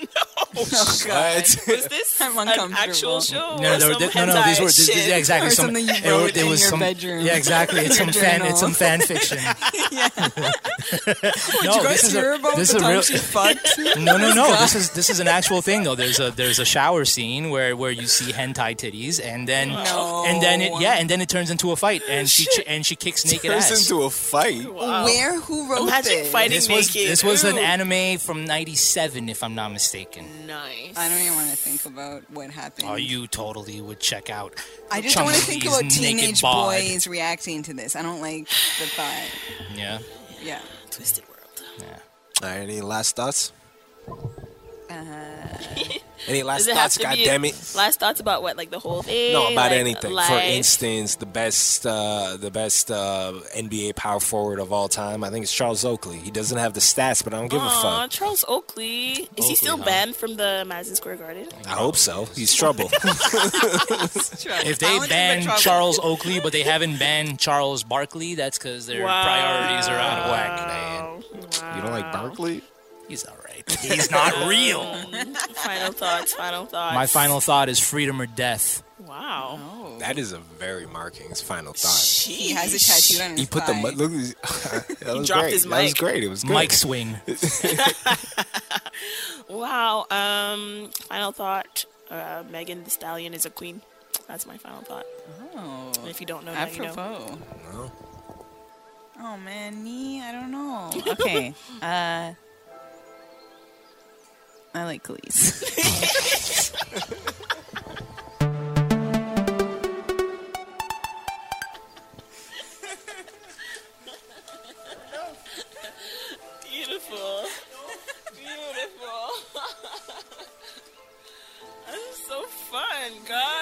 [SPEAKER 4] Oh, God.
[SPEAKER 3] What?
[SPEAKER 4] Was this
[SPEAKER 2] I'm
[SPEAKER 4] an
[SPEAKER 2] uncomfortable.
[SPEAKER 4] actual show?
[SPEAKER 1] No,
[SPEAKER 4] or
[SPEAKER 1] no,
[SPEAKER 4] some
[SPEAKER 1] th- no, no, these
[SPEAKER 4] hentai
[SPEAKER 1] were this, this,
[SPEAKER 4] shit?
[SPEAKER 1] yeah, exactly
[SPEAKER 2] Or
[SPEAKER 1] some,
[SPEAKER 2] something you
[SPEAKER 1] it-
[SPEAKER 2] wrote
[SPEAKER 1] it
[SPEAKER 2] in
[SPEAKER 1] was
[SPEAKER 2] your
[SPEAKER 1] some-
[SPEAKER 2] bedroom.
[SPEAKER 1] Yeah, exactly. It's some fan.
[SPEAKER 2] journal.
[SPEAKER 1] It's some fan fiction.
[SPEAKER 2] yeah.
[SPEAKER 1] no,
[SPEAKER 2] Did you guys
[SPEAKER 1] this is
[SPEAKER 2] hear
[SPEAKER 1] a,
[SPEAKER 2] about
[SPEAKER 1] this is
[SPEAKER 2] the
[SPEAKER 1] a
[SPEAKER 2] time
[SPEAKER 1] real.
[SPEAKER 2] she fucked?
[SPEAKER 1] No, no, no. This is this is an actual thing though. There's a there's a shower scene where where you see hentai titties and then and then it yeah and then it turns into a fight and she ch- and she kicks naked
[SPEAKER 3] Turns
[SPEAKER 1] ass.
[SPEAKER 3] into a fight.
[SPEAKER 2] Where? Who wrote
[SPEAKER 4] Imagine
[SPEAKER 2] this?
[SPEAKER 4] fighting
[SPEAKER 1] this was
[SPEAKER 4] naked.
[SPEAKER 1] this was an
[SPEAKER 4] Ooh.
[SPEAKER 1] anime from '97 if I'm not mistaken.
[SPEAKER 4] Nice.
[SPEAKER 2] I don't even want to think about what happened.
[SPEAKER 1] Oh, you totally would check out.
[SPEAKER 2] I just don't want to think
[SPEAKER 1] Chun-Li's
[SPEAKER 2] about
[SPEAKER 1] naked
[SPEAKER 2] teenage
[SPEAKER 1] bod.
[SPEAKER 2] boys reacting to this. I don't like the thought.
[SPEAKER 1] Yeah.
[SPEAKER 2] Yeah.
[SPEAKER 4] Twisted world.
[SPEAKER 3] All right, any last thoughts?
[SPEAKER 2] Uh,
[SPEAKER 3] Any last
[SPEAKER 4] Does it have
[SPEAKER 3] thoughts?
[SPEAKER 4] to
[SPEAKER 3] God
[SPEAKER 4] be
[SPEAKER 3] damn it.
[SPEAKER 4] last thoughts about what, like the whole thing?
[SPEAKER 3] No, about
[SPEAKER 4] like,
[SPEAKER 3] anything. For
[SPEAKER 4] life?
[SPEAKER 3] instance, the best, uh, the best uh, NBA power forward of all time. I think it's Charles Oakley. He doesn't have the stats, but I don't give a
[SPEAKER 4] Aw,
[SPEAKER 3] fuck.
[SPEAKER 4] Charles Oakley. Is
[SPEAKER 1] Oakley,
[SPEAKER 4] he still
[SPEAKER 1] huh?
[SPEAKER 4] banned from the Madison Square Garden?
[SPEAKER 3] I hope so. He's trouble.
[SPEAKER 1] If they ban Charles Oakley, but they haven't banned Charles Barkley, that's because their priorities are out of whack, man.
[SPEAKER 3] you don't like Barkley?
[SPEAKER 1] He's all right. He's not real.
[SPEAKER 4] Final thoughts. Final thoughts.
[SPEAKER 1] My final thought is freedom or death.
[SPEAKER 4] Wow.
[SPEAKER 3] That is a very marking his final thought.
[SPEAKER 2] he has a tattoo on his
[SPEAKER 3] He put the
[SPEAKER 2] thigh.
[SPEAKER 3] mu- look. that was
[SPEAKER 4] dropped
[SPEAKER 3] great.
[SPEAKER 4] his
[SPEAKER 3] That was
[SPEAKER 4] mic.
[SPEAKER 3] great. It was good.
[SPEAKER 1] Mike swing.
[SPEAKER 4] Wow. Um. Final thought. Uh, Megan the Stallion is a queen. That's my final thought.
[SPEAKER 2] Oh,
[SPEAKER 4] And if you don't know, now you know.
[SPEAKER 2] apropos.
[SPEAKER 3] No.
[SPEAKER 2] Oh man, me, I don't know. Okay. uh, I like Khalees.
[SPEAKER 4] Beautiful. Beautiful. this is so fun, guys.